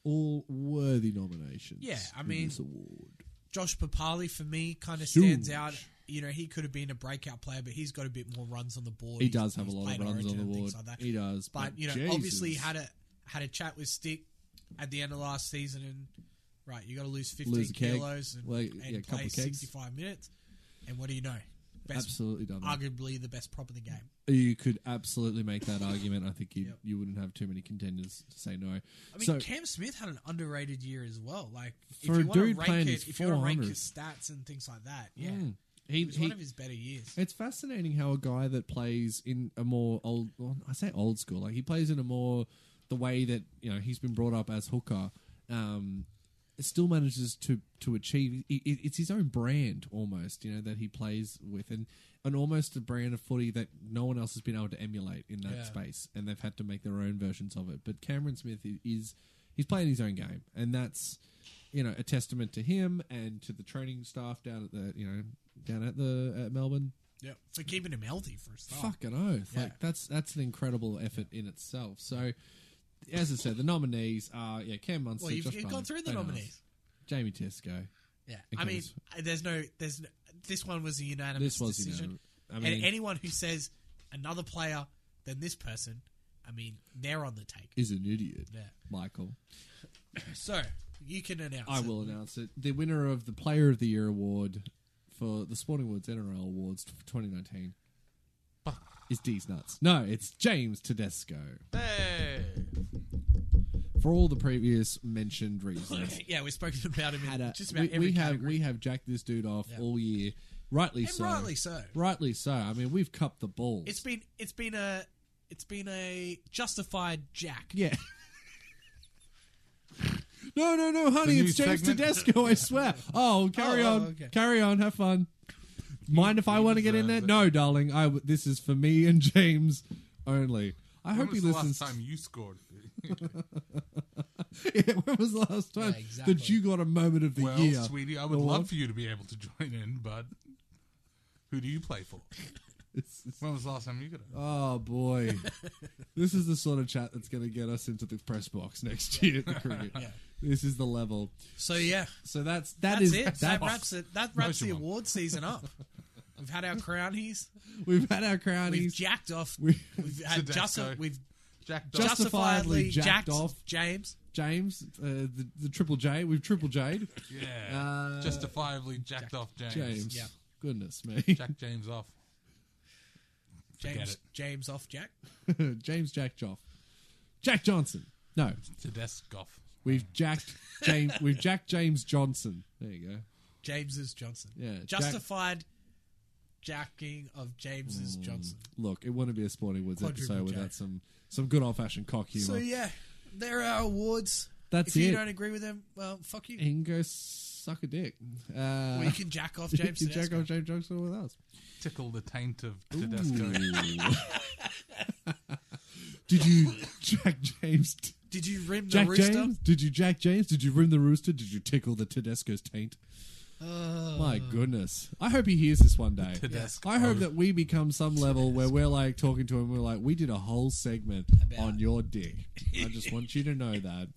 Speaker 5: All worthy nominations.
Speaker 4: Yeah, I
Speaker 5: in
Speaker 4: mean-
Speaker 5: this award.
Speaker 4: Josh Papali for me kind of stands
Speaker 5: Huge.
Speaker 4: out. You know, he could have been a breakout player, but he's got a bit more runs on the board.
Speaker 5: He
Speaker 4: He's-
Speaker 5: does have a
Speaker 4: he's
Speaker 5: lot of
Speaker 4: played
Speaker 5: runs on
Speaker 4: Origin
Speaker 5: the
Speaker 4: and
Speaker 5: board.
Speaker 4: things like that.
Speaker 5: He does,
Speaker 4: but, you know, obviously had a had a chat with Stick at the end of last season, and right, you got to lose fifteen
Speaker 5: Lose a keg.
Speaker 4: kilos and,
Speaker 5: Well,
Speaker 4: and
Speaker 5: yeah, a couple
Speaker 4: play
Speaker 5: of kegs.
Speaker 4: sixty five minutes. And what do you know? Best,
Speaker 5: absolutely done. that.
Speaker 4: arguably the best prop in the game.
Speaker 5: You could absolutely make that argument. I think you
Speaker 4: Yep.
Speaker 5: you wouldn't have too many contenders to say no.
Speaker 4: I mean,
Speaker 5: so
Speaker 4: Cam Smith had an underrated year as well. Like, if
Speaker 5: For a
Speaker 4: you want to
Speaker 5: dude playing
Speaker 4: rank
Speaker 5: his
Speaker 4: it, if you want to rank
Speaker 5: 400.
Speaker 4: his stats and things like that, yeah,
Speaker 5: Mm.
Speaker 4: it
Speaker 5: he,
Speaker 4: was
Speaker 5: he
Speaker 4: one of his better years.
Speaker 5: It's fascinating how a guy that plays in a more old, well, I say old school, like he plays in a more the way that you know he's been brought up as hooker, um, still manages to to achieve. It, it- it's his own brand almost, you know, that he plays with, and and almost a brand of footy that no one else has been able to emulate in that
Speaker 4: Yeah.
Speaker 5: space, and they've had to make their own versions of it. But Cameron Smith i- is he's playing his own game, and that's you know a testament to him and to the training staff down at the you know down at the at Melbourne.
Speaker 4: Yeah, for keeping him healthy for a start.
Speaker 5: Fucking oath.
Speaker 4: Oh. Yeah.
Speaker 5: Like that's that's an incredible effort in itself. So as I said, the nominees are yeah, Cam Munster.
Speaker 4: Well, you've,
Speaker 5: Josh
Speaker 4: you've
Speaker 5: Barnes,
Speaker 4: gone through the
Speaker 5: Ben Arce,
Speaker 4: nominees.
Speaker 5: Jamie Tesco.
Speaker 4: Yeah, I mean, uh,
Speaker 5: Because-
Speaker 4: there's no, there's no, this one was a unanimous
Speaker 5: This was
Speaker 4: decision.
Speaker 5: unanimous. I mean,
Speaker 4: and anyone who says another player than this person, I mean, they're on the take.
Speaker 5: is an idiot.
Speaker 4: Yeah.
Speaker 5: Michael.
Speaker 4: So you can announce.
Speaker 5: I
Speaker 4: it.
Speaker 5: will announce it. The winner of the Player of the Year award for the Sporting Woods NRL Awards for 2019 is D's Nuts. No, it's James Tedesco. For all the previous
Speaker 4: <laughs>
Speaker 5: mentioned reasons.
Speaker 4: <laughs> yeah, we've spoken about him
Speaker 5: had
Speaker 4: in
Speaker 5: a-
Speaker 4: just about
Speaker 5: we,
Speaker 4: every
Speaker 5: we have
Speaker 4: category.
Speaker 5: we have jacked this dude off
Speaker 4: Yeah.
Speaker 5: all year, rightly
Speaker 4: and
Speaker 5: so.
Speaker 4: rightly so.
Speaker 5: Rightly so. I mean, we've cupped the balls.
Speaker 4: It's been it's been a it's been a justified jack.
Speaker 6: <laughs>
Speaker 5: yeah. no, no, no, honey,
Speaker 6: The
Speaker 5: it's
Speaker 6: new
Speaker 5: James
Speaker 6: segment.
Speaker 5: Tedesco.
Speaker 6: <laughs>
Speaker 5: I swear. Oh, carry
Speaker 4: Oh, oh,
Speaker 5: on,
Speaker 4: okay.
Speaker 5: carry on, have fun. Mind if I
Speaker 6: he
Speaker 5: want to get in there?
Speaker 6: deserves it.
Speaker 5: No, darling. I w- this is for me and James only. I
Speaker 6: When
Speaker 5: hope
Speaker 6: was
Speaker 5: he
Speaker 6: the
Speaker 5: listens.
Speaker 6: last time you
Speaker 5: <laughs>
Speaker 6: scored?
Speaker 5: yeah, when was the last time
Speaker 4: Yeah, exactly.
Speaker 5: that you got a moment of the
Speaker 6: well,
Speaker 5: year?
Speaker 6: sweetie, I would
Speaker 5: Lord.
Speaker 6: love for you to be able to join in, but who do you play for?
Speaker 5: It's- it's-
Speaker 6: When was the last time you got it?
Speaker 5: Oh boy,
Speaker 6: <laughs>
Speaker 5: this is the sort of chat that's going to get us into the press box next year. at the
Speaker 6: <laughs>
Speaker 5: cricket. This is the level.
Speaker 4: So yeah,
Speaker 5: So that's
Speaker 4: that's
Speaker 5: that's
Speaker 4: it. that wraps it. That wraps
Speaker 6: Motion
Speaker 4: the
Speaker 6: one.
Speaker 4: award season
Speaker 5: <laughs>
Speaker 4: up. We've had our crownies.
Speaker 5: We've had our
Speaker 4: We've
Speaker 5: crownies
Speaker 4: jacked off.
Speaker 5: We- <laughs>
Speaker 4: We've had
Speaker 6: Tedesco.
Speaker 4: justi- We've
Speaker 6: Jack Dawson.
Speaker 4: justifiably
Speaker 5: Justifiably jacked
Speaker 4: jacked,
Speaker 5: off.
Speaker 4: James.
Speaker 5: James, uh, the, the triple J. We've triple J'd
Speaker 6: Yeah.
Speaker 5: Uh,
Speaker 6: Justifiably jacked off James.
Speaker 5: James.
Speaker 4: Yeah.
Speaker 5: Goodness me,
Speaker 6: Jack James off.
Speaker 4: James
Speaker 6: it.
Speaker 4: James off Jack.
Speaker 5: <laughs> James Jack Joff, Jack Johnson. No,
Speaker 6: Tedesco off.
Speaker 5: we've jacked James. we've jacked James Johnson. There you go.
Speaker 4: James's Johnson.
Speaker 5: Yeah, Jack-
Speaker 4: Justified jacking of James's
Speaker 5: Mm,
Speaker 4: Johnson.
Speaker 5: Look, it wouldn't be a Sporting Woods
Speaker 4: Quadruple
Speaker 5: episode
Speaker 4: J.
Speaker 5: without some some good old fashioned cock humor.
Speaker 4: So yeah, there are awards.
Speaker 5: That's
Speaker 4: if
Speaker 5: it.
Speaker 4: you don't agree with them, well, fuck you.
Speaker 5: and go suck a dick. Uh,
Speaker 4: Or
Speaker 5: <laughs>
Speaker 4: you can jack off James.
Speaker 5: you check
Speaker 4: Tedesco.
Speaker 5: on James Johnson with us.
Speaker 6: Tickle the taint of Tedesco.
Speaker 4: <laughs>
Speaker 5: Did you Jack James? t-
Speaker 4: Did you rim
Speaker 5: Jack
Speaker 4: the rooster?
Speaker 5: James? Did you Jack James? Did you rim the rooster? Did you tickle the Tedesco's taint? My goodness! I hope he hears this one day.
Speaker 6: Oh. Tedesco.
Speaker 5: I hope that we become some level where we're like talking to him. We're like, we did a whole segment on your dick. I
Speaker 6: <laughs>
Speaker 5: just want you to know that.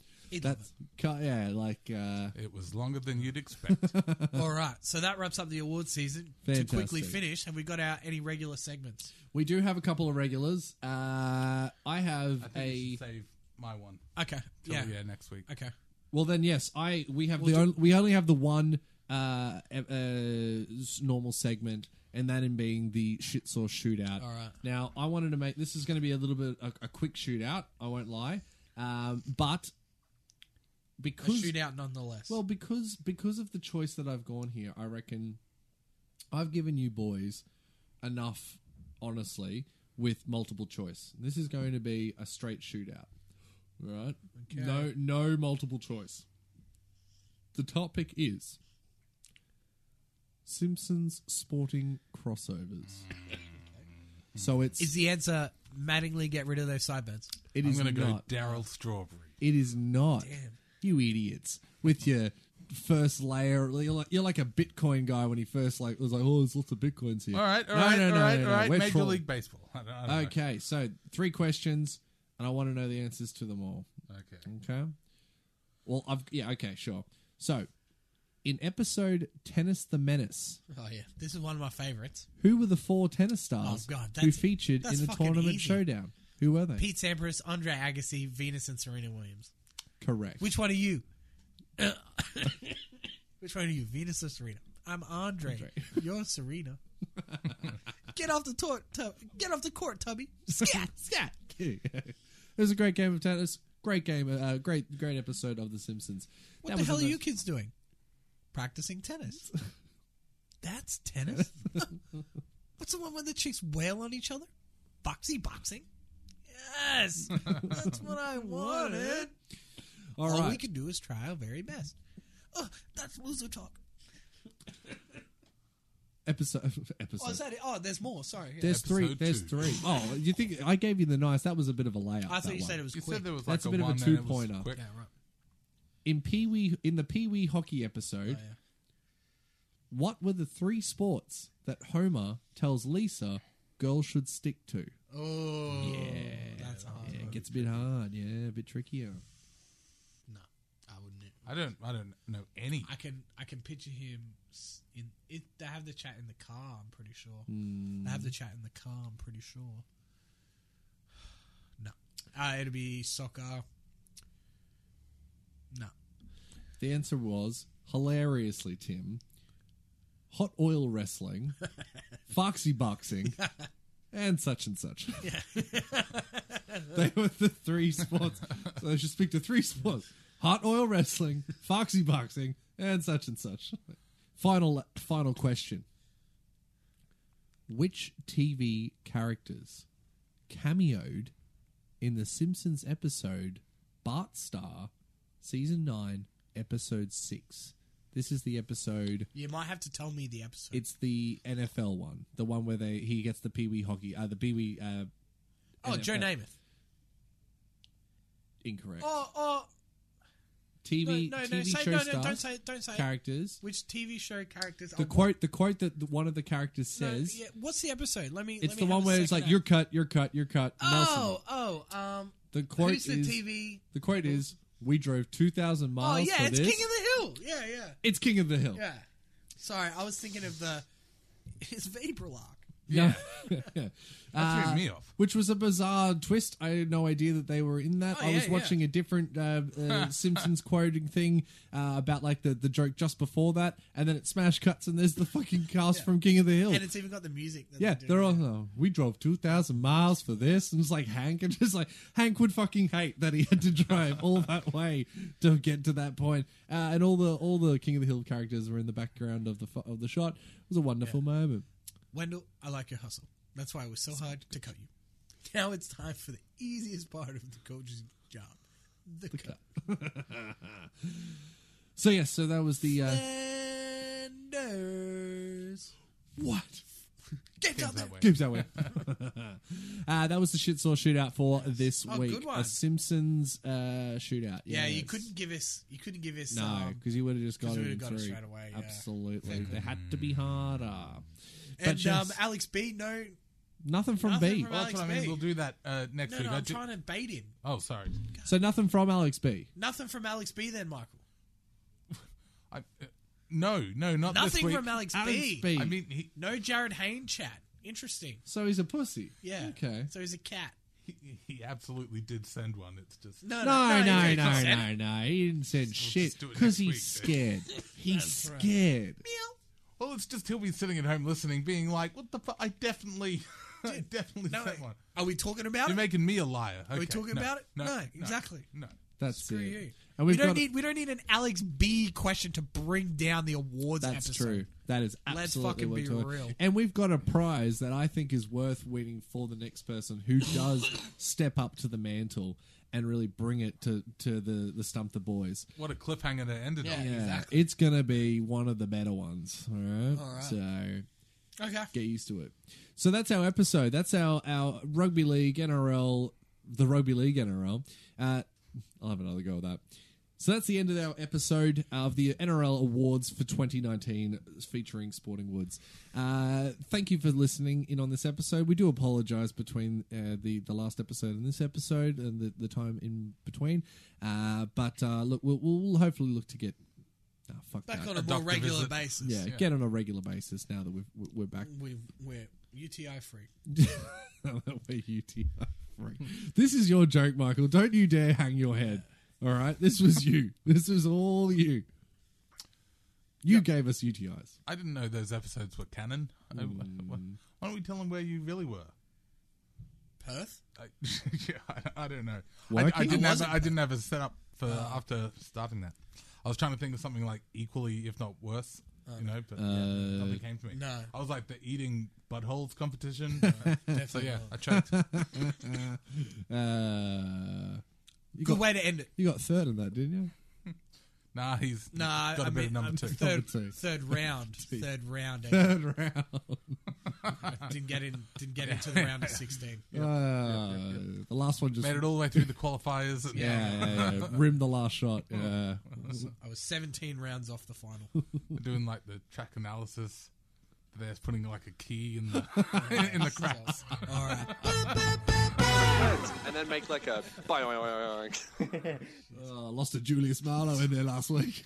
Speaker 5: That's yeah, like uh,
Speaker 6: It was longer than you'd expect.
Speaker 4: <laughs> All right, so that wraps up the award season. To quickly
Speaker 5: Fantastic.
Speaker 4: finish, have we got our any regular segments?
Speaker 5: we do have a couple of regulars. Uh, I have
Speaker 6: I think
Speaker 5: a.
Speaker 6: we should save my one.
Speaker 4: Okay,
Speaker 6: till
Speaker 4: yeah,
Speaker 6: yeah, next week.
Speaker 4: okay.
Speaker 5: Well, then yes, I we have the on, we only have the one uh, e- uh, s- normal segment, and that in being the shit sauce shootout.
Speaker 4: All right.
Speaker 5: Now, I wanted to make this is going to be a little bit a, a quick shootout. I won't lie, um, but
Speaker 4: A
Speaker 5: because
Speaker 4: shootout nonetheless.
Speaker 5: well, because because of the choice that I've gone here, I reckon I've given you boys enough, honestly, with multiple choice. This is going to be a straight shootout, all right? No, no multiple choice. The topic is Simpsons sporting crossovers.
Speaker 6: <laughs>
Speaker 5: So it's
Speaker 4: Is the answer Mattingly get rid of those sideburns?
Speaker 5: it
Speaker 6: I'm
Speaker 5: is
Speaker 6: gonna
Speaker 5: not.
Speaker 6: go Daryl Strawberry.
Speaker 5: It is not. You idiots. With your first layer, you're like, you're like a Bitcoin guy when he first like was like, oh, there's lots of Bitcoins here.
Speaker 6: All right, all
Speaker 5: No,
Speaker 6: right,
Speaker 5: no,
Speaker 6: all
Speaker 5: no,
Speaker 6: right,
Speaker 5: no, no.
Speaker 6: all right.
Speaker 5: We're
Speaker 6: Major
Speaker 5: trolling.
Speaker 6: League Baseball. I don't, I don't
Speaker 5: Okay, so three questions, and I want to know the answers to them all.
Speaker 6: Know. Okay.
Speaker 5: Okay. Well, I've yeah. Okay, sure. So, in episode Tennis the Menace,
Speaker 4: Oh yeah, this is one of my favorites.
Speaker 5: who were the four tennis stars
Speaker 4: Oh, God,
Speaker 5: who
Speaker 4: that's-
Speaker 5: featured
Speaker 4: that's
Speaker 5: in the
Speaker 4: fucking
Speaker 5: tournament
Speaker 4: easy.
Speaker 5: showdown? Who were they?
Speaker 4: Pete Sampras, Andre Agassi, Venus, and Serena Williams.
Speaker 5: Correct.
Speaker 4: Which one are <laughs> you? Which one are you, Venus or Serena? I'm Andre. <laughs> You're <laughs> Serena. get off the court, tub- get off the court, Tubby. <laughs>
Speaker 5: <laughs>
Speaker 4: Scat, scat.
Speaker 5: it was a great game of tennis. Great game. Uh, great, great episode of The Simpsons.
Speaker 4: What
Speaker 5: That
Speaker 4: the
Speaker 5: was
Speaker 4: hell are
Speaker 5: the-
Speaker 4: you kids doing? Practicing
Speaker 5: <laughs>
Speaker 4: tennis. That's tennis. <laughs> What's the one where the chicks wail on each other? Boxy boxing. Yes, that's what
Speaker 5: <laughs>
Speaker 4: I wanted.
Speaker 5: All
Speaker 4: All
Speaker 5: right.
Speaker 4: oh, we can do is try our very best. Oh, that's loser talk.
Speaker 5: Episode. <laughs>
Speaker 4: Oh, is
Speaker 5: Episode.
Speaker 4: that it? Oh, there's more. Sorry. Yeah.
Speaker 5: There's three.
Speaker 6: Episode
Speaker 5: There's
Speaker 6: two.
Speaker 5: three. Oh, you think I gave you the nice? That was a bit of a layout.
Speaker 4: I thought
Speaker 5: that
Speaker 4: you
Speaker 5: one.
Speaker 4: said it was
Speaker 6: You
Speaker 4: quick.
Speaker 6: said there was like
Speaker 5: That's a bit of a
Speaker 6: one and it was
Speaker 5: two-pointer.
Speaker 6: quick.
Speaker 5: in Pee Wee in the Pee Wee hockey episode,
Speaker 4: Oh, yeah.
Speaker 5: what were the three sports that Homer tells Lisa girls should stick to?
Speaker 4: Oh,
Speaker 5: yeah,
Speaker 4: that's hard.
Speaker 5: yeah, it gets a bit hard. Yeah, a bit trickier.
Speaker 4: No, I wouldn't.
Speaker 6: I don't. I don't know any.
Speaker 4: I can I can picture him s- in it. They have the chat in the car. I'm pretty sure. They
Speaker 5: Hmm.
Speaker 4: have the chat in the car. I'm pretty sure. No, uh, it'll be soccer. No,
Speaker 5: The answer was hilariously Tim, hot oil wrestling, foxy boxing, and such and such. <laughs> they were the three sports. So I should speak to three sports: hot oil wrestling, foxy boxing, and such and such. Final final question: Which TV characters cameoed in the Simpsons episode Bart Star, season nine, episode six? This is the episode
Speaker 4: you might have to tell me the episode.
Speaker 5: it's the NFL one, the one where they he gets the Pee Wee hockey, uh, the Pee Wee. Uh,
Speaker 4: oh, Joe
Speaker 5: NFL.
Speaker 4: Namath.
Speaker 5: Incorrect.
Speaker 4: Oh, oh, no,
Speaker 5: TV,
Speaker 4: no, no,
Speaker 5: TV
Speaker 4: say
Speaker 5: show
Speaker 4: no,
Speaker 5: stars,
Speaker 4: no, don't say, it, don't say. It.
Speaker 5: characters.
Speaker 4: Which TV show characters?
Speaker 5: The
Speaker 4: are-
Speaker 5: quote, the quote that the, one of the characters
Speaker 4: No,
Speaker 5: says.
Speaker 4: yeah, what's the episode? Let me.
Speaker 5: It's
Speaker 4: let
Speaker 5: the
Speaker 4: me
Speaker 5: one
Speaker 4: have a
Speaker 5: where it's
Speaker 4: second
Speaker 5: like
Speaker 4: now.
Speaker 5: you're cut, you're cut, you're cut. Nelson.
Speaker 4: Oh, oh, um,
Speaker 5: The quote
Speaker 4: who's the
Speaker 5: is
Speaker 4: TV?
Speaker 5: the quote is we drove two thousand
Speaker 4: Oh
Speaker 5: miles.
Speaker 4: yeah,
Speaker 5: for
Speaker 4: it's
Speaker 5: this.
Speaker 4: King of the Hill. Yeah, yeah.
Speaker 5: It's King of the Hill.
Speaker 4: Yeah. Sorry, I was thinking of the <laughs> his Vaporlock.
Speaker 5: No. <laughs>
Speaker 4: <laughs>
Speaker 5: Yeah.
Speaker 6: That
Speaker 5: Uh,
Speaker 6: threw me off.
Speaker 5: Which was a bizarre twist. I had no idea that they were in that.
Speaker 4: Oh,
Speaker 5: I
Speaker 4: yeah,
Speaker 5: was
Speaker 4: yeah.
Speaker 5: watching a different uh,
Speaker 4: <laughs>
Speaker 5: uh, Simpsons quoting thing uh, about like the, the joke just before that, and then it smash cuts, and there's the fucking cast from King of the Hill.
Speaker 4: And it's even got the music. That
Speaker 5: Oh.
Speaker 4: <laughs>
Speaker 5: Yeah,
Speaker 4: doing.
Speaker 5: they're all. Oh, we drove two thousand miles for this, and it's like Hank, and just like Hank would fucking hate that he had to drive
Speaker 4: <laughs>
Speaker 5: all that way to get to that point. Uh, and all the all the King of the Hill characters were in the background of the fo- of the shot. It was a wonderful moment.
Speaker 4: Wendell, I like your hustle. That's why it was so hard to cut you. <laughs> Now it's time for the easiest part of the coach's job. The, cut.
Speaker 5: So yes, so that was
Speaker 4: <laughs>
Speaker 5: the uh,
Speaker 4: Flanders.
Speaker 5: what
Speaker 4: Get up there.
Speaker 6: That way.
Speaker 5: gives that way. <laughs> uh, that was the shit saw shootout for this
Speaker 4: Oh,
Speaker 5: week.
Speaker 4: good one.
Speaker 5: A Simpsons uh, shootout.
Speaker 4: Yeah, you
Speaker 5: yes.
Speaker 4: couldn't give us. You couldn't give us.
Speaker 5: No,
Speaker 4: um,
Speaker 5: because you would have just got
Speaker 4: 'cause
Speaker 5: it,
Speaker 4: we
Speaker 5: in
Speaker 4: would've got it
Speaker 5: three.
Speaker 4: straight away, yeah.
Speaker 5: Absolutely, they had to be harder. But
Speaker 4: and um,
Speaker 5: yes,
Speaker 4: Alex B. No,
Speaker 5: nothing from
Speaker 4: nothing
Speaker 5: B.
Speaker 4: from
Speaker 6: Well, that's what I
Speaker 4: Alex
Speaker 6: mean.
Speaker 4: B.
Speaker 6: We'll do that uh, next
Speaker 4: no,
Speaker 6: week.
Speaker 4: no.
Speaker 6: I
Speaker 4: I'm
Speaker 6: do-
Speaker 4: trying to bait him.
Speaker 6: oh, sorry.
Speaker 5: So nothing from Alex B.
Speaker 4: Nothing from Alex B. Then Michael.
Speaker 6: I, uh, no, no, not this
Speaker 4: Nothing
Speaker 6: week.
Speaker 4: from Alex,
Speaker 5: Alex
Speaker 4: B.
Speaker 5: B.
Speaker 6: I mean, he,
Speaker 4: No Jared Hayne chat. Interesting.
Speaker 5: So he's a pussy.
Speaker 4: Yeah.
Speaker 5: Okay.
Speaker 4: So he's a cat.
Speaker 6: he he absolutely did send one. It's just
Speaker 4: No,
Speaker 5: No, no,
Speaker 4: he- he
Speaker 5: no,
Speaker 4: said,
Speaker 5: no, no. He didn't send shit
Speaker 6: do it next
Speaker 5: because he's
Speaker 6: week, <laughs>
Speaker 5: scared. He's scared.
Speaker 6: well, it's just he'll be sitting at home listening, being like, "What the fuck? I definitely, <laughs> I definitely
Speaker 4: No,
Speaker 6: sent one."
Speaker 4: Are we talking about
Speaker 6: You're
Speaker 4: it?
Speaker 6: making me a liar.
Speaker 4: Are we
Speaker 6: Okay,
Speaker 4: talking
Speaker 6: no,
Speaker 4: about it?
Speaker 6: No,
Speaker 4: No, exactly.
Speaker 6: No,
Speaker 5: That's
Speaker 7: Screw
Speaker 5: it.
Speaker 7: you.
Speaker 5: And
Speaker 7: we
Speaker 5: we've
Speaker 7: don't
Speaker 5: got
Speaker 7: need we don't need an Alex B question to bring down the awards.
Speaker 5: that's
Speaker 7: episode.
Speaker 5: true. That is absolutely
Speaker 7: Let's fucking
Speaker 5: what
Speaker 7: be
Speaker 5: we're talking-
Speaker 7: real.
Speaker 5: And we've got a prize that I think is worth winning for the next person
Speaker 7: <laughs>
Speaker 5: who does step up to the mantle and really bring it to to the the stump the boys.
Speaker 6: What a cliffhanger that ended on.
Speaker 5: Yeah, it's gonna be one of the better ones. All right, all right. so
Speaker 7: Okay.
Speaker 5: get used to it. So that's our episode. That's our our rugby league NRL, the rugby league NRL. Uh, I'll have another go with that. So that's the end of our episode of the NRL Awards for 2019 featuring Sporting Woods. Uh, thank you for listening in on this episode. We do apologise between uh, the, the last episode and this episode and the, the time in between. Uh, but uh, look, we'll, we'll hopefully look to get. Oh, fuck
Speaker 7: Back
Speaker 5: that.
Speaker 7: on a more
Speaker 6: doctor
Speaker 7: regular
Speaker 6: visit.
Speaker 7: basis.
Speaker 5: yeah, get on a regular basis now that we've, we're back.
Speaker 7: We we're UTI free.
Speaker 5: <laughs> that way UTI free. This is your joke, Michael. Don't you dare hang your head. All right, this was you. <laughs> This was all you. You gave us UTIs.
Speaker 6: I didn't know those episodes were canon. I- why
Speaker 7: Hmm.
Speaker 6: why don't we tell them where you really were?
Speaker 7: Perth.
Speaker 6: I, <laughs> yeah, I, I don't know. I,
Speaker 5: Working?
Speaker 6: I didn't
Speaker 5: I
Speaker 6: have a, I didn't have a setup for
Speaker 7: Oh.
Speaker 6: after starting that. I was trying to think of something like equally, if not worse, you know. But yeah, nothing came to me.
Speaker 7: Oh. Uh, no.
Speaker 6: I was like the eating buttholes
Speaker 7: <laughs>
Speaker 6: competition. so yeah, I choked.
Speaker 5: Uh, you,
Speaker 7: Good
Speaker 5: got,
Speaker 7: way to end it.
Speaker 5: you got third in that, didn't
Speaker 6: <laughs>
Speaker 5: you?
Speaker 6: Nah, he's
Speaker 7: Nah,
Speaker 6: got a
Speaker 7: I
Speaker 6: bit
Speaker 7: mean,
Speaker 6: of number
Speaker 7: I'm
Speaker 6: two.
Speaker 7: Third,
Speaker 5: Number two. <laughs>
Speaker 7: third round. third round. eh?
Speaker 5: Third round.
Speaker 7: Didn't get in. Didn't get into the round of sixteen.
Speaker 5: Uh, The last one
Speaker 6: <laughs>
Speaker 5: just.
Speaker 6: Made it all the way through the qualifiers. And,
Speaker 5: yeah,
Speaker 6: <laughs>
Speaker 5: yeah, yeah. Rimmed the last shot. Yeah.
Speaker 7: I was seventeen rounds off the final.
Speaker 6: doing like the track analysis. They're putting like a key in the <laughs> in the cracks.
Speaker 7: All right.
Speaker 2: And then make like a.
Speaker 5: Uh, Oh, I lost to Julius Marlowe in there last week.